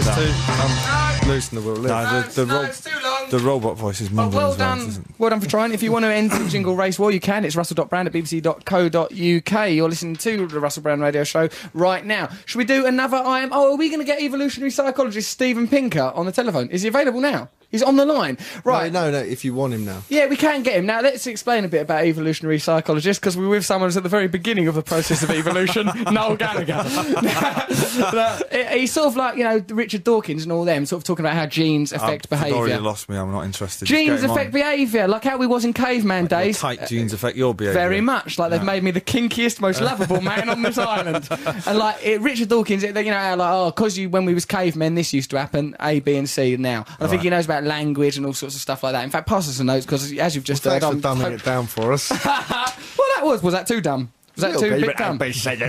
Speaker 2: I like
Speaker 3: loosen the will.
Speaker 12: Nah, the, the,
Speaker 2: No,
Speaker 12: ro-
Speaker 2: it's too long.
Speaker 12: the robot voice is
Speaker 2: Well,
Speaker 12: mumbling
Speaker 2: well
Speaker 12: as well,
Speaker 2: done.
Speaker 12: isn't it?
Speaker 2: Well done for trying. If you want to end the jingle race, well, you can. It's russell.brand at bbc.co.uk. You're listening to the Russell Brand Radio Show right now. Should we do another I am? Oh, are we going to get evolutionary psychologist Stephen Pinker on the telephone? Is he available now? He's on the line. Right.
Speaker 3: No, no, no. If you want him now,
Speaker 2: Yeah, we can get him. Now, let's explain a bit about evolutionary psychologists because we were with someone who's at the very beginning of the process of evolution, Noel Gallagher. Now, he- He's sort of like, you know, Richard Dawkins and all them, sort of talking about how genes affect
Speaker 12: I've already
Speaker 2: behaviour.
Speaker 12: Um, lost me. I'm not interested. Just
Speaker 2: Genes
Speaker 12: get him
Speaker 2: affect
Speaker 12: on.
Speaker 2: behaviour, like how we was in caveman
Speaker 12: Your
Speaker 2: days.
Speaker 12: Tight genes affect your behaviour.
Speaker 2: Very much. Like they've made me the kinkiest, most lovable man on this island. And like it, Richard Dawkins, it, you know, how, like oh, cause you when we was cavemen, this used to happen. A, B, and C. Now And I think he knows about language and all sorts of stuff like that. In fact, pass us a note because as you've just
Speaker 3: thanks
Speaker 2: heard,
Speaker 3: for
Speaker 2: I'm
Speaker 3: dumbing
Speaker 2: tot-
Speaker 3: it down for us.
Speaker 2: well, that was was that too dumb? Was that too bit dumb? Basically,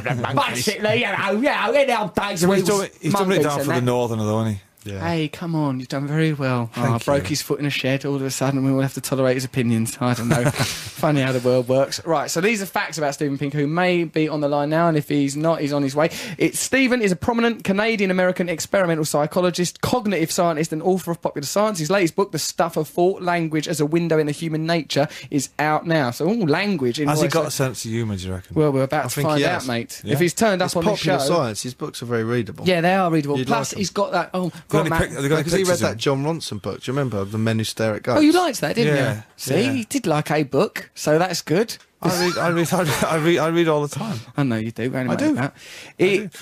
Speaker 2: you know, yeah, oh, in the old days we was
Speaker 12: He's done it, he's done it
Speaker 2: mumbies
Speaker 12: down
Speaker 2: and
Speaker 12: for the
Speaker 2: that.
Speaker 12: northerner, though, isn't he?
Speaker 2: Hey, come on, you've done very well. Oh, I broke his foot in a shed. All of a sudden, we all have to tolerate his opinions. I don't know. Funny how the world works. Right, so these are facts about Stephen Pink, who may be on the line now, and if he's not, he's on his way. It's Stephen is a prominent Canadian American experimental psychologist, cognitive scientist, and author of popular science. His latest book, The Stuff of Thought Language as a Window into Human Nature, is out now. So, all language in
Speaker 12: Has he
Speaker 2: voice-
Speaker 12: got a sense of humour? Do you reckon?
Speaker 2: Well, we're about to
Speaker 3: think
Speaker 2: find
Speaker 3: he
Speaker 2: out,
Speaker 3: has.
Speaker 2: mate.
Speaker 12: Yeah.
Speaker 2: If he's turned up
Speaker 3: it's
Speaker 2: on
Speaker 3: popular
Speaker 2: this show.
Speaker 3: science. His books are very readable.
Speaker 2: Yeah, they are readable.
Speaker 3: You'd
Speaker 2: Plus,
Speaker 3: like 'em.
Speaker 2: he's got that. Oh,
Speaker 3: Go
Speaker 2: on,
Speaker 3: on,
Speaker 2: Matt.
Speaker 3: pic- have they got any
Speaker 2: Because he
Speaker 3: pictures
Speaker 2: read
Speaker 3: of
Speaker 2: that
Speaker 3: that John Ronson book. Do you remember the Men Who Stare at Goats?
Speaker 2: Oh, you liked that, didn't
Speaker 3: Yeah.
Speaker 2: you? See,
Speaker 3: Yeah.
Speaker 2: you did like a book, so that's good.
Speaker 12: I read, I read, I read, I read, I read all the time.
Speaker 2: I know you do.
Speaker 12: I do.
Speaker 2: That.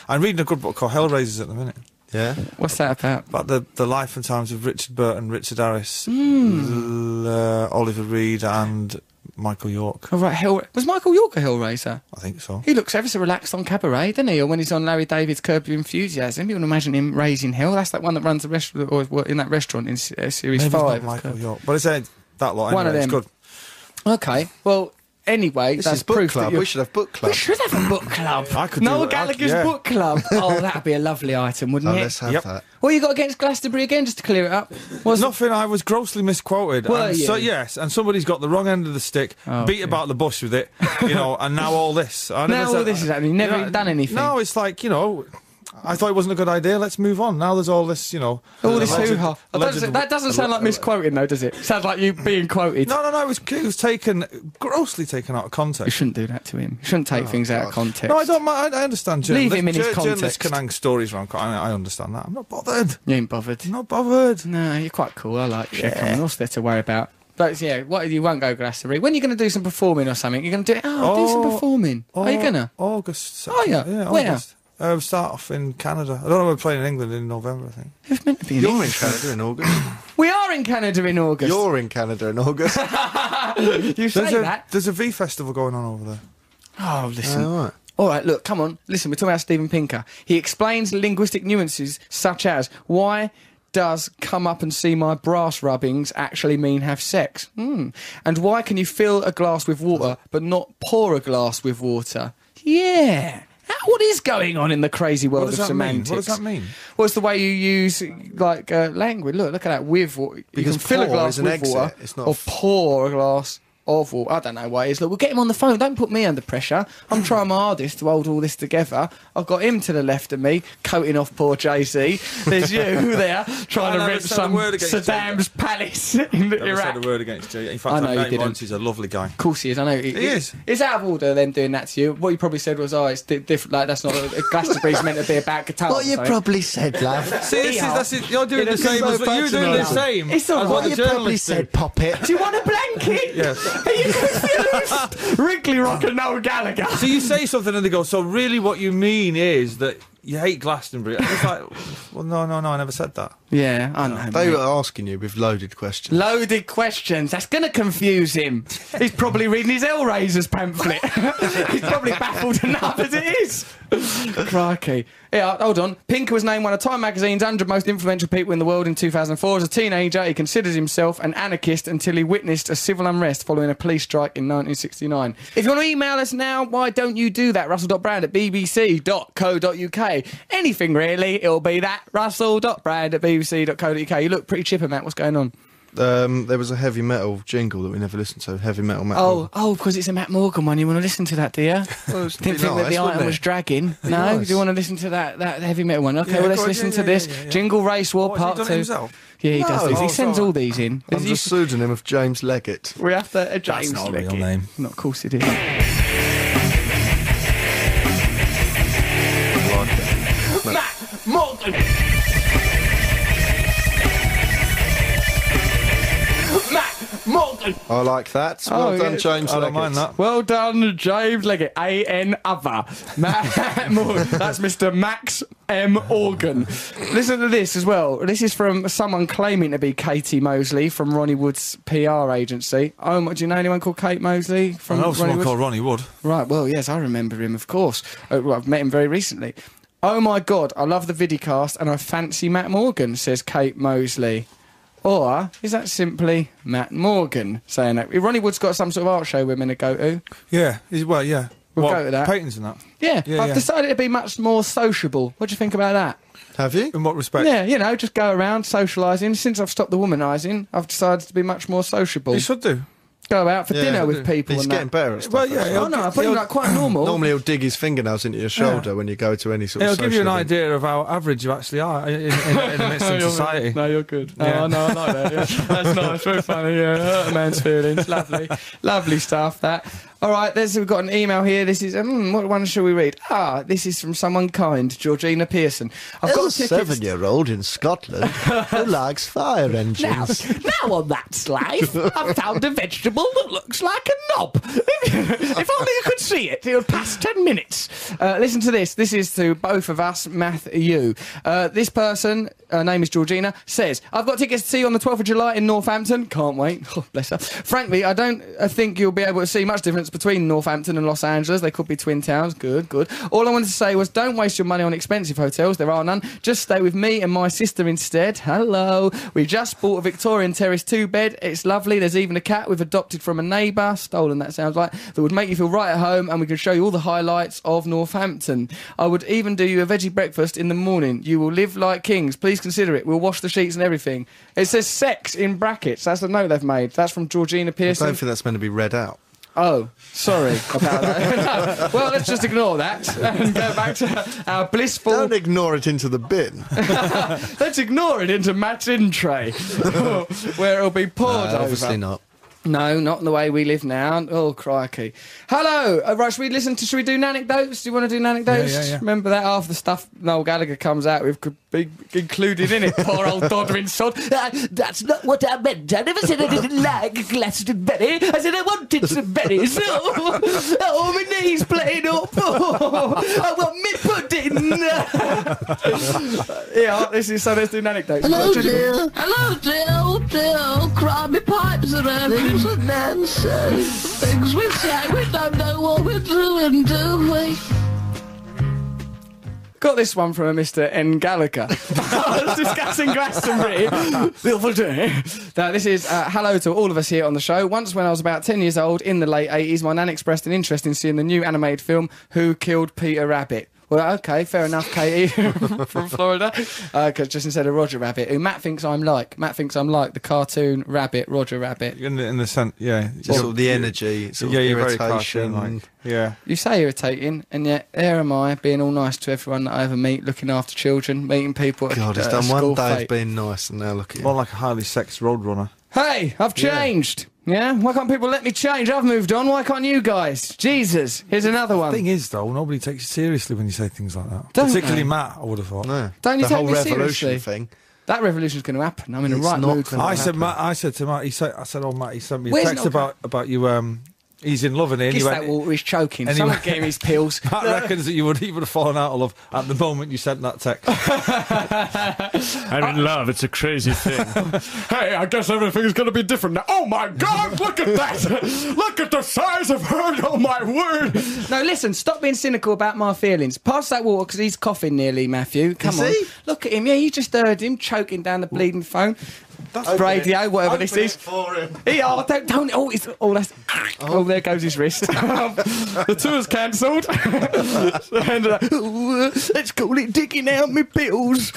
Speaker 12: I'm reading a good book called Hellraisers at the minute.
Speaker 3: Yeah.
Speaker 2: What's that about?
Speaker 12: About the, the life and times of Richard Burton, Richard Harris,
Speaker 2: Hmm.
Speaker 12: L- uh, Oliver Reed, and Michael York.
Speaker 2: Oh, right, Hell... was Michael York a Hellraiser?
Speaker 12: I think so.
Speaker 2: He looks ever so relaxed on Cabaret, doesn't he? Or when he's on Larry David's Curb Your Enthusiasm, you can imagine him raising hell. That's that one that runs the restaurant, or well, in that restaurant in uh, Series
Speaker 12: Maybe it's
Speaker 2: 5.
Speaker 12: not Michael York, but it's uh, that lot. Anyway.
Speaker 2: One of
Speaker 12: It's
Speaker 2: them.
Speaker 12: good.
Speaker 2: Okay, well, anyway,
Speaker 12: This
Speaker 2: that's
Speaker 12: is book
Speaker 2: proof
Speaker 12: club.
Speaker 2: That you're-
Speaker 12: We should have book club.
Speaker 2: We should have a book club.
Speaker 12: I could
Speaker 2: Noel
Speaker 12: do- I-
Speaker 2: Gallagher's
Speaker 12: yeah.
Speaker 2: book club. Oh, that'd be a lovely item, wouldn't
Speaker 12: Oh,
Speaker 2: it?
Speaker 12: let's have Yep. that.
Speaker 2: What you got against Glastonbury again, just to clear it up? Was
Speaker 12: Nothing. I was grossly misquoted.
Speaker 2: Were
Speaker 12: and So
Speaker 2: you? Oh,
Speaker 12: yes, and somebody's got the wrong end of the stick, beat about the bush with it, you know, and now all this. I
Speaker 2: Now all this is happening. Never even done anything.
Speaker 12: No, it's like you know, I thought it wasn't a good idea. Let's move on. Now there's all this, you know,
Speaker 2: All this
Speaker 12: alleged-
Speaker 2: hoo-ha. That doesn't-
Speaker 12: alleged-
Speaker 2: that doesn't sound like misquoting, though, does it? Sounds like you being quoted.
Speaker 12: No, no, no. It was, it was taken grossly taken out of
Speaker 2: You
Speaker 12: context.
Speaker 2: shouldn't do that to him. You shouldn't take things out of context.
Speaker 12: No, I don't. mi- I, I understand. Journal-
Speaker 2: Leave him in his
Speaker 12: jour- Journalists
Speaker 2: context.
Speaker 12: can hang stories around. I, I understand that. I'm not bothered.
Speaker 2: You ain't bothered.
Speaker 12: Not bothered.
Speaker 2: No, you're quite cool. I like you. Yeah. What's there to worry about? But yeah, what you won't go Glastonbury. When are you going to do some performing or something? You're going to do it. Oh, do some
Speaker 12: Oh,
Speaker 2: performing. Are you
Speaker 12: Au-
Speaker 2: going to?
Speaker 12: August.
Speaker 2: Are you?
Speaker 12: Yeah,
Speaker 2: Where?
Speaker 12: August. Uh, we start off in Canada. I don't know. We're playing in England in November, I think.
Speaker 2: It's meant to be. in
Speaker 3: You're in
Speaker 2: England.
Speaker 3: Canada in August.
Speaker 2: We are in Canada in August.
Speaker 3: You're in Canada in August.
Speaker 2: you say
Speaker 12: There's a,
Speaker 2: that.
Speaker 12: there's a V festival going on over there.
Speaker 2: Oh, listen.
Speaker 3: all right.
Speaker 2: All right, look, come on. Listen, we're talking about Steven Pinker. He explains linguistic nuances such as why does come up and see my brass rubbings actually mean have sex? Hmm. And why can you fill a glass with water but not pour a glass with water? Yeah. How- What is going on in the crazy world
Speaker 12: What does
Speaker 2: of
Speaker 12: that mean?
Speaker 2: semantics?
Speaker 12: What does that mean?
Speaker 2: Well, it's the way you use like uh, language. Look, look at that. With wa- you
Speaker 3: Because
Speaker 2: can fill a
Speaker 3: pour
Speaker 2: glass
Speaker 3: is an
Speaker 2: with
Speaker 3: exit.
Speaker 2: water,
Speaker 3: It's not
Speaker 2: or
Speaker 3: f-
Speaker 2: pour a glass of water. I don't know why it is. Look, we'll get him on the phone. Don't put me under pressure. I'm trying my hardest to hold all this together. I've got him to the left of me, coating off poor JC. There's you there trying
Speaker 12: I
Speaker 2: to
Speaker 12: never
Speaker 2: rip
Speaker 12: said a
Speaker 2: some
Speaker 12: word against
Speaker 2: Saddam's palace in
Speaker 12: Never said
Speaker 2: Iraq.
Speaker 12: a word against you. In
Speaker 2: I
Speaker 12: fact,
Speaker 2: know
Speaker 12: I
Speaker 2: you
Speaker 12: know him
Speaker 2: didn't.
Speaker 12: once. He's a lovely guy.
Speaker 2: Of course he is. I know he,
Speaker 12: He is.
Speaker 2: It's out of order them doing that to you. What you probably said was, "Oh, it's di- different. Like that's not a, a Glastonbury's meant to be about guitar."
Speaker 10: What you probably said, love.
Speaker 12: See, this is, that's it. You're doing
Speaker 10: Yeah,
Speaker 12: the same as
Speaker 10: that's
Speaker 12: you're doing
Speaker 10: functional.
Speaker 12: the same.
Speaker 2: It's all
Speaker 12: as
Speaker 2: right.
Speaker 10: What
Speaker 12: what the
Speaker 10: you probably
Speaker 12: journalists do.
Speaker 10: said, pop it.
Speaker 2: Do you want a blanket?
Speaker 12: Yes.
Speaker 2: Are you confused? Wrigley Rock and Noel Gallagher.
Speaker 12: So you say something and they go, so really what you mean is that you hate Glastonbury. And it's like, well, no, no, no, I never said that.
Speaker 2: Yeah, I know.
Speaker 3: They
Speaker 2: mate.
Speaker 3: were asking you with loaded questions.
Speaker 2: Loaded questions. That's going to confuse him. He's probably reading his Hellraisers pamphlet. He's probably baffled enough as it is. Crikey. Yeah, hold on. Pinker was named one of Time magazine's 100 most influential people in the world in 2004. As a teenager, he considered himself an anarchist until he witnessed a civil unrest following a police strike in 1969. If you want to email us now, why don't you do that? Russell.brand at bbc.co.uk. Anything really, it'll be that. Russell.brand at bbc.co.uk. You look pretty chipper, Matt. What's going on?
Speaker 3: Um, there was a heavy metal jingle that we never listened to. Heavy metal. Matt
Speaker 2: Oh, oh, because it's a Matt Morgan one. You want to listen to that, do you?
Speaker 3: Well,
Speaker 2: Didn't think that the item was dragging. No,
Speaker 3: was.
Speaker 2: do you want to listen to that that heavy metal one? Okay,
Speaker 12: Yeah,
Speaker 2: well let's
Speaker 12: go on,
Speaker 2: listen
Speaker 12: yeah,
Speaker 2: to
Speaker 12: yeah,
Speaker 2: this
Speaker 12: yeah, yeah.
Speaker 2: Jingle Race War
Speaker 12: What, has he
Speaker 2: Part
Speaker 12: done it
Speaker 2: Two.
Speaker 12: himself?
Speaker 2: Yeah, he does.
Speaker 3: No.
Speaker 2: These. He
Speaker 3: Oh,
Speaker 2: sends
Speaker 12: sorry.
Speaker 2: all these in.
Speaker 3: under
Speaker 2: You-
Speaker 3: pseudonym of James Leggett.
Speaker 2: we have to uh, James
Speaker 12: not a
Speaker 2: Leggett.
Speaker 12: real name.
Speaker 2: Not of course it is. Matt Morgan. Matt Morgan.
Speaker 3: I like that. Well
Speaker 2: Oh,
Speaker 3: done,
Speaker 2: yeah.
Speaker 3: James
Speaker 12: I
Speaker 3: Leggett.
Speaker 12: don't mind that.
Speaker 2: Well done, James Leggett. A N other. Matt Morgan. That's Mr. Max M. Organ. Listen to this as well. This is from someone claiming to be Katie Mosley from Ronnie Wood's PR agency. Oh, my- do you know anyone called Kate Mosley
Speaker 12: I
Speaker 2: from
Speaker 12: know
Speaker 2: Ronnie
Speaker 12: someone
Speaker 2: Wood's?
Speaker 12: called Ronnie Wood.
Speaker 2: Right, well, yes, I remember him, of course. Uh, well, I've met him very recently. Oh my God, I love the vidicast and I fancy Matt Morgan, says Kate Mosley. Or is that simply Matt Morgan saying that? Ronnie Wood's got some sort of art show women to go to.
Speaker 12: Yeah, he's, well, yeah.
Speaker 2: We'll
Speaker 12: What,
Speaker 2: go with that.
Speaker 12: Paintings and that.
Speaker 2: Yeah,
Speaker 12: Yeah,
Speaker 2: I've
Speaker 12: yeah.
Speaker 2: decided to be much more sociable. What do you think about that?
Speaker 3: Have you?
Speaker 12: In what respect?
Speaker 2: Yeah, you know, just go around socialising. Since I've stopped the womanising, I've decided to be much more sociable.
Speaker 12: He should do.
Speaker 2: go out for
Speaker 3: Yeah.
Speaker 2: dinner with people
Speaker 3: He's
Speaker 2: and
Speaker 3: getting
Speaker 2: that.
Speaker 3: better at stuff.
Speaker 12: Well, yeah,
Speaker 3: actually.
Speaker 12: he'll
Speaker 2: Oh no, I
Speaker 12: get-
Speaker 2: put him
Speaker 12: he'll-
Speaker 2: like quite normal.
Speaker 3: Normally he'll dig his fingernails into your shoulder when you go to any sort
Speaker 12: It'll
Speaker 3: of.
Speaker 12: give you an
Speaker 3: social event.
Speaker 12: idea of how average you actually are in, in, in, in the midst of society.
Speaker 2: No, you're good.
Speaker 12: Yeah.
Speaker 2: No, no, I like that. Yeah. That's nice. Very funny. Yeah, hurt a man's feelings. Lovely, lovely stuff. That. All right, there's, we've got an email here. This is, um, what one shall we read? Ah, this is from someone kind, Georgina Pearson. I've got tickets.
Speaker 3: seven year old in Scotland who likes fire
Speaker 2: Now,
Speaker 3: engines.
Speaker 2: now on that slice, I've found a vegetable that looks like a knob. if only you could see it, it would pass 10 minutes. Uh, listen to this. This is to both of us, Matthew. Uh, this person, her name is Georgina, says, I've got tickets to see you on the 12th of July in Northampton. Can't wait. Oh, bless her. Frankly, I don't uh, think you'll be able to see much difference between Northampton and Los Angeles. They could be twin towns. Good, good. All I wanted to say was don't waste your money on expensive hotels. There are none. Just stay with me and my sister instead. Hello. We just bought a Victorian Terrace two bed. It's lovely. There's even a cat we've adopted from a neighbour. Stolen, that sounds like. That would make you feel right at home and we can show you all the highlights of Northampton. I would even do you a veggie breakfast in the morning. You will live like kings. Please consider it. We'll wash the sheets and everything. It says sex in brackets. That's the note they've made. That's from Georgina
Speaker 3: I
Speaker 2: Pearson.
Speaker 3: don't think that's meant to be read out.
Speaker 2: Oh, sorry about that. well, let's just ignore that and go back to our blissful.
Speaker 3: Don't ignore it into the bin.
Speaker 2: let's ignore it into Matt's in tray, where it'll be poured
Speaker 3: No,
Speaker 2: over.
Speaker 3: obviously not.
Speaker 2: No, not in the way we live now. Oh, crikey. Hello. Uh, right, should we listen to, should we do anecdotes? Do you want to do anecdotes?
Speaker 12: Yeah, yeah, yeah.
Speaker 2: Remember that half the stuff Noel Gallagher comes out with could be included in it. Poor old doddering sod.
Speaker 7: Uh, that's not what I meant. I never said I didn't like Glastonbury. I said I wanted some berries. Oh, oh my knees playing up. Oh, I want me pudding.
Speaker 2: yeah, this is, so let's do anecdotes.
Speaker 7: Hello, dear. Hello, dear. Dear. Crummy pipes are empty and nonsense. Things we say, we don't know what we're doing, do we?
Speaker 2: Got this one from a Mr. N. Gallagher. I was discussing Glastonbury the other day. Now, this is uh, hello to all of us here on the show. Once, when I was about 10 years old, in the late 80s, my nan expressed an interest in seeing the new animated film, Who Killed Peter Rabbit? Well, okay, fair enough, Katie from Florida. Because just instead of Roger Rabbit, who Matt thinks I'm like. Matt thinks I'm like the cartoon rabbit, Roger Rabbit.
Speaker 12: In the, in the sense, yeah.
Speaker 3: Sort of the energy, sort
Speaker 12: yeah,
Speaker 3: of
Speaker 12: you're very
Speaker 3: irritation.
Speaker 12: cartoon-like. Yeah.
Speaker 2: You say irritating, and yet there am I, being all nice to everyone that I ever meet, looking after children, meeting people. at-
Speaker 3: God,
Speaker 12: uh,
Speaker 3: it's
Speaker 2: at a
Speaker 3: done one
Speaker 2: school
Speaker 3: day
Speaker 2: fete.
Speaker 3: of being nice, and now look at you.
Speaker 12: More like a highly sexed roadrunner.
Speaker 2: Hey, I've changed. Yeah. Why can't people let me change? I've moved on. Why can't you guys? Jesus. Here's another one.
Speaker 12: Thing is, though, nobody takes you seriously when you say things like that.
Speaker 2: Don't
Speaker 12: Particularly
Speaker 2: they?
Speaker 12: Matt, I would have thought.
Speaker 3: No.
Speaker 2: Don't you
Speaker 3: the
Speaker 2: take
Speaker 3: whole
Speaker 2: me
Speaker 3: revolution
Speaker 2: seriously?
Speaker 3: thing.
Speaker 2: That revolution's going to happen. I'm in the
Speaker 3: It's
Speaker 2: right
Speaker 3: not
Speaker 2: mood for
Speaker 3: gonna
Speaker 12: I
Speaker 2: that.
Speaker 12: said, Matt, I said to Matt, he said, I said, oh, Matt, he sent me a
Speaker 2: Where's
Speaker 12: text
Speaker 2: Noel?
Speaker 12: about about you. Um, he's in love, and he
Speaker 2: Kiss
Speaker 12: went,
Speaker 2: that water, he's choking.
Speaker 12: and he
Speaker 2: Someone
Speaker 12: went-
Speaker 2: gave him his pills.
Speaker 12: Matt reckons that you would he would have fallen out of love at the moment you sent that text.
Speaker 13: I'm in love. It's a crazy thing. hey, I guess everything's going to be different now. Oh my God! Look at that! look at the size of her! Oh my word!
Speaker 2: No, listen, stop being cynical about my feelings. Pass that water because he's coughing nearly, Matthew. Come
Speaker 3: Is
Speaker 2: on.
Speaker 3: he?
Speaker 2: Look at him. Yeah, you just heard him choking down the bleeding phone. That's radio, whatever this is. He, oh, don't, don't, oh, it's, oh, that's, oh, there goes his wrist. the tour's cancelled. and, uh, "Ooh, let's call it digging out my bills.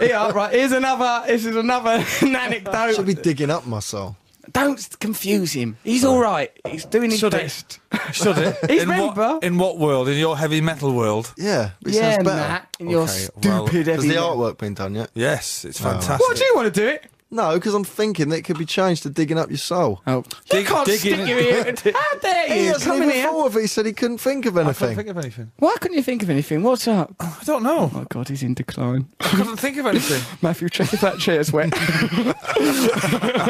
Speaker 2: yeah, right, here's another, this is another anecdote.
Speaker 3: Should be digging up my soul.
Speaker 2: Don't confuse him. He's all right. He's doing his
Speaker 12: Should it?
Speaker 2: best.
Speaker 12: Should it?
Speaker 2: He's
Speaker 12: in, what,
Speaker 2: member.
Speaker 12: in what world? In your heavy metal world?
Speaker 3: Yeah, it
Speaker 2: Yeah,
Speaker 3: sounds better.
Speaker 2: Matt, in your
Speaker 12: Okay, well-
Speaker 2: stupid
Speaker 3: Has the
Speaker 2: everything.
Speaker 3: artwork been done yet?
Speaker 12: Yes, it's
Speaker 3: right.
Speaker 12: fantastic.
Speaker 2: What do you want to do it?
Speaker 3: No, because I'm thinking that it could be changed to digging up your soul.
Speaker 2: Oh,
Speaker 12: Dig-
Speaker 2: you can't
Speaker 12: dig
Speaker 2: stick
Speaker 12: in-
Speaker 2: your ear. Ah, How dare
Speaker 3: He
Speaker 2: you
Speaker 3: hasn't
Speaker 2: come in
Speaker 3: even
Speaker 2: here?
Speaker 3: thought of it. He said he couldn't think of
Speaker 12: I couldn't
Speaker 3: anything.
Speaker 12: think of anything.
Speaker 2: Why couldn't you think of anything? What's up?
Speaker 12: I don't know.
Speaker 2: Oh God, he's in decline.
Speaker 12: I couldn't think of anything.
Speaker 2: Matthew, check if that chair's wet.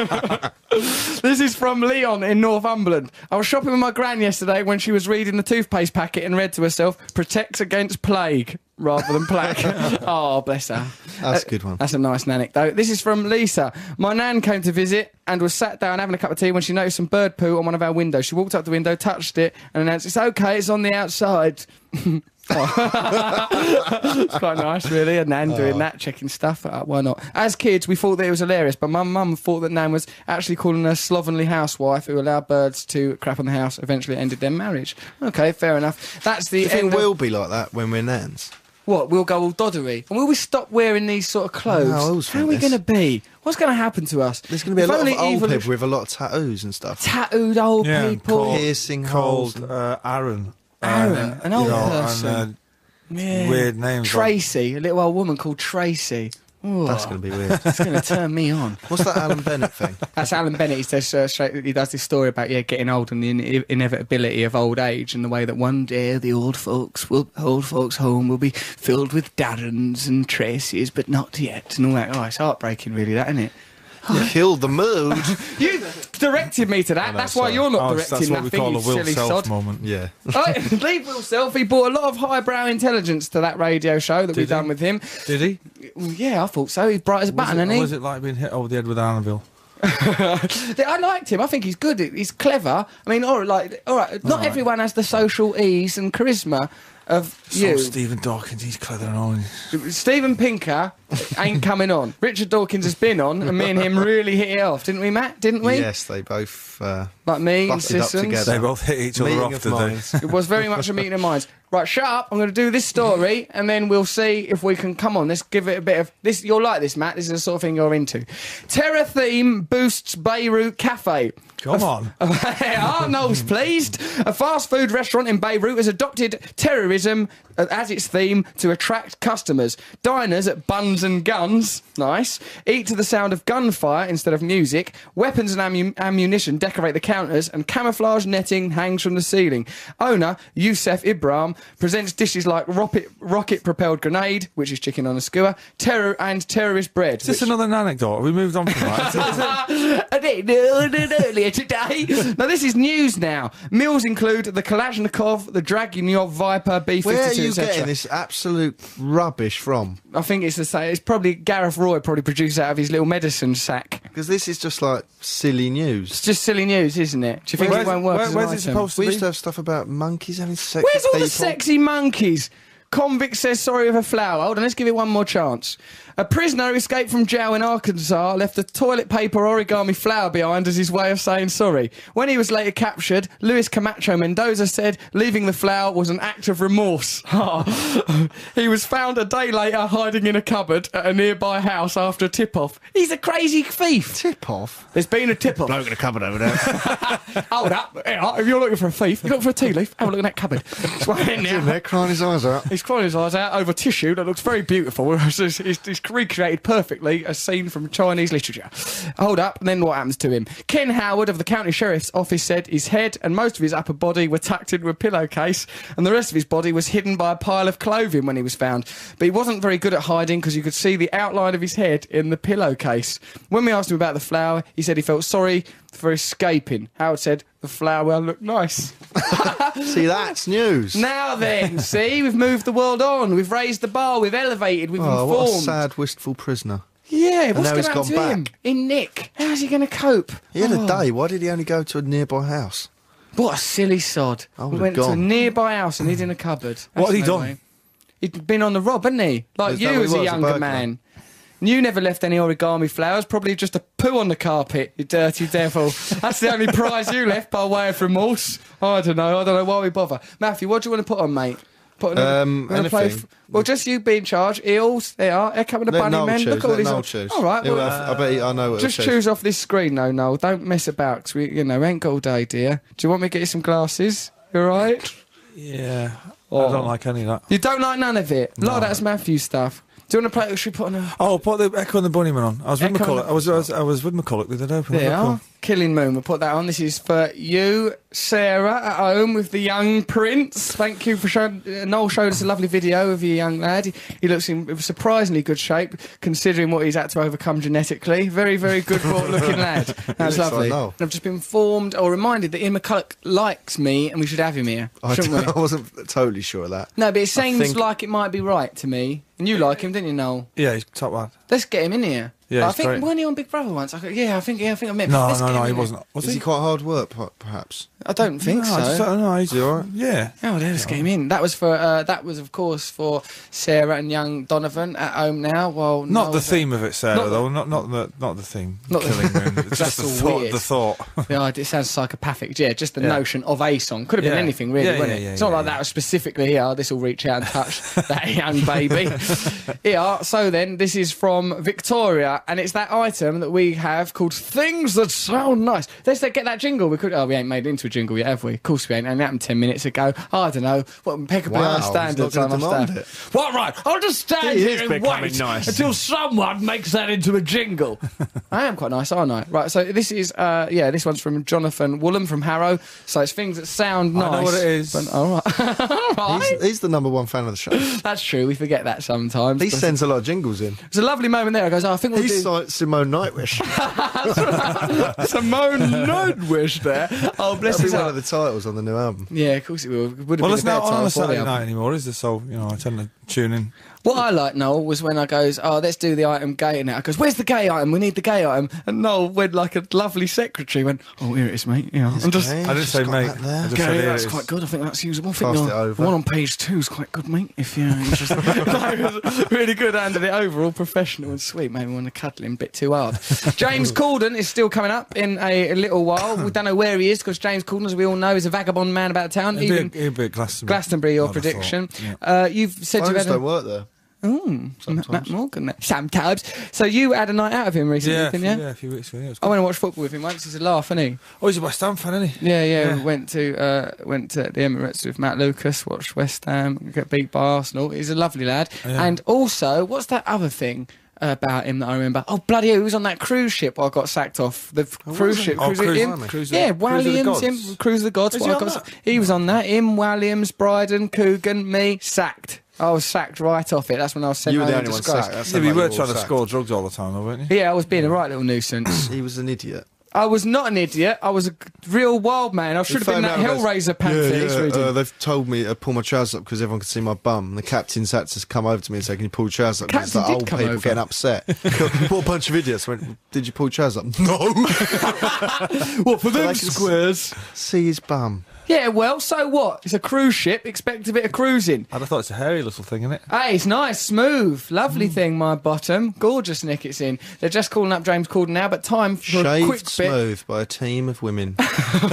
Speaker 2: this is from Leon in Northumberland. I was shopping with my gran yesterday when she was reading the toothpaste packet and read to herself, "Protects against plague." Rather than plaque. oh, bless her.
Speaker 3: That's a good one.
Speaker 2: That's a nice anecdote. This is from Lisa. My nan came to visit and was sat down having a cup of tea when she noticed some bird poo on one of our windows. She walked up to the window, touched it, and announced, It's okay, it's on the outside. it's quite nice, really. And Nan
Speaker 3: Oh.
Speaker 2: doing that, checking stuff. Uh, why not? As kids, we thought that it was hilarious, but my mum thought that Nan was actually calling her slovenly housewife who allowed birds to crap on the house. Eventually, ended their marriage. Okay, fair enough. That's the
Speaker 3: Do you think
Speaker 12: uh,
Speaker 2: end. of-
Speaker 3: we'll be like that when we're nans?
Speaker 2: what? We'll go all doddery, and will we stop wearing these sort of clothes?
Speaker 3: I always
Speaker 2: How
Speaker 3: think
Speaker 2: are we
Speaker 3: this.
Speaker 2: going to be? What's going to happen to us?
Speaker 3: There's going to be a
Speaker 2: If
Speaker 3: lot of
Speaker 2: only
Speaker 3: old
Speaker 2: evolu-
Speaker 3: people with a lot of tattoos and stuff.
Speaker 2: tattooed old
Speaker 12: Yeah, and
Speaker 2: people.
Speaker 12: called-
Speaker 3: Piercing holes.
Speaker 12: Called uh, Aaron.
Speaker 2: Aaron, an old
Speaker 12: you know,
Speaker 2: person.
Speaker 12: And, uh,
Speaker 2: Yeah.
Speaker 12: Weird names. like-
Speaker 2: Tracy, a little old woman called Tracy.
Speaker 3: That's going to be weird.
Speaker 2: It's going to turn me on.
Speaker 3: What's that Alan Bennett thing?
Speaker 2: That's Alan Bennett. He does, uh, straight, he does this story about yeah, getting old and the in- inevitability of old age, and the way that one day the old folks will old folks' home will be filled with Darrens and Traces, but not yet, and all that. Oh, it's heartbreaking, really, that isn't it?
Speaker 3: You killed the mood.
Speaker 2: you directed me to that.
Speaker 3: know,
Speaker 2: that's why
Speaker 3: sorry.
Speaker 2: you're not
Speaker 3: Oh,
Speaker 2: directing
Speaker 3: that's what
Speaker 2: that
Speaker 3: we
Speaker 2: thing,
Speaker 3: call
Speaker 2: you
Speaker 3: a Will
Speaker 2: silly
Speaker 3: Self
Speaker 2: sod.
Speaker 3: moment. Yeah.
Speaker 2: Oh, leave Will Self. He brought a lot of highbrow intelligence to that radio show that we've done with him.
Speaker 12: Did he?
Speaker 2: Well, yeah, I thought so. He's bright as a
Speaker 12: Was
Speaker 2: button,
Speaker 12: it-
Speaker 2: isn't he?
Speaker 12: was it like being hit over the head with an anvil?
Speaker 2: Yeah, I liked him. I think he's good. He's clever. I mean, all right, like, all right. Not
Speaker 12: All right.
Speaker 2: everyone has the social ease and charisma of
Speaker 12: So
Speaker 2: you.
Speaker 12: Oh, Stephen Dawkins, he's clever and all.
Speaker 2: Stephen Pinker ain't coming on. Richard Dawkins has been on, and me and him really hit it off, didn't we, Matt? Didn't we?
Speaker 3: Yes, they both. Uh,
Speaker 2: Like me and
Speaker 3: busted up
Speaker 2: Sissons.
Speaker 3: together.
Speaker 12: They both hit each other
Speaker 3: Meeting
Speaker 12: off,
Speaker 3: of
Speaker 12: did they?
Speaker 3: minds.
Speaker 2: It was very much a meeting of minds. Right, shut up. I'm going to do this story, and then we'll see if we can. Come on, let's give it a bit of this. You'll like this, Matt. This is the sort of thing you're into. Terror theme boosts Beirut cafe.
Speaker 12: Come on.
Speaker 2: Arnold's pleased. A fast food restaurant in Beirut has adopted terrorism uh, as its theme to attract customers. Diners at Buns and Guns, nice, eat to the sound of gunfire instead of music. Weapons and ammu- ammunition decorate the counters, and camouflage netting hangs from the ceiling. Owner Youssef Ibrahim presents dishes like rocket rocket propelled grenade, which is chicken on a skewer, terror and terrorist bread.
Speaker 12: Is this another anecdote? Have we moved on from that?
Speaker 2: I did earlier today. now this is news now. Meals include the Kalashnikov, the Dragunov Viper, B52.
Speaker 3: Where are you
Speaker 2: etc..
Speaker 3: getting this absolute rubbish from?
Speaker 2: I think it's the same. It's probably Gareth Roy probably produced out of his little medicine sack.
Speaker 3: Because this is just like silly news.
Speaker 2: It's just silly news, isn't it? Do you think it won't work? as an item?
Speaker 3: We used to have stuff about monkeys having sex.
Speaker 2: Um, Where's all
Speaker 3: with
Speaker 2: the
Speaker 3: people.
Speaker 2: sexy monkeys? Convict says sorry with a flower. Hold on, let's give it one more chance. A prisoner who escaped from jail in Arkansas left a toilet paper origami flower behind as his way of saying sorry. When he was later captured, Luis Camacho Mendoza said leaving the flower was an act of remorse. he was found a day later hiding in a cupboard at a nearby house after a tip off. He's a crazy thief.
Speaker 3: Tip off?
Speaker 2: There's been a tip off.
Speaker 3: Bloke in a cupboard over there.
Speaker 2: Hold up. Here, if you're looking for a thief, you're looking for a tea leaf, have a look in that cupboard. It's right in there.
Speaker 3: He's in there crying his eyes out.
Speaker 2: He's crying his eyes out over tissue that looks very beautiful. It's, it's, it's- it's recreated perfectly a scene from Chinese literature. Hold up, and then what happens to him? Ken Howard of the county sheriff's office said his head and most of his upper body were tucked into a pillowcase, and the rest of his body was hidden by a pile of clothing when he was found. But he wasn't very good at hiding because you could see the outline of his head in the pillowcase. When we asked him about the flower, he said he felt sorry for escaping. Howard said the flower looked nice.
Speaker 3: See, that's news.
Speaker 2: Now then, see, we've moved the world on. We've raised the bar. We've elevated. We've
Speaker 3: Oh, what a
Speaker 2: informed.
Speaker 3: sad, wistful prisoner.
Speaker 2: Yeah,
Speaker 3: And
Speaker 2: what's
Speaker 3: now
Speaker 2: going
Speaker 3: he's
Speaker 2: to happen
Speaker 3: gone
Speaker 2: to
Speaker 3: back.
Speaker 2: him? In Nick, how's he going to cope?
Speaker 3: He had
Speaker 2: Oh,
Speaker 3: a day. Why did he only go to a nearby house?
Speaker 2: What a silly sod.
Speaker 3: I
Speaker 2: we
Speaker 3: would've
Speaker 2: went to a
Speaker 3: gone.
Speaker 2: nearby house and hid in a cupboard.
Speaker 3: Oh, What had
Speaker 2: That's
Speaker 3: he
Speaker 2: no
Speaker 3: done?
Speaker 2: way. He'd been on the rob, hadn't he? Like
Speaker 3: Is that
Speaker 2: you
Speaker 3: what
Speaker 2: as
Speaker 3: he
Speaker 2: a
Speaker 3: was, a
Speaker 2: younger
Speaker 3: burglar?
Speaker 2: man. And You never left any origami flowers, probably just a poo on the carpet, you dirty devil. That's the only prize you left by way of remorse. I don't know, I don't know why we bother. Matthew, what do you want to put on, mate? Put
Speaker 3: Um,
Speaker 2: wanna play
Speaker 3: anything.
Speaker 2: well, just you be in charge. Eels, they are. Echo and the
Speaker 3: Let
Speaker 2: bunny
Speaker 3: Noel
Speaker 2: men.
Speaker 3: choose.
Speaker 2: Look at all
Speaker 3: Let
Speaker 2: these.
Speaker 3: Noel choose.
Speaker 2: All right,
Speaker 3: He'll
Speaker 2: well,
Speaker 3: have- I bet he- I know what he'll
Speaker 2: just
Speaker 3: choose.
Speaker 2: choose off this screen, though, Noel. Don't mess about, 'cause we, you know, we ain't got all day, dear. Do you want me to get you some glasses? You all right?
Speaker 12: yeah. I
Speaker 2: Oh.
Speaker 12: don't like any of that.
Speaker 2: You don't like none of it. A lot of that's Matthew stuff. Do you want to play? Should we put on a?
Speaker 12: Oh, put the Echo and the Bunnyman on. I was with
Speaker 2: Echo and
Speaker 12: McCulloch. I was, I was I was with McCulloch the other day. from
Speaker 2: There you
Speaker 12: Liverpool.
Speaker 2: are. Killing Moon. We'll put that on. This is for you, Sarah, at home with the young prince. Thank you for showing. Uh, Noel showed us a lovely video of your young lad. He, he looks in surprisingly good shape, considering what he's had to overcome genetically. Very, very good, brought-looking lad. That's
Speaker 3: looks like
Speaker 2: lovely.
Speaker 3: Noel.
Speaker 2: And I've just been informed or reminded that Ian McCulloch likes me, and we should have him here,
Speaker 3: I,
Speaker 2: shouldn't
Speaker 3: don't-
Speaker 2: we?
Speaker 3: I wasn't totally sure of that.
Speaker 2: No, but it
Speaker 3: I
Speaker 2: seems
Speaker 3: think-
Speaker 2: like it might be right to me. And you like him, didn't you, Noel?
Speaker 12: Yeah, he's top lad.
Speaker 2: Let's get him in here.
Speaker 12: Yeah,
Speaker 2: But I
Speaker 12: he's
Speaker 2: think
Speaker 12: great.
Speaker 2: weren't he on Big Brother once? I go, yeah, I think yeah, I think I met. him.
Speaker 12: No,
Speaker 2: Let's
Speaker 12: no,
Speaker 2: get him
Speaker 12: no,
Speaker 2: in
Speaker 12: he
Speaker 2: here.
Speaker 12: wasn't. Was
Speaker 3: Is
Speaker 12: he?
Speaker 3: he quite hard work, per- perhaps?
Speaker 2: I don't think
Speaker 12: No, I just
Speaker 2: so.
Speaker 12: don't know. He's,
Speaker 3: Is he all right?
Speaker 12: yeah.
Speaker 2: Oh, there's game in. That was for uh, that was of course for Sarah and young Donovan at home now. Well,
Speaker 12: Not
Speaker 2: no,
Speaker 12: the
Speaker 2: but-
Speaker 12: theme of it, Sarah,
Speaker 2: Not the-
Speaker 12: though. Not not the not the theme.
Speaker 2: Not the-
Speaker 12: Killing Moon. It's
Speaker 2: That's
Speaker 12: just the
Speaker 2: all
Speaker 12: thought.
Speaker 2: weird.
Speaker 12: The thought.
Speaker 2: The idea it sounds psychopathic. Yeah, just the
Speaker 12: Yeah.
Speaker 2: notion of a song could have been
Speaker 12: Yeah.
Speaker 2: anything really,
Speaker 12: Yeah,
Speaker 2: wouldn't
Speaker 12: yeah,
Speaker 2: it?
Speaker 12: yeah,
Speaker 2: it's not
Speaker 12: yeah,
Speaker 2: like that was specifically here. this will reach out and touch that young baby. yeah. So then, this is from Victoria Right, and it's that item that we have called Things That Sound Nice. Let's get that jingle. We could. Oh, we ain't made it into a jingle yet, have we? Of course we ain't. And that happened 10 minutes ago. I don't know. What impeccably
Speaker 3: Wow,
Speaker 2: high
Speaker 3: he's not
Speaker 2: standards
Speaker 3: gonna
Speaker 2: I must
Speaker 3: demand
Speaker 2: have.
Speaker 3: it.
Speaker 2: What, right? I'll just stand
Speaker 3: He is
Speaker 2: here and
Speaker 3: becoming
Speaker 2: wait
Speaker 3: nice.
Speaker 2: until someone makes that into a jingle. I am quite nice, aren't I? Right, so this is, uh, yeah, this one's from Jonathan Woolham from Harrow. So it's Things That Sound Nice.
Speaker 3: I know what it is.
Speaker 2: But, all right.
Speaker 3: He's, he's the number one fan of the show.
Speaker 2: That's true. We forget that sometimes.
Speaker 3: He
Speaker 2: But-
Speaker 3: sends a lot of jingles in.
Speaker 2: It's a lovely moment there. I goes, oh, I think we'll
Speaker 3: He's
Speaker 2: do.
Speaker 3: like Simone Nightwish.
Speaker 2: Simone Nightwish there. Oh, bless his
Speaker 3: That'll be one
Speaker 2: heart.
Speaker 3: of the titles on the new album.
Speaker 2: Yeah, of course it will. It would have
Speaker 12: well,
Speaker 2: been
Speaker 12: it's
Speaker 2: a better
Speaker 12: not on
Speaker 2: title
Speaker 12: a
Speaker 2: for the
Speaker 12: Saturday
Speaker 2: album.
Speaker 12: night anymore, is it? So you know, I tend to tune in.
Speaker 2: What I like, Noel, was when I goes, oh, let's do the item gay now. I goes, where's the gay item? We need the gay item. And Noel went like a lovely secretary, went, oh, here it is, mate. Yeah, I'm just.
Speaker 12: I didn't say mate. I just said
Speaker 2: Gay,
Speaker 12: it
Speaker 2: that's
Speaker 12: is.
Speaker 2: quite good. I think that's usable. I think
Speaker 12: Passed
Speaker 2: the
Speaker 12: it over.
Speaker 2: the one on page two is quite good, mate. If you're interested, That was really good. Handed it over, all professional and sweet. Maybe we want to cuddle him a bit too hard. James Corden is still coming up in a little while. We don't know where he is because James Corden, as we all know, is a vagabond man about town.
Speaker 12: It'd be,
Speaker 2: Even
Speaker 12: a, it'd be a Glastonbury.
Speaker 2: Glastonbury, your
Speaker 12: I'd have
Speaker 2: prediction.
Speaker 12: thought, yeah.
Speaker 2: Uh, you've said you've
Speaker 3: Phones
Speaker 2: had a-
Speaker 3: don't work there.
Speaker 2: Mm, Matt Morgan. there. Sometimes. So you had a night out of him recently,
Speaker 12: Yeah, a
Speaker 2: didn't
Speaker 12: few-
Speaker 2: you?
Speaker 12: yeah, a few weeks ago. Yeah, it was
Speaker 2: I went and watched football with him once. He's a laugh, isn't he?
Speaker 12: Oh, he's a West Ham fan, isn't he?
Speaker 2: Yeah, yeah.
Speaker 12: Yeah.
Speaker 2: We went to uh, went to the Emirates with Matt Lucas, watched West Ham get beat by Arsenal. He's a lovely lad.
Speaker 12: Yeah.
Speaker 2: And also, what's that other thing? About him that I remember. Oh bloody! hell, He was on that cruise ship. I got sacked off the f- cruise
Speaker 12: he?
Speaker 2: ship.
Speaker 12: Oh, Cruise-
Speaker 2: him.
Speaker 12: Cruise-
Speaker 2: yeah,
Speaker 12: Cruise of the
Speaker 2: Walliams.
Speaker 12: Gods.
Speaker 2: Him. Cruise of the Gods.
Speaker 12: Is
Speaker 2: what
Speaker 12: he
Speaker 2: I
Speaker 12: on
Speaker 2: got- he was on that. Him. Walliams. Bryden. Coogan. Me. Sacked. I was sacked right off it. That's when I was sent
Speaker 3: You were
Speaker 2: home
Speaker 3: the
Speaker 2: in
Speaker 3: only one
Speaker 2: disgrace.
Speaker 3: sacked. That
Speaker 12: Yeah,
Speaker 3: sounded
Speaker 12: we
Speaker 3: like
Speaker 12: were
Speaker 3: you
Speaker 12: trying
Speaker 3: all
Speaker 12: to
Speaker 3: sacked.
Speaker 12: score drugs all the time, though, weren't you?
Speaker 2: Yeah, I was being a right little nuisance.
Speaker 3: He was an idiot.
Speaker 2: I was not an idiot. I was a real wild man. I should have been
Speaker 3: Phone
Speaker 2: that
Speaker 3: now goes,
Speaker 2: Hellraiser pamphlet. he's
Speaker 3: Yeah, yeah,
Speaker 2: reading.
Speaker 3: uh, they've told me to pull my trousers up because everyone could see my bum. And the captain's had to come over to me and say, "Can you pull your trousers up?" 'Cause it's
Speaker 2: Captain
Speaker 3: like
Speaker 2: did
Speaker 3: old
Speaker 2: come
Speaker 3: people
Speaker 2: over.
Speaker 3: getting upset. what a bunch of idiots! I went, Did you pull your trousers up? No.
Speaker 2: what for
Speaker 3: But
Speaker 2: them
Speaker 3: they can s-
Speaker 2: squares?
Speaker 3: see his bum.
Speaker 2: Yeah, well, so what? It's a cruise ship. Expect a bit of cruising.
Speaker 12: I'd have thought it's a hairy little thing, isn't it?
Speaker 2: Hey, it's nice, smooth, lovely
Speaker 3: Mm.
Speaker 2: thing, my bottom. Gorgeous, Nick, it's in. They're just calling up James Corden now, but time for a quick
Speaker 3: Shaved
Speaker 2: bit.
Speaker 3: smooth by a team of women.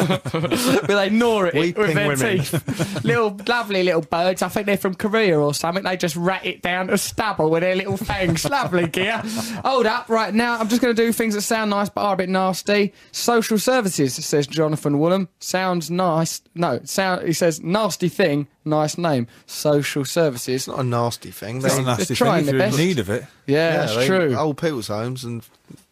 Speaker 2: But they gnaw at it with
Speaker 3: Weeping
Speaker 2: their
Speaker 3: women.
Speaker 2: teeth. little, lovely little birds. I think they're from Korea or something. They just rat it down to stubble with their little fangs. lovely gear. Hold up, right now. I'm just going to do things that sound nice but are a bit nasty. Social services, says Jonathan Woolham. Sounds nice. No, sound. He says nasty thing, nice name. Social services.
Speaker 3: Not a nasty thing.
Speaker 12: It's
Speaker 3: They-
Speaker 12: not a nasty thing
Speaker 2: trying
Speaker 12: if
Speaker 2: their
Speaker 12: you're in
Speaker 2: best.
Speaker 12: need of it.
Speaker 2: Yeah, that's
Speaker 3: they-
Speaker 2: true.
Speaker 3: Old people's homes and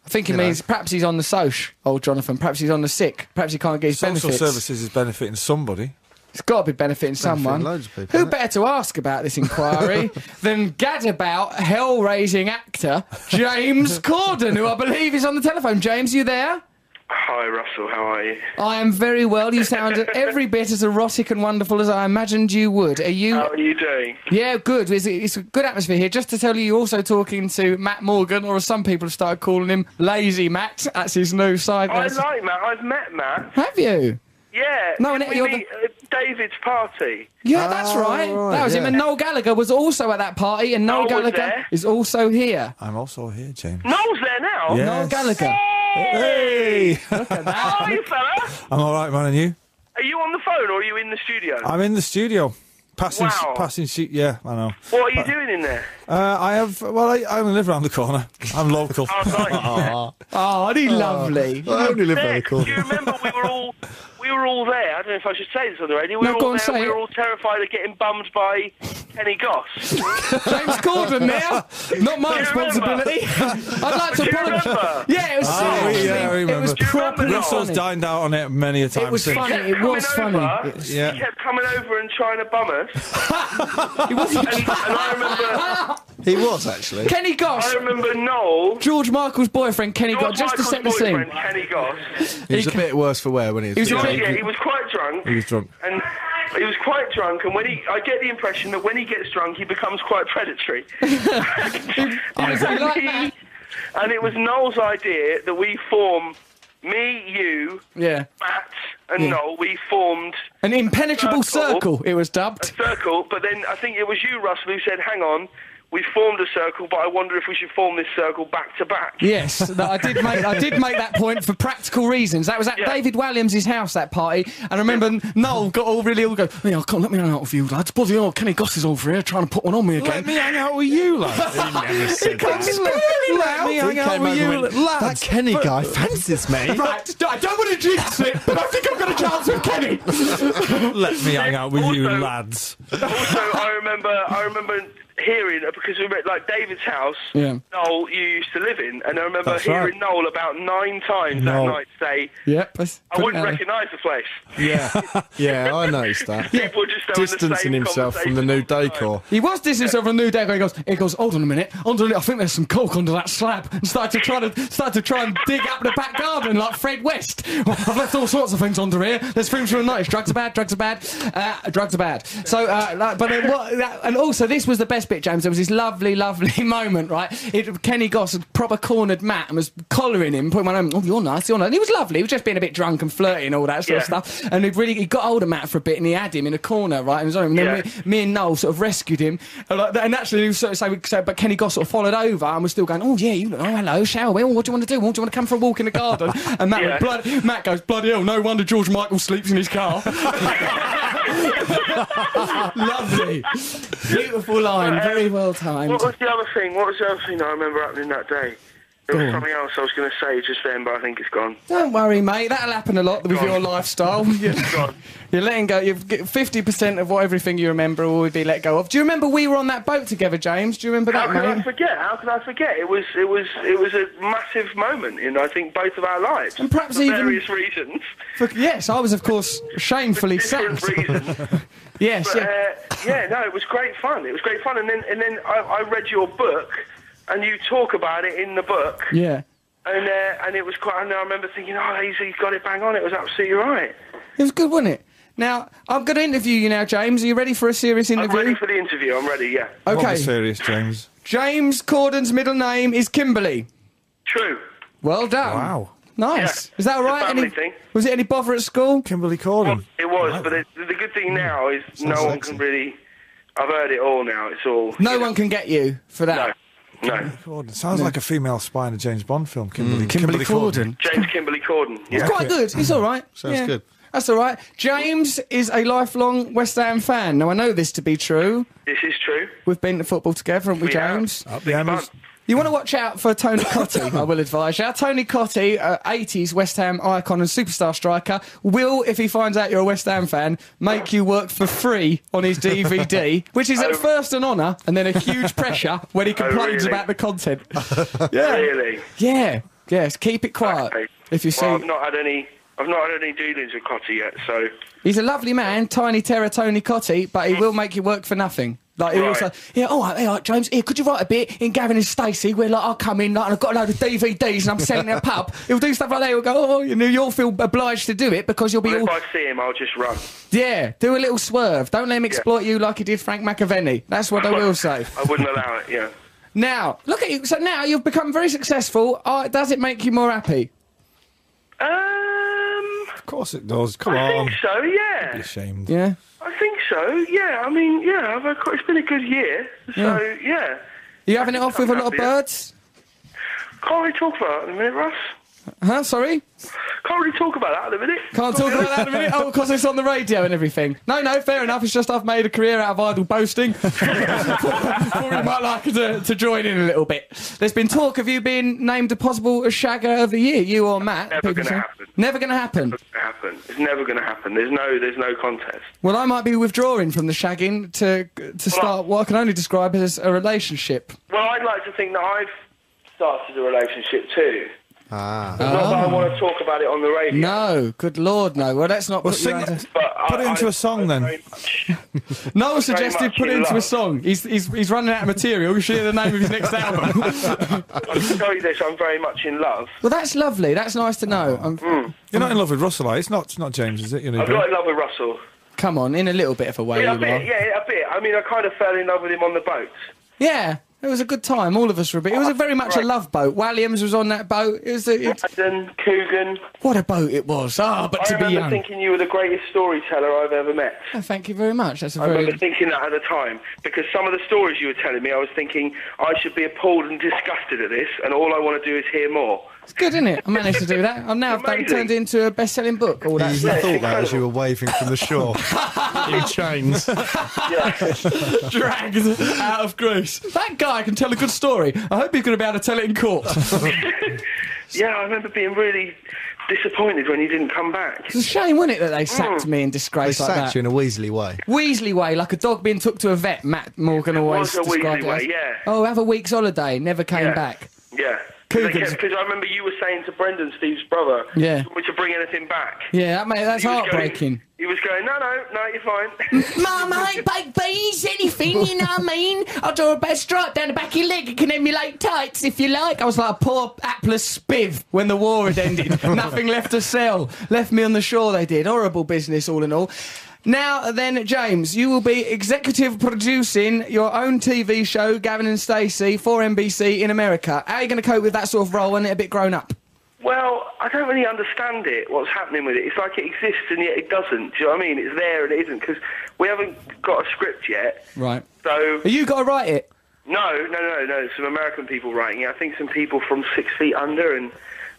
Speaker 2: I think he
Speaker 3: you know.
Speaker 2: means perhaps he's on the soch, old Jonathan. Perhaps he's on the sick. Perhaps he can't get his
Speaker 12: Social
Speaker 2: benefits.
Speaker 12: services is benefiting somebody.
Speaker 2: It's got to be benefiting someone.
Speaker 3: loads of people,
Speaker 2: Who
Speaker 3: isn't it?
Speaker 2: better to ask about this inquiry than gadabout, hell-raising actor James Corden, who I believe is on the telephone. James, you there?
Speaker 9: Hi, Russell. How are you?
Speaker 2: I am very well. You sound every bit as erotic and wonderful as I imagined you would. Are you?
Speaker 8: Oh.
Speaker 9: How are you doing?
Speaker 2: Yeah, good. It's, it's a good atmosphere here. Just to tell you, you're also talking to Matt Morgan, or as some people have started calling him, Lazy Matt. That's his new side.
Speaker 9: I like Matt. I've met Matt.
Speaker 2: Have you?
Speaker 9: Yeah.
Speaker 2: No,
Speaker 9: did
Speaker 2: and
Speaker 9: we
Speaker 2: you're the-
Speaker 9: meet at David's party.
Speaker 2: Yeah, that's right.
Speaker 3: right,
Speaker 2: That was him.
Speaker 3: yeah.
Speaker 2: And Noel Gallagher was also at that party, and
Speaker 9: Noel
Speaker 2: Noel
Speaker 9: Oh, was
Speaker 2: Gallagher
Speaker 9: there.
Speaker 2: is also here.
Speaker 12: I'm also here, James.
Speaker 9: Noel's there now.
Speaker 12: Yeah.
Speaker 2: Noel
Speaker 12: Yes.
Speaker 2: Gallagher.
Speaker 12: Hey!
Speaker 9: How are you, fella?
Speaker 12: I'm all right, man, and you?
Speaker 9: Are you on the phone or are you in the studio?
Speaker 12: I'm in the studio. Passing,
Speaker 9: Wow.
Speaker 12: passing sheet. Yeah, I know.
Speaker 9: What are you doing in there?
Speaker 12: Uh, I have. Well, I, I only live around the corner. I'm local.
Speaker 9: Oh, nice.
Speaker 2: Oh, aren't he lovely?
Speaker 3: I only live
Speaker 9: There,
Speaker 3: very
Speaker 9: do
Speaker 3: cool.
Speaker 9: you remember we were all we were all there? I don't know if I should say this on the radio. We
Speaker 2: No,
Speaker 9: were
Speaker 2: go
Speaker 9: all
Speaker 2: on,
Speaker 9: there.
Speaker 2: say
Speaker 9: We
Speaker 2: it.
Speaker 9: were all terrified of getting bummed by Kenny Goss.
Speaker 2: James Corden now. Not my
Speaker 9: Do you
Speaker 2: responsibility. I'd like
Speaker 9: Do
Speaker 2: to
Speaker 9: you
Speaker 2: apologise.
Speaker 9: remember?
Speaker 2: Yeah, it was
Speaker 12: Oh,
Speaker 2: seriously.
Speaker 12: yeah, I
Speaker 2: it was
Speaker 12: remember.
Speaker 2: properly
Speaker 12: Russell's
Speaker 2: funny.
Speaker 12: dined out on it many a time.
Speaker 2: It was
Speaker 12: since.
Speaker 2: funny. It was funny.
Speaker 9: Over,
Speaker 2: It-
Speaker 12: Yeah.
Speaker 9: He kept coming over and trying to bum us.
Speaker 2: It wasn't.
Speaker 9: And, and I remember,
Speaker 3: He was actually.
Speaker 2: Kenny Goss,
Speaker 9: I remember Noel.
Speaker 2: George Michael's boyfriend, Kenny
Speaker 9: Oh. George
Speaker 2: Goss. Just to
Speaker 9: Michael's
Speaker 2: set the
Speaker 9: boyfriend,
Speaker 2: scene.
Speaker 9: Kenny Goss.
Speaker 3: He was a bit worse for wear when he was.
Speaker 2: was a
Speaker 3: young.
Speaker 2: bit-
Speaker 9: Yeah, he was quite drunk.
Speaker 12: He was drunk.
Speaker 9: And he was quite drunk, and when he, I get the impression that when he gets drunk, he becomes quite predatory.
Speaker 2: was
Speaker 9: And
Speaker 2: like
Speaker 9: he-
Speaker 2: that.
Speaker 9: and it was Noel's idea that we form me, you,
Speaker 2: Yeah.
Speaker 9: Matt,
Speaker 8: and Noel, we formed
Speaker 2: An impenetrable circle,
Speaker 8: Circle.
Speaker 2: it was dubbed.
Speaker 8: a circle, but then I think it was you, Russell, who said, hang on, we formed a circle, but I wonder if we should form this circle back to back.
Speaker 2: Yes, that I did make. I did make that point for practical reasons. That was at David Walliams' house that party, and I remember Noel got all really all go. "Oh, Yeah, I can't let me hang out with you lads. Bloody hell, Kenny Goss is over here trying to put one on me again.
Speaker 13: Let me hang out with you, lads.
Speaker 2: He never said
Speaker 13: It comes
Speaker 2: that.
Speaker 13: really
Speaker 2: Let
Speaker 13: loud.
Speaker 2: me hang
Speaker 13: He
Speaker 2: out
Speaker 13: came
Speaker 2: with
Speaker 13: over
Speaker 2: you
Speaker 13: and went, "That
Speaker 2: lads.
Speaker 13: Kenny
Speaker 2: But-
Speaker 13: guy
Speaker 3: fancies me."
Speaker 2: Right, I don't want to jinx it, but I think I've got a chance with Kenny.
Speaker 12: Let me hang out with you lads.
Speaker 8: also, I remember, I remember hearing because we were at like David's house.
Speaker 12: Yeah.
Speaker 8: Noel, you used to live in, and I remember
Speaker 12: That's right.
Speaker 8: hearing Noel about nine times
Speaker 3: Noel.
Speaker 8: that night say,
Speaker 2: Yep.
Speaker 8: "I
Speaker 12: uh,
Speaker 8: wouldn't recognise the place."
Speaker 3: Yeah, yeah, I noticed that.
Speaker 8: People just having the
Speaker 3: Distancing
Speaker 8: same
Speaker 3: himself from the new decor.
Speaker 2: He was distancing himself from New Day. He goes, he goes. Hold on a minute. Hold on a minute. I think there's some coke under that slab. And started to try to started to try and dig up the back garden like Fred West. Oh, I've left all sorts of things under here. There's things from the night. Drugs are bad. Drugs are bad. Uh, drugs are bad. So, uh, like, but then what? That, and also, this was the best bit, James. There was this lovely, lovely moment, right? It, Kenny Goss had proper cornered Matt and was collaring him, putting my name. Oh, you're nice. You're nice. And he was lovely. He was just being a bit drunk and flirty and all that sort
Speaker 7: Yeah.
Speaker 2: of stuff. And he really he got hold of Matt for a bit and he had him in a corner, right? And, he was on him. and then
Speaker 7: Yeah.
Speaker 2: we, me and Noel sort of rescued him, and, like, and actually, he was sort of saying, so- but Kenny Goss sort of followed over, and we're still going, oh yeah, you, look- oh hello, shall we? Oh, what do you want to do? Oh, do you want to come for a walk in the garden? And Matt, went, blood, Matt goes, bloody hell, no wonder George Michael sleeps in his car. Lovely, beautiful line, very well timed.
Speaker 8: What was the other thing? What was the other thing I remember happening that day? There was something else I was going to say just then, but I think it's gone.
Speaker 2: Don't worry, mate. That'll happen a lot with your lifestyle. You're, you're letting go. You've fifty percent of what everything you remember will be let go of. Do you remember we were on that boat together, James? Do you remember
Speaker 8: How
Speaker 2: that, mate?
Speaker 8: could I forget? How could I forget? It was, it was, it was a massive moment in I think both of our lives, and
Speaker 2: perhaps
Speaker 8: for
Speaker 2: even-
Speaker 8: various reasons.
Speaker 2: For- yes, I was, of course, shamefully sacked. yes,
Speaker 8: But,
Speaker 2: yeah.
Speaker 8: Uh, yeah, no, it was great fun. It was great fun, and then and then I, I read your book, and you talk about it in the book,
Speaker 2: yeah.
Speaker 8: and uh, and it was quite. And I remember thinking, oh, he's, he's got it bang on. It was absolutely right.
Speaker 2: It was good, wasn't it? Now, I'm going to interview you now, James. Are you ready for a serious
Speaker 8: I'm ready
Speaker 2: interview?
Speaker 8: for the interview. I'm ready. Yeah.
Speaker 2: Okay. What was
Speaker 12: serious, James?
Speaker 2: James Corden's middle name is Kimberly.
Speaker 8: True.
Speaker 2: Well done. Wow. Nice. Is that all right?
Speaker 8: family
Speaker 2: Any,
Speaker 8: thing.
Speaker 2: was it any bother at school? Kimberly Corden.
Speaker 8: It was, but it, the good thing now is no
Speaker 2: Mm. Sounds
Speaker 8: one can really. I've heard it all now. It's all.
Speaker 2: No one can get you for that.
Speaker 8: No.
Speaker 11: It sounds like a female spy in a James Bond film, Kimberly.
Speaker 2: Kimberly
Speaker 8: James Kimberly Corden. Yeah.
Speaker 2: It's quite good. It's all right.
Speaker 11: Sounds
Speaker 2: Yeah.
Speaker 11: good.
Speaker 2: That's all right. James is a lifelong West Ham fan. Now, I know this to be true.
Speaker 8: This is true.
Speaker 2: We've been to football together, haven't we, James?
Speaker 8: Up the hammers.
Speaker 2: You want to watch out for Tony Cotti, I will advise you. Tony Cotti, uh, 80s West Ham icon and superstar striker, will, if he finds out you're a West Ham fan, make you work for free on his DVD, which is at first an honour and then a huge pressure when he
Speaker 8: Oh,
Speaker 2: complains
Speaker 8: really?
Speaker 2: about the content.
Speaker 8: Really.
Speaker 2: Yeah, yes, keep it quiet. If you see.
Speaker 8: Well, I've not had any. I've not had any dealings with Cotty yet, so
Speaker 2: He's a lovely man, tiny terror Tony Cotti, but he will make you work for nothing. Like he
Speaker 8: Right.
Speaker 2: also, yeah, all right, all right, James, here, could you write a bit in Gavin and Stacey where like I'll come in like, and I've got a load of DVDs and I'm selling at a pub. He'll do stuff like that. He'll go, oh, you know, you'll feel obliged to do it because you'll be
Speaker 8: well,
Speaker 2: all,
Speaker 8: if I see him, I'll just run.
Speaker 2: yeah, do a little swerve. Don't let him exploit you like he did Frank McAvenny. That's what I will say.
Speaker 8: I wouldn't allow it. Yeah.
Speaker 2: Now, look at you. So now you've become very successful. Uh, does it make you more happy?
Speaker 8: Um,
Speaker 12: Of course it does. Come
Speaker 8: I
Speaker 12: on.
Speaker 8: think so. Yeah.
Speaker 12: Ashamed.
Speaker 2: Yeah.
Speaker 8: I think so. Yeah. I mean, yeah. I've had quite, it's been a good year, so yeah.
Speaker 2: You having it off with a lot of
Speaker 8: Happy.
Speaker 2: birds?
Speaker 8: Can't really talk about it at the minute, Russ.
Speaker 2: Huh? Sorry.
Speaker 8: Can't really talk about that at the minute.
Speaker 2: Can't talk about that in a minute. Oh, because it's on the radio and everything. No, no, fair enough. It's just I've made a career out of idle boasting. Thought you might like to, to join in a little bit. There's been talk of you being named a possible shagger of the year, you or Matt.
Speaker 8: Never
Speaker 2: people
Speaker 8: gonna
Speaker 2: say.
Speaker 8: happen.
Speaker 2: Never going to happen.
Speaker 8: It's never gonna happen. It's never going to happen. There's no. There's no contest.
Speaker 2: Well, I might be withdrawing from the shagging to to start what I can only describe as a relationship.
Speaker 8: Well, I'd like to think that I've started a relationship too.
Speaker 2: Ah.
Speaker 8: Not that I want to talk about it on the radio.
Speaker 2: No, good lord, no. Well, let's not
Speaker 8: Well,
Speaker 2: put you
Speaker 8: sing
Speaker 2: out
Speaker 8: it.
Speaker 2: to-
Speaker 8: Put it into a song then.
Speaker 2: Noel
Speaker 8: Very
Speaker 2: suggested
Speaker 8: much
Speaker 2: put it
Speaker 8: in
Speaker 2: into a
Speaker 8: love.
Speaker 2: song. He's, he's, he's running out of material. You should hear the name of his next album.
Speaker 8: I can tell you this, I'm very much in love.
Speaker 2: Well, that's lovely. That's nice to know. I'm,
Speaker 12: You're not in love with Russell, eh? It's not, it's not James, is it? You know,
Speaker 8: I'm not in love with Russell.
Speaker 2: Come on, in a little bit of a way,
Speaker 8: Yeah, a
Speaker 2: Oh, you are.
Speaker 8: bit, yeah, a bit. I mean, I kind of fell in love with him on the boat.
Speaker 2: Yeah. It was a good time. All of us were a bit. It was a very much a love boat. Walliams was on that boat. It was a, it,
Speaker 8: Madden, Coogan.
Speaker 2: what a boat it was. Ah, but
Speaker 8: I
Speaker 2: to be
Speaker 8: remember
Speaker 2: young.
Speaker 8: thinking you were the greatest storyteller I've ever met.
Speaker 2: Oh, thank you very much. That's a
Speaker 8: I
Speaker 2: very.
Speaker 8: remember thinking that at the time because some of the stories you were telling me, I was thinking I should be appalled and disgusted at this, and all I want to do is hear more.
Speaker 2: It's good, isn't it? I managed to do that. I'm now I've turned it into a best-selling book. All that.
Speaker 3: You
Speaker 2: stuff.
Speaker 3: thought that as you were waving from the shore. In chains.
Speaker 2: dragged out of Greece. That guy can tell a good story. I hope he's going to be able to tell it in court.
Speaker 8: Yeah, I remember being really disappointed when you didn't come back.
Speaker 2: it's a shame, wasn't it, that they sacked
Speaker 8: Mm.
Speaker 2: me in disgrace
Speaker 3: They
Speaker 2: like
Speaker 3: sacked
Speaker 2: that?
Speaker 3: you in a Weasley way.
Speaker 2: Weasley way, like a dog being took to a vet. Matt Morgan always
Speaker 8: was a
Speaker 2: described
Speaker 8: Weasley
Speaker 2: it
Speaker 8: way,
Speaker 2: as.
Speaker 8: yeah.
Speaker 2: Oh, have a week's holiday. Never came
Speaker 8: Yeah.
Speaker 2: back.
Speaker 8: Yeah.
Speaker 2: Coogan's-
Speaker 8: Because I remember you were saying to Brendan, Steve's brother,
Speaker 2: Yeah.
Speaker 8: "Do you want me to bring anything back?
Speaker 2: Yeah, that, mate, that's
Speaker 8: He was
Speaker 2: heartbreaking.
Speaker 8: He was going, no, no, no, you're fine.
Speaker 7: Mum, I ain't baked beans, anything, you know what I mean? I'll draw a bad stripe down the back of your leg. It can emulate tights if you like.
Speaker 2: I was like a poor hapless spiv when the war had ended. Nothing left to sell. Left me on the shore, they did. Horrible business, all in all. Now then, James, you will be executive producing your own TV show, Gavin and Stacey, for NBC in America. How are you going to cope with that sort of role when it a bit grown up?
Speaker 8: Well, I don't really understand it, what's happening with it. It's like it exists and yet it doesn't. Do you know what I mean? It's there and it isn't because we haven't got a script yet.
Speaker 2: Right.
Speaker 8: So,
Speaker 2: You got to write it.
Speaker 8: no, no, no, no. Some American people writing it. I think some people from Six Feet Under and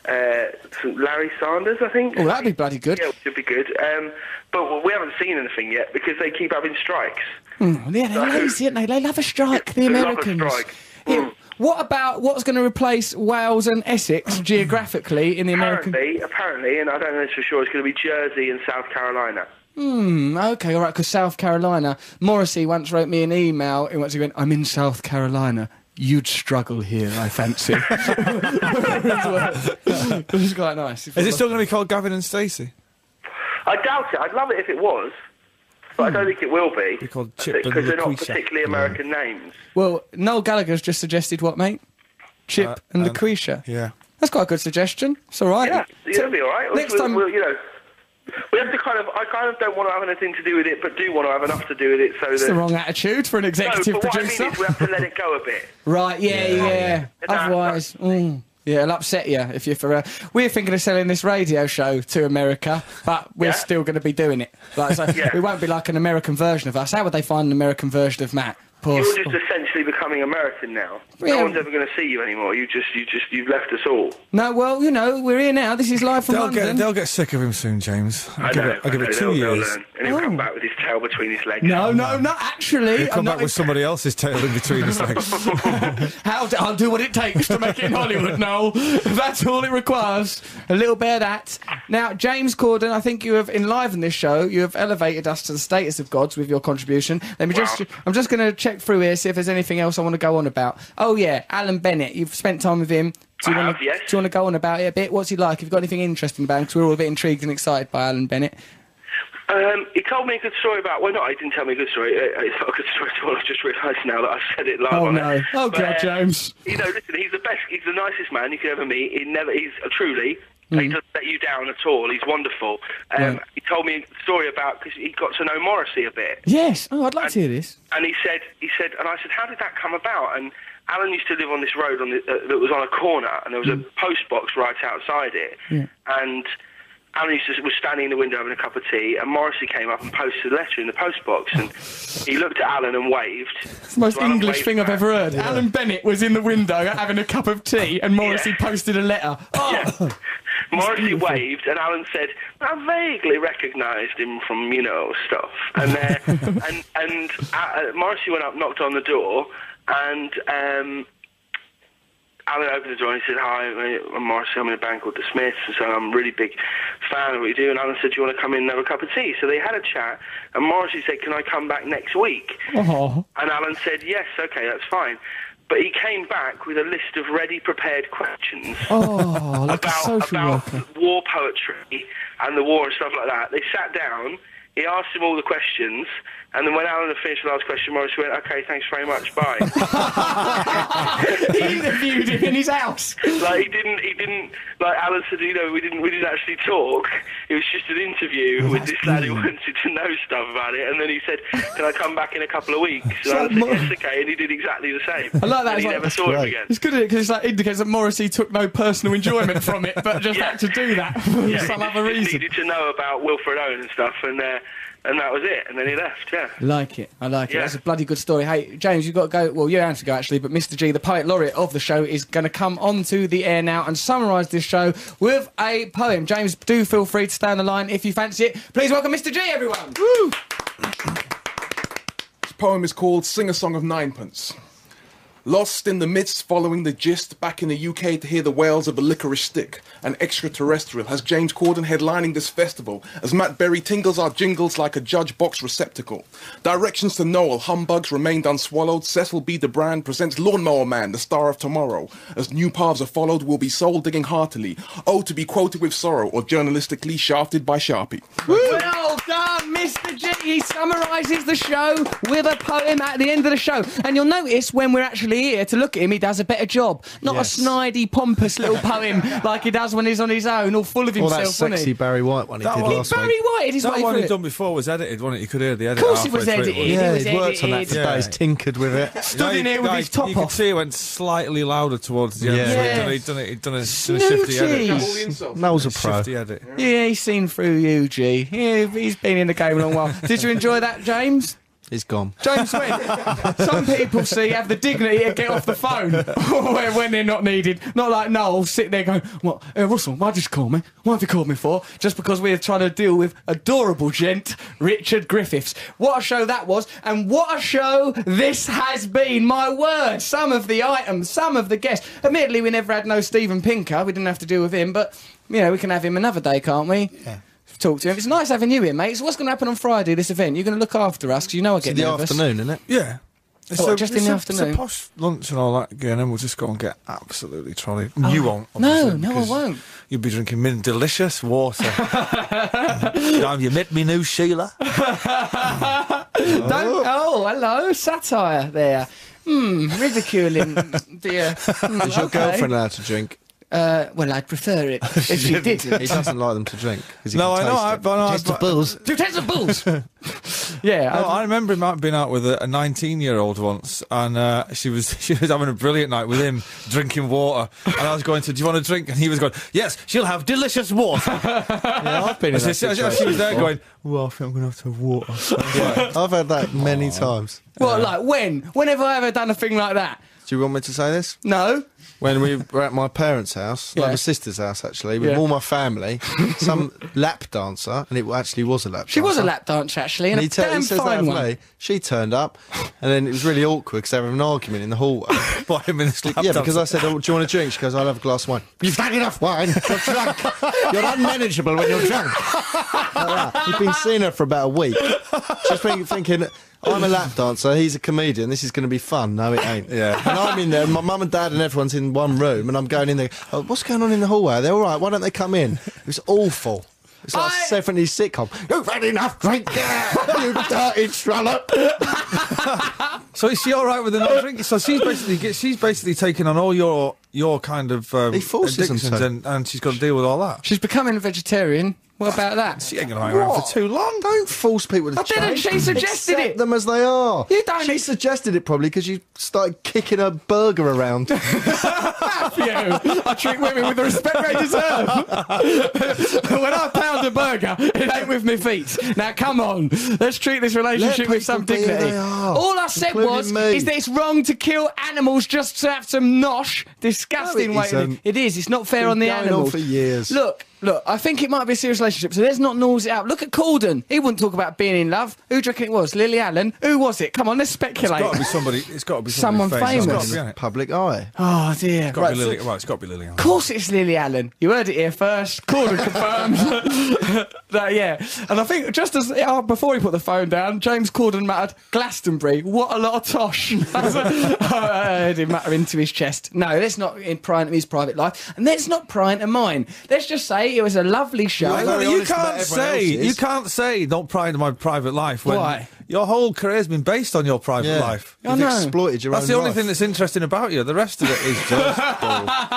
Speaker 8: uh, some Larry Sanders, I think.
Speaker 2: Oh, that'd be bloody good.
Speaker 8: Yeah, it should be good. Um, but we haven't seen anything yet because they keep having strikes.
Speaker 2: Mm, yeah, they're lazy, aren't they? They love a strike, the
Speaker 8: They love a
Speaker 2: Americans.
Speaker 8: strike.
Speaker 2: Yeah, What about what's going to replace Wales and Essex geographically in the American?
Speaker 8: Apparently, apparently, and I don't know this for sure, it's going to be Jersey and South Carolina.
Speaker 2: Hmm, okay, all right, because South Carolina. Morrissey once wrote me an email in which he went, I'm in South Carolina. You'd struggle here, I fancy. it was quite nice.
Speaker 12: Is it still going to be called Gavin and Stacey?
Speaker 8: I doubt it. I'd love it if it was, but I don't think it will be.
Speaker 12: Be called Chip
Speaker 8: Because
Speaker 12: and
Speaker 8: they're not
Speaker 12: Lucrezia.
Speaker 8: particularly American names.
Speaker 2: Well, Noel Gallagher's just suggested what, mate? Chip
Speaker 8: Uh,
Speaker 2: and
Speaker 8: um,
Speaker 2: Lucretia.
Speaker 12: Yeah.
Speaker 2: That's quite a good suggestion. It's all right.
Speaker 8: Yeah, it'll be all right.
Speaker 2: Uh, Next
Speaker 8: We'll-
Speaker 2: time-
Speaker 8: we'll- you know, we have to kind of. I kind of don't want to have anything to do with it, but do want to have enough to do with it. So
Speaker 2: It's
Speaker 8: that
Speaker 2: the wrong attitude for an executive
Speaker 8: no, but
Speaker 2: producer.
Speaker 8: What I mean is we have to let it go a bit.
Speaker 2: Right, yeah, yeah. Otherwise, mm, yeah, it'll upset you if you're for real. We're thinking of selling this radio show to America, but we're still going to be doing it. Like, so
Speaker 8: Yeah.
Speaker 2: We won't be like an American version of us. How would they find an American version of Matt? Poor
Speaker 8: You're just essentially becoming American now.
Speaker 2: Yeah.
Speaker 8: No one's ever going to see you anymore. You just, you just, you've left us all.
Speaker 2: No, well, you know, we're here now. This is live from
Speaker 12: They'll
Speaker 2: London.
Speaker 12: get, they'll get sick of him soon, James. I'll
Speaker 8: I
Speaker 12: give
Speaker 8: know,
Speaker 12: it, I'll give
Speaker 8: I
Speaker 12: it
Speaker 8: know,
Speaker 12: two
Speaker 8: they'll
Speaker 12: years.
Speaker 8: learn. And he'll come back with his tail between his legs.
Speaker 2: no, no, not actually.
Speaker 12: He'll come
Speaker 2: I'm
Speaker 12: back
Speaker 2: not
Speaker 12: with somebody else's tail in between his legs.
Speaker 2: How do, I'll do what it takes to make it in Hollywood, Noel. That's all it requires. A little bit of that. Now, James Corden, I think you have enlivened this show. You have elevated us to the status of gods with your contribution. Let me just.
Speaker 8: Wow.
Speaker 2: I'm just going to check through here, see if there's anything else I want to go on about. Oh yeah, Alan Bennett. You've spent time with him. Do you
Speaker 8: I
Speaker 2: want
Speaker 8: have,
Speaker 2: to?
Speaker 8: yes.
Speaker 2: Do you want to go on about it a bit? What's he like? Have you got anything interesting about him? Because we're all a bit intrigued and excited by Alan Bennett.
Speaker 8: Um, he told me a good story about. Well, no, I didn't tell me a good story. Uh, It's not a good story at all. I've just realised now that I've said it live.
Speaker 2: Oh,
Speaker 8: on
Speaker 2: no.
Speaker 8: It.
Speaker 2: Oh, God,
Speaker 8: eh,
Speaker 2: James.
Speaker 8: You know, listen. He's the best. He's the nicest man you could ever meet. He never. He's uh, truly. He doesn't let you down at all. He's wonderful. Um,
Speaker 2: Mm. Right.
Speaker 8: He told me a story about because he got to know Morrissey a bit.
Speaker 2: Yes. Oh, I'd like to hear this.
Speaker 8: And he said, he said, and I said, how did that come about? And Alan used to live on this road on the, uh, that was on a corner, and there was a post box right outside it.
Speaker 2: Mm. Yeah.
Speaker 8: And Alan used to, was standing in the window having a cup of tea, and Morrissey came up and posted a letter in the post box, and he looked at Alan and waved.
Speaker 2: It's the most
Speaker 8: So Alan
Speaker 2: English
Speaker 8: waved
Speaker 2: thing I've
Speaker 8: back.
Speaker 2: ever heard. Alan Bennett was in the window having a cup of tea, and Morrissey posted a letter. Oh,
Speaker 8: Morrissey waved, and Alan said, "I vaguely recognised him from you know stuff." And uh, and and uh, uh, Morrissey went up, knocked on the door, and um, Alan opened the door and he said, "Hi, my- I'm Morrissey. I'm in a band called The Smiths, and so I'm a really big fan of what you do." And Alan said, "Do you want to come in and have a cup of tea?" So they had a chat, and Morrissey said, "Can I come back next week?"
Speaker 2: oh.
Speaker 8: And Alan said, yes, okay, that's fine. But he came back with a list of ready prepared questions.
Speaker 2: Oh, like a
Speaker 8: about,
Speaker 2: social
Speaker 8: about
Speaker 2: worker.
Speaker 8: war poetry and the war and stuff like that. They sat down, he asked him all the questions, and then when Alan had finished the last question, Morris went, okay, thanks very much, bye.
Speaker 2: He interviewed him in his house.
Speaker 8: Like he didn't, he didn't. Like Alan said, you know, we didn't, we didn't actually talk. It was just an interview with this lad who wanted to know stuff about it, and then he said, "Can I come back in a couple of weeks?" And Alan said, "Yes, okay," and he did exactly the same.
Speaker 2: I like that.
Speaker 8: And
Speaker 2: It's,
Speaker 8: he
Speaker 2: like,
Speaker 8: never saw him again.
Speaker 2: it's good because it's like indicates that Morrissey took no personal enjoyment from it, but just had to do that for
Speaker 8: Yeah,
Speaker 2: some
Speaker 8: he
Speaker 2: other
Speaker 8: just
Speaker 2: reason.
Speaker 8: needed to know about Wilfred Owen and stuff, and uh, and that was it. And then he left. Yeah.
Speaker 2: Like it, I like it.
Speaker 8: Yeah.
Speaker 2: That's a bloody good story. Hey, James, you've got to go. Well, you have to go actually, but Mr. G, the poet laureate of the show, is going to come onto the air now and summarise this show with a poem. James, do feel free to stay on the line if you fancy it. Please welcome Mr. G, everyone. Woo!
Speaker 6: This poem is called Sing a Song of Ninepence. Lost in the midst following the gist, back in the UK to hear the wails of the licorice stick. An extraterrestrial has James Corden headlining this festival as Matt Berry tingles our jingles like a judge box receptacle. Directions to Noel, humbugs remained unswallowed. Cecil B. DeBrand presents Lawnmower Man, the star of tomorrow. As new paths are followed, we'll be soul digging heartily. Oh, to be quoted with sorrow or journalistically shafted by Sharpie.
Speaker 2: Well done, Mr. G. He summarises the show with a poem at the end of the show. And you'll notice when we're actually here to look at him, he does a better job. Not
Speaker 3: Yes.
Speaker 2: a snidey, pompous little poem like he does when he's on his own, all full of
Speaker 3: Or
Speaker 2: himself.
Speaker 3: that
Speaker 2: wasn't he?
Speaker 3: sexy Barry White one he
Speaker 2: That
Speaker 3: did
Speaker 2: one-
Speaker 3: last
Speaker 2: Barry
Speaker 3: week.
Speaker 2: White, he's
Speaker 12: that
Speaker 2: waiting
Speaker 12: one
Speaker 2: for
Speaker 12: he
Speaker 2: it.
Speaker 12: done before was edited, wasn't it? You could hear the edit.
Speaker 2: course it was
Speaker 12: halfway through,
Speaker 2: edited,
Speaker 12: wasn't
Speaker 2: it
Speaker 12: it
Speaker 2: was
Speaker 3: Yeah, he worked on that for
Speaker 2: edited.
Speaker 3: days, tinkered with it.
Speaker 2: Stood in here with his top
Speaker 12: you
Speaker 2: off.
Speaker 12: could see it went slightly louder towards the end.
Speaker 3: Yeah.
Speaker 12: so
Speaker 3: Yeah.
Speaker 12: He'd done it. He'd done a, done a shifty edit.
Speaker 3: Noel's a pro.
Speaker 12: Shifty edit.
Speaker 2: Yeah, he's seen through you, G. Yeah, he's been in the game a long while. Did you enjoy that, James?
Speaker 3: It's gone.
Speaker 2: James Webb. Some people see have the dignity to get off the phone when, when they're not needed. Not like Noel sit there going, "What, uh, Russell? Why did you call me? What have you called me for?" Just because we're trying to deal with adorable gent Richard Griffiths. What a show that was, and what a show this has been. My word, some of the items, some of the guests. Admittedly, we never had no Stephen Pinker. We didn't have to deal with him, but you know we can have him another day, can't we? Yeah. Talk to him. It's nice having you here, mate. So what's going to happen on Friday? This event. You're going to look after us because you know I get
Speaker 3: In the
Speaker 2: nervous.
Speaker 3: afternoon, isn't it?
Speaker 12: Yeah.
Speaker 2: It's Oh, a- just in the
Speaker 12: it's a-
Speaker 2: afternoon.
Speaker 12: It's a posh lunch and all that again, and we'll just go and get absolutely trolley.
Speaker 2: Oh.
Speaker 12: You won't.
Speaker 2: No,
Speaker 12: obviously,
Speaker 2: no, I
Speaker 12: because
Speaker 2: won't.
Speaker 12: You'll be drinking min delicious water. Have you met me new Sheila?
Speaker 2: Don't. Oh, hello, satire there. Hmm, ridiculing, dear. Hmm,
Speaker 3: Is your
Speaker 2: okay.
Speaker 3: girlfriend allowed to drink?
Speaker 2: Uh, well, I'd prefer it if she didn't.
Speaker 3: He doesn't like them to drink. 'cause he
Speaker 12: No,
Speaker 3: can
Speaker 12: I know,
Speaker 3: taste
Speaker 12: I-
Speaker 3: it.
Speaker 12: but I know, Taste the but-
Speaker 3: bills.
Speaker 2: Do tens of bulls. yeah,
Speaker 12: No, I remember him out- being out with a 19 year old once, and uh, she was she was having a brilliant night with him drinking water. And I was going to, Do you want a drink? And he was going, Yes, she'll have delicious water.
Speaker 3: I've been in
Speaker 12: And so
Speaker 3: that
Speaker 12: she, she
Speaker 3: situation
Speaker 12: was there
Speaker 3: before.
Speaker 12: going, Well, I think I'm going to have to have water.
Speaker 3: I've had that many times.
Speaker 2: Well, like when? When have I ever done a thing like that?
Speaker 3: Do you want me to say this?
Speaker 2: No.
Speaker 3: When we were at my parents' house, like
Speaker 2: Yeah.
Speaker 3: my sister's house actually, with
Speaker 2: Yeah.
Speaker 3: all my family, some lap dancer, and it actually was a lap dancer.
Speaker 2: She was a lap dancer actually, and,
Speaker 3: he
Speaker 2: a
Speaker 3: tur- Uh-huh. he
Speaker 2: damn
Speaker 3: says that
Speaker 2: fine
Speaker 3: out
Speaker 2: one.
Speaker 3: loud. She turned up, and then it was really awkward because they were having an argument in the hallway.
Speaker 12: By him in this lap
Speaker 3: yeah,
Speaker 12: dancer.
Speaker 3: because I said, oh, "Do you want a drink?" She goes, "I'll have a glass of wine." You've had enough wine. You're drunk. You're unmanageable when you're drunk. Like that. You've been seeing her for about a week. She's been thinking. I'm a lap dancer. He's a comedian. This is going to be fun. No, it ain't. Yeah. And I'm in there. And my mum and dad and everyone's in one room, and I'm going in there. Oh, what's going on in the hallway? They're all right. Why don't they come in? It was awful. It's like a 70s sitcom. You've had enough drink there, you dirty trollop.
Speaker 12: So is she all right with the not drinking? So she's basically get- she's basically taking on all your your kind of um,
Speaker 3: He forces him
Speaker 12: addictions,
Speaker 3: to.
Speaker 12: and, and she's got to deal with all that.
Speaker 2: She's becoming a vegetarian. What about that?
Speaker 12: She ain't going to hang around for too long.
Speaker 3: Don't force people to
Speaker 2: I didn't.
Speaker 3: change.
Speaker 2: She suggested
Speaker 3: Accept
Speaker 2: it.
Speaker 3: them as they are.
Speaker 2: You don't
Speaker 3: She suggested it probably because you started kicking her burger around.
Speaker 2: you. I treat women with the respect they deserve. when I pound a burger, it ain't with my feet. Now, come on. Let's treat this relationship
Speaker 3: Let
Speaker 2: with some
Speaker 3: people be who
Speaker 2: dignity.
Speaker 3: they are,
Speaker 2: All I said
Speaker 3: including
Speaker 2: was,
Speaker 3: me.
Speaker 2: is that it's wrong to kill animals just to have some nosh. Disgusting
Speaker 3: No, it
Speaker 2: way. to live.
Speaker 3: isn't.
Speaker 2: It is. It's not fair
Speaker 3: Been
Speaker 2: on the
Speaker 3: going on
Speaker 2: animals.
Speaker 3: for years.
Speaker 2: Look, look, I think it might be a serious relationship, so let's not noise it out. Look at Corden. He wouldn't talk about being in love. Who do you reckon it was? Lily Allen? Who was it? Come on, let's
Speaker 12: It's
Speaker 2: speculate.
Speaker 12: got to be somebody. It's got to be
Speaker 2: Someone
Speaker 12: somebody famous.
Speaker 2: famous.
Speaker 12: It's got to be, hasn't it?
Speaker 3: Public eye.
Speaker 2: Oh, dear.
Speaker 12: It's got to
Speaker 2: Right,
Speaker 12: be
Speaker 2: so-
Speaker 12: Lily. Right, it's got to be Lily.
Speaker 2: of course it's Lily Allen. You heard it here first. Corner confirms. that, yeah. And I think just as uh, before he put the phone down, James Corden mattered Glastonbury. What a lot of tosh. That's a- I heard him matter into his chest. No, let's not in pry into his private life. And let's not pry into mine. Let's just say it was a lovely show.
Speaker 12: you can't say you can't say don't pry into my private life when
Speaker 2: Why?
Speaker 12: Your whole career's been based on your private
Speaker 3: Yeah.
Speaker 12: life.
Speaker 3: I You've know. exploited your
Speaker 12: That's
Speaker 3: own
Speaker 12: the only
Speaker 3: life.
Speaker 12: thing that's interesting about you. The rest of it is just.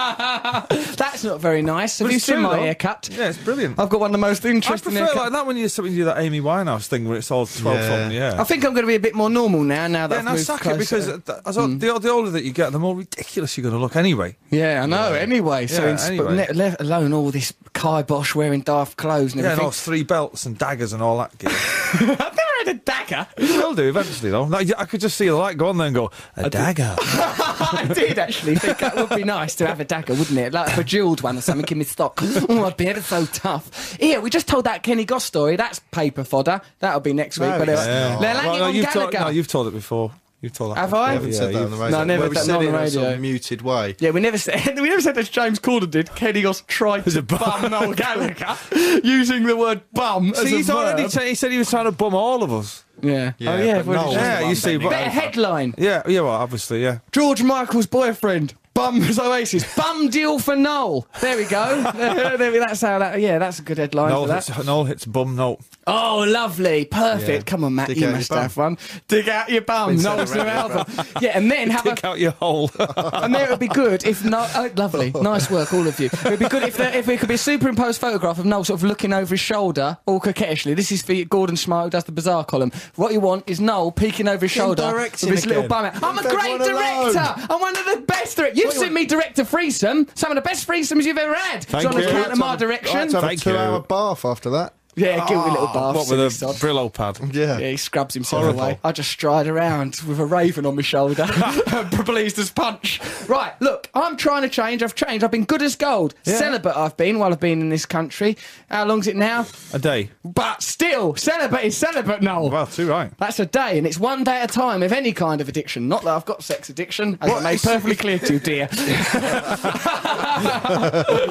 Speaker 2: That's not very nice. Have
Speaker 12: But
Speaker 2: you
Speaker 12: it's
Speaker 2: seen
Speaker 12: true,
Speaker 2: my
Speaker 12: though.
Speaker 2: haircut?
Speaker 12: Yeah, it's brilliant.
Speaker 2: I've got one of the most
Speaker 12: I
Speaker 2: interesting
Speaker 12: prefer
Speaker 2: haircuts.
Speaker 12: like that when you something you do that Amy Winehouse thing where it's all twelve
Speaker 2: Yeah.
Speaker 12: on. Yeah.
Speaker 2: I think I'm going to be a bit more normal now. Now that
Speaker 12: Yeah,
Speaker 2: I've
Speaker 12: now
Speaker 2: moved
Speaker 12: suck
Speaker 2: closer.
Speaker 12: it because uh, th- as old- the, the older that you get, the more ridiculous you're going to look anyway.
Speaker 2: Yeah, I know. Anyway, so
Speaker 12: Yeah,
Speaker 2: in sp-
Speaker 12: anyway.
Speaker 2: let, let alone all this kibosh wearing daft clothes and
Speaker 12: Yeah, and
Speaker 2: everything.
Speaker 12: all three belts and daggers and all that gear.
Speaker 2: I've never had a dagger.
Speaker 12: Will do eventually, though. Like, yeah, I could just see the light go on there and go, a, dagger.
Speaker 2: I did actually think that would be nice to have a dagger, wouldn't it? Like a bejeweled one or something in my stock. Oh, I'd be ever so tough. Yeah, we just told that Kenny Goss story. That's paper fodder. That'll be next week.
Speaker 12: No,
Speaker 2: but uh,
Speaker 12: it's
Speaker 2: they're
Speaker 12: not.
Speaker 2: landing
Speaker 12: Well, no,
Speaker 2: on
Speaker 12: you've told-
Speaker 2: Gallagher.
Speaker 12: no, you've told it before. You've told that.
Speaker 2: Have
Speaker 12: before.
Speaker 2: I?
Speaker 12: Yeah,
Speaker 2: Haven't
Speaker 12: yeah,
Speaker 3: said that on
Speaker 12: you've-
Speaker 3: the radio.
Speaker 2: No, I never
Speaker 3: Well, we
Speaker 2: said
Speaker 3: said
Speaker 2: that
Speaker 3: it
Speaker 2: on the
Speaker 3: in a sort of
Speaker 2: radio. Oh,
Speaker 3: muted way.
Speaker 2: Yeah, we never said we never said as James Corden did. Kenny Goss tried to bum Noel Gallagher using the word bum. as
Speaker 12: See,
Speaker 2: a
Speaker 12: he's already
Speaker 2: verb.
Speaker 12: ta- he said he was trying to bum all of us.
Speaker 2: Yeah.
Speaker 12: Yeah,
Speaker 2: oh yeah.
Speaker 12: but
Speaker 2: well,
Speaker 12: Noel Yeah, was the you bum, see,
Speaker 2: Better
Speaker 12: but-
Speaker 2: headline.
Speaker 12: Yeah, yeah, well, obviously, yeah.
Speaker 2: George Michael's boyfriend. Bums Oasis. Bum deal for Noel. There we go. There- there we- that's how that. Yeah, that's a good headline
Speaker 12: Noel
Speaker 2: for that.
Speaker 12: hits, Noel hits bum note.
Speaker 2: Oh, lovely. Perfect.
Speaker 12: Yeah.
Speaker 2: Come on, Matt.
Speaker 12: Dig
Speaker 2: you
Speaker 12: out your
Speaker 2: must
Speaker 12: bum.
Speaker 2: have one. Dig out your bum.
Speaker 12: Been said
Speaker 2: Noel's new
Speaker 12: already,
Speaker 2: album. Yeah, and then have a
Speaker 12: Kick out your hole.
Speaker 2: and there it would be good if no, oh, lovely, nice work, all of you. It would be good if there, if it could be a superimposed photograph of Noel sort of looking over his shoulder, all coquettishly. This is for Gordon Schmile, who does the bizarre column. What you want is Noel peeking over his shoulder with
Speaker 7: directing
Speaker 2: his little
Speaker 7: again.
Speaker 2: bum out. I'm a
Speaker 7: Leave
Speaker 2: great
Speaker 7: everyone alone.
Speaker 2: director. I'm one of the best directors. You've seen me direct a threesome, some of the best threesomes you've ever had.
Speaker 3: Thank
Speaker 2: it's on
Speaker 3: you.
Speaker 2: account of my
Speaker 3: I had
Speaker 2: direction.
Speaker 3: to have a two-hour bath after that.
Speaker 2: Yeah, guilty little bath.
Speaker 12: Ah, What with a
Speaker 2: silly sod.
Speaker 12: Brillo pad?
Speaker 3: Yeah.
Speaker 2: Yeah, he scrubs himself
Speaker 12: Horrible.
Speaker 2: away. I just stride around with a raven on my shoulder, pleased as punch. Right, look, I'm trying to change. I've changed. I've been good as gold. Celibate I've been while I've been in this country. How long's it now?
Speaker 12: A day.
Speaker 2: But still, celibate is celibate, Noel.
Speaker 12: Well, too right.
Speaker 2: That's a day, and it's one day at a time of any kind of addiction. Not that I've got sex addiction, as I made perfectly clear to you, dear.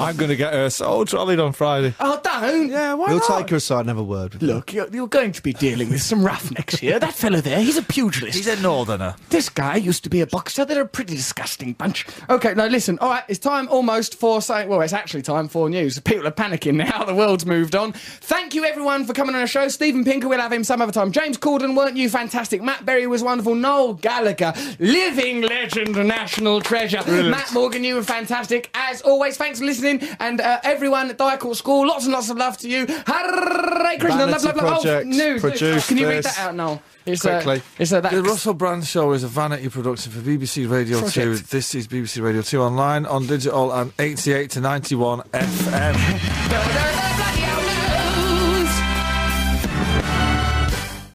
Speaker 12: I'm going to get her so trolleyed on Friday.
Speaker 2: Oh, don't. Yeah, why
Speaker 3: We'll
Speaker 2: not?
Speaker 3: take her aside and have a word. With
Speaker 2: Look, you're, you're going to be dealing with some roughnecks here. That fellow there, he's a pugilist.
Speaker 12: He's a northerner.
Speaker 2: This guy used to be a boxer. They're a pretty disgusting bunch. Okay, no, listen. All right, it's time almost for say. Well, it's actually time for news. People are panicking now. The world's moved on. Thank you, everyone, for coming on our show. Stephen Pinker, we'll have him some other time. James Corden, weren't you fantastic? Matt Berry was wonderful. Noel Gallagher, living legend, a national treasure. Matt Morgan, you were fantastic as always. Thanks for listening, and uh, everyone at Dyke School, lots and lots of love to you. Hare Krishna, love, love,
Speaker 3: Vanity
Speaker 2: love. Oh,
Speaker 3: Project
Speaker 2: news.
Speaker 3: produced
Speaker 2: Can you read
Speaker 3: this.
Speaker 2: that out now?
Speaker 12: Quickly.
Speaker 2: It's uh, that
Speaker 12: The Russell Brand Show is a vanity production for BBC Radio
Speaker 2: Project.
Speaker 12: 2. This is BBC Radio 2 online, on digital, and 88 to 91 FM.
Speaker 2: Thank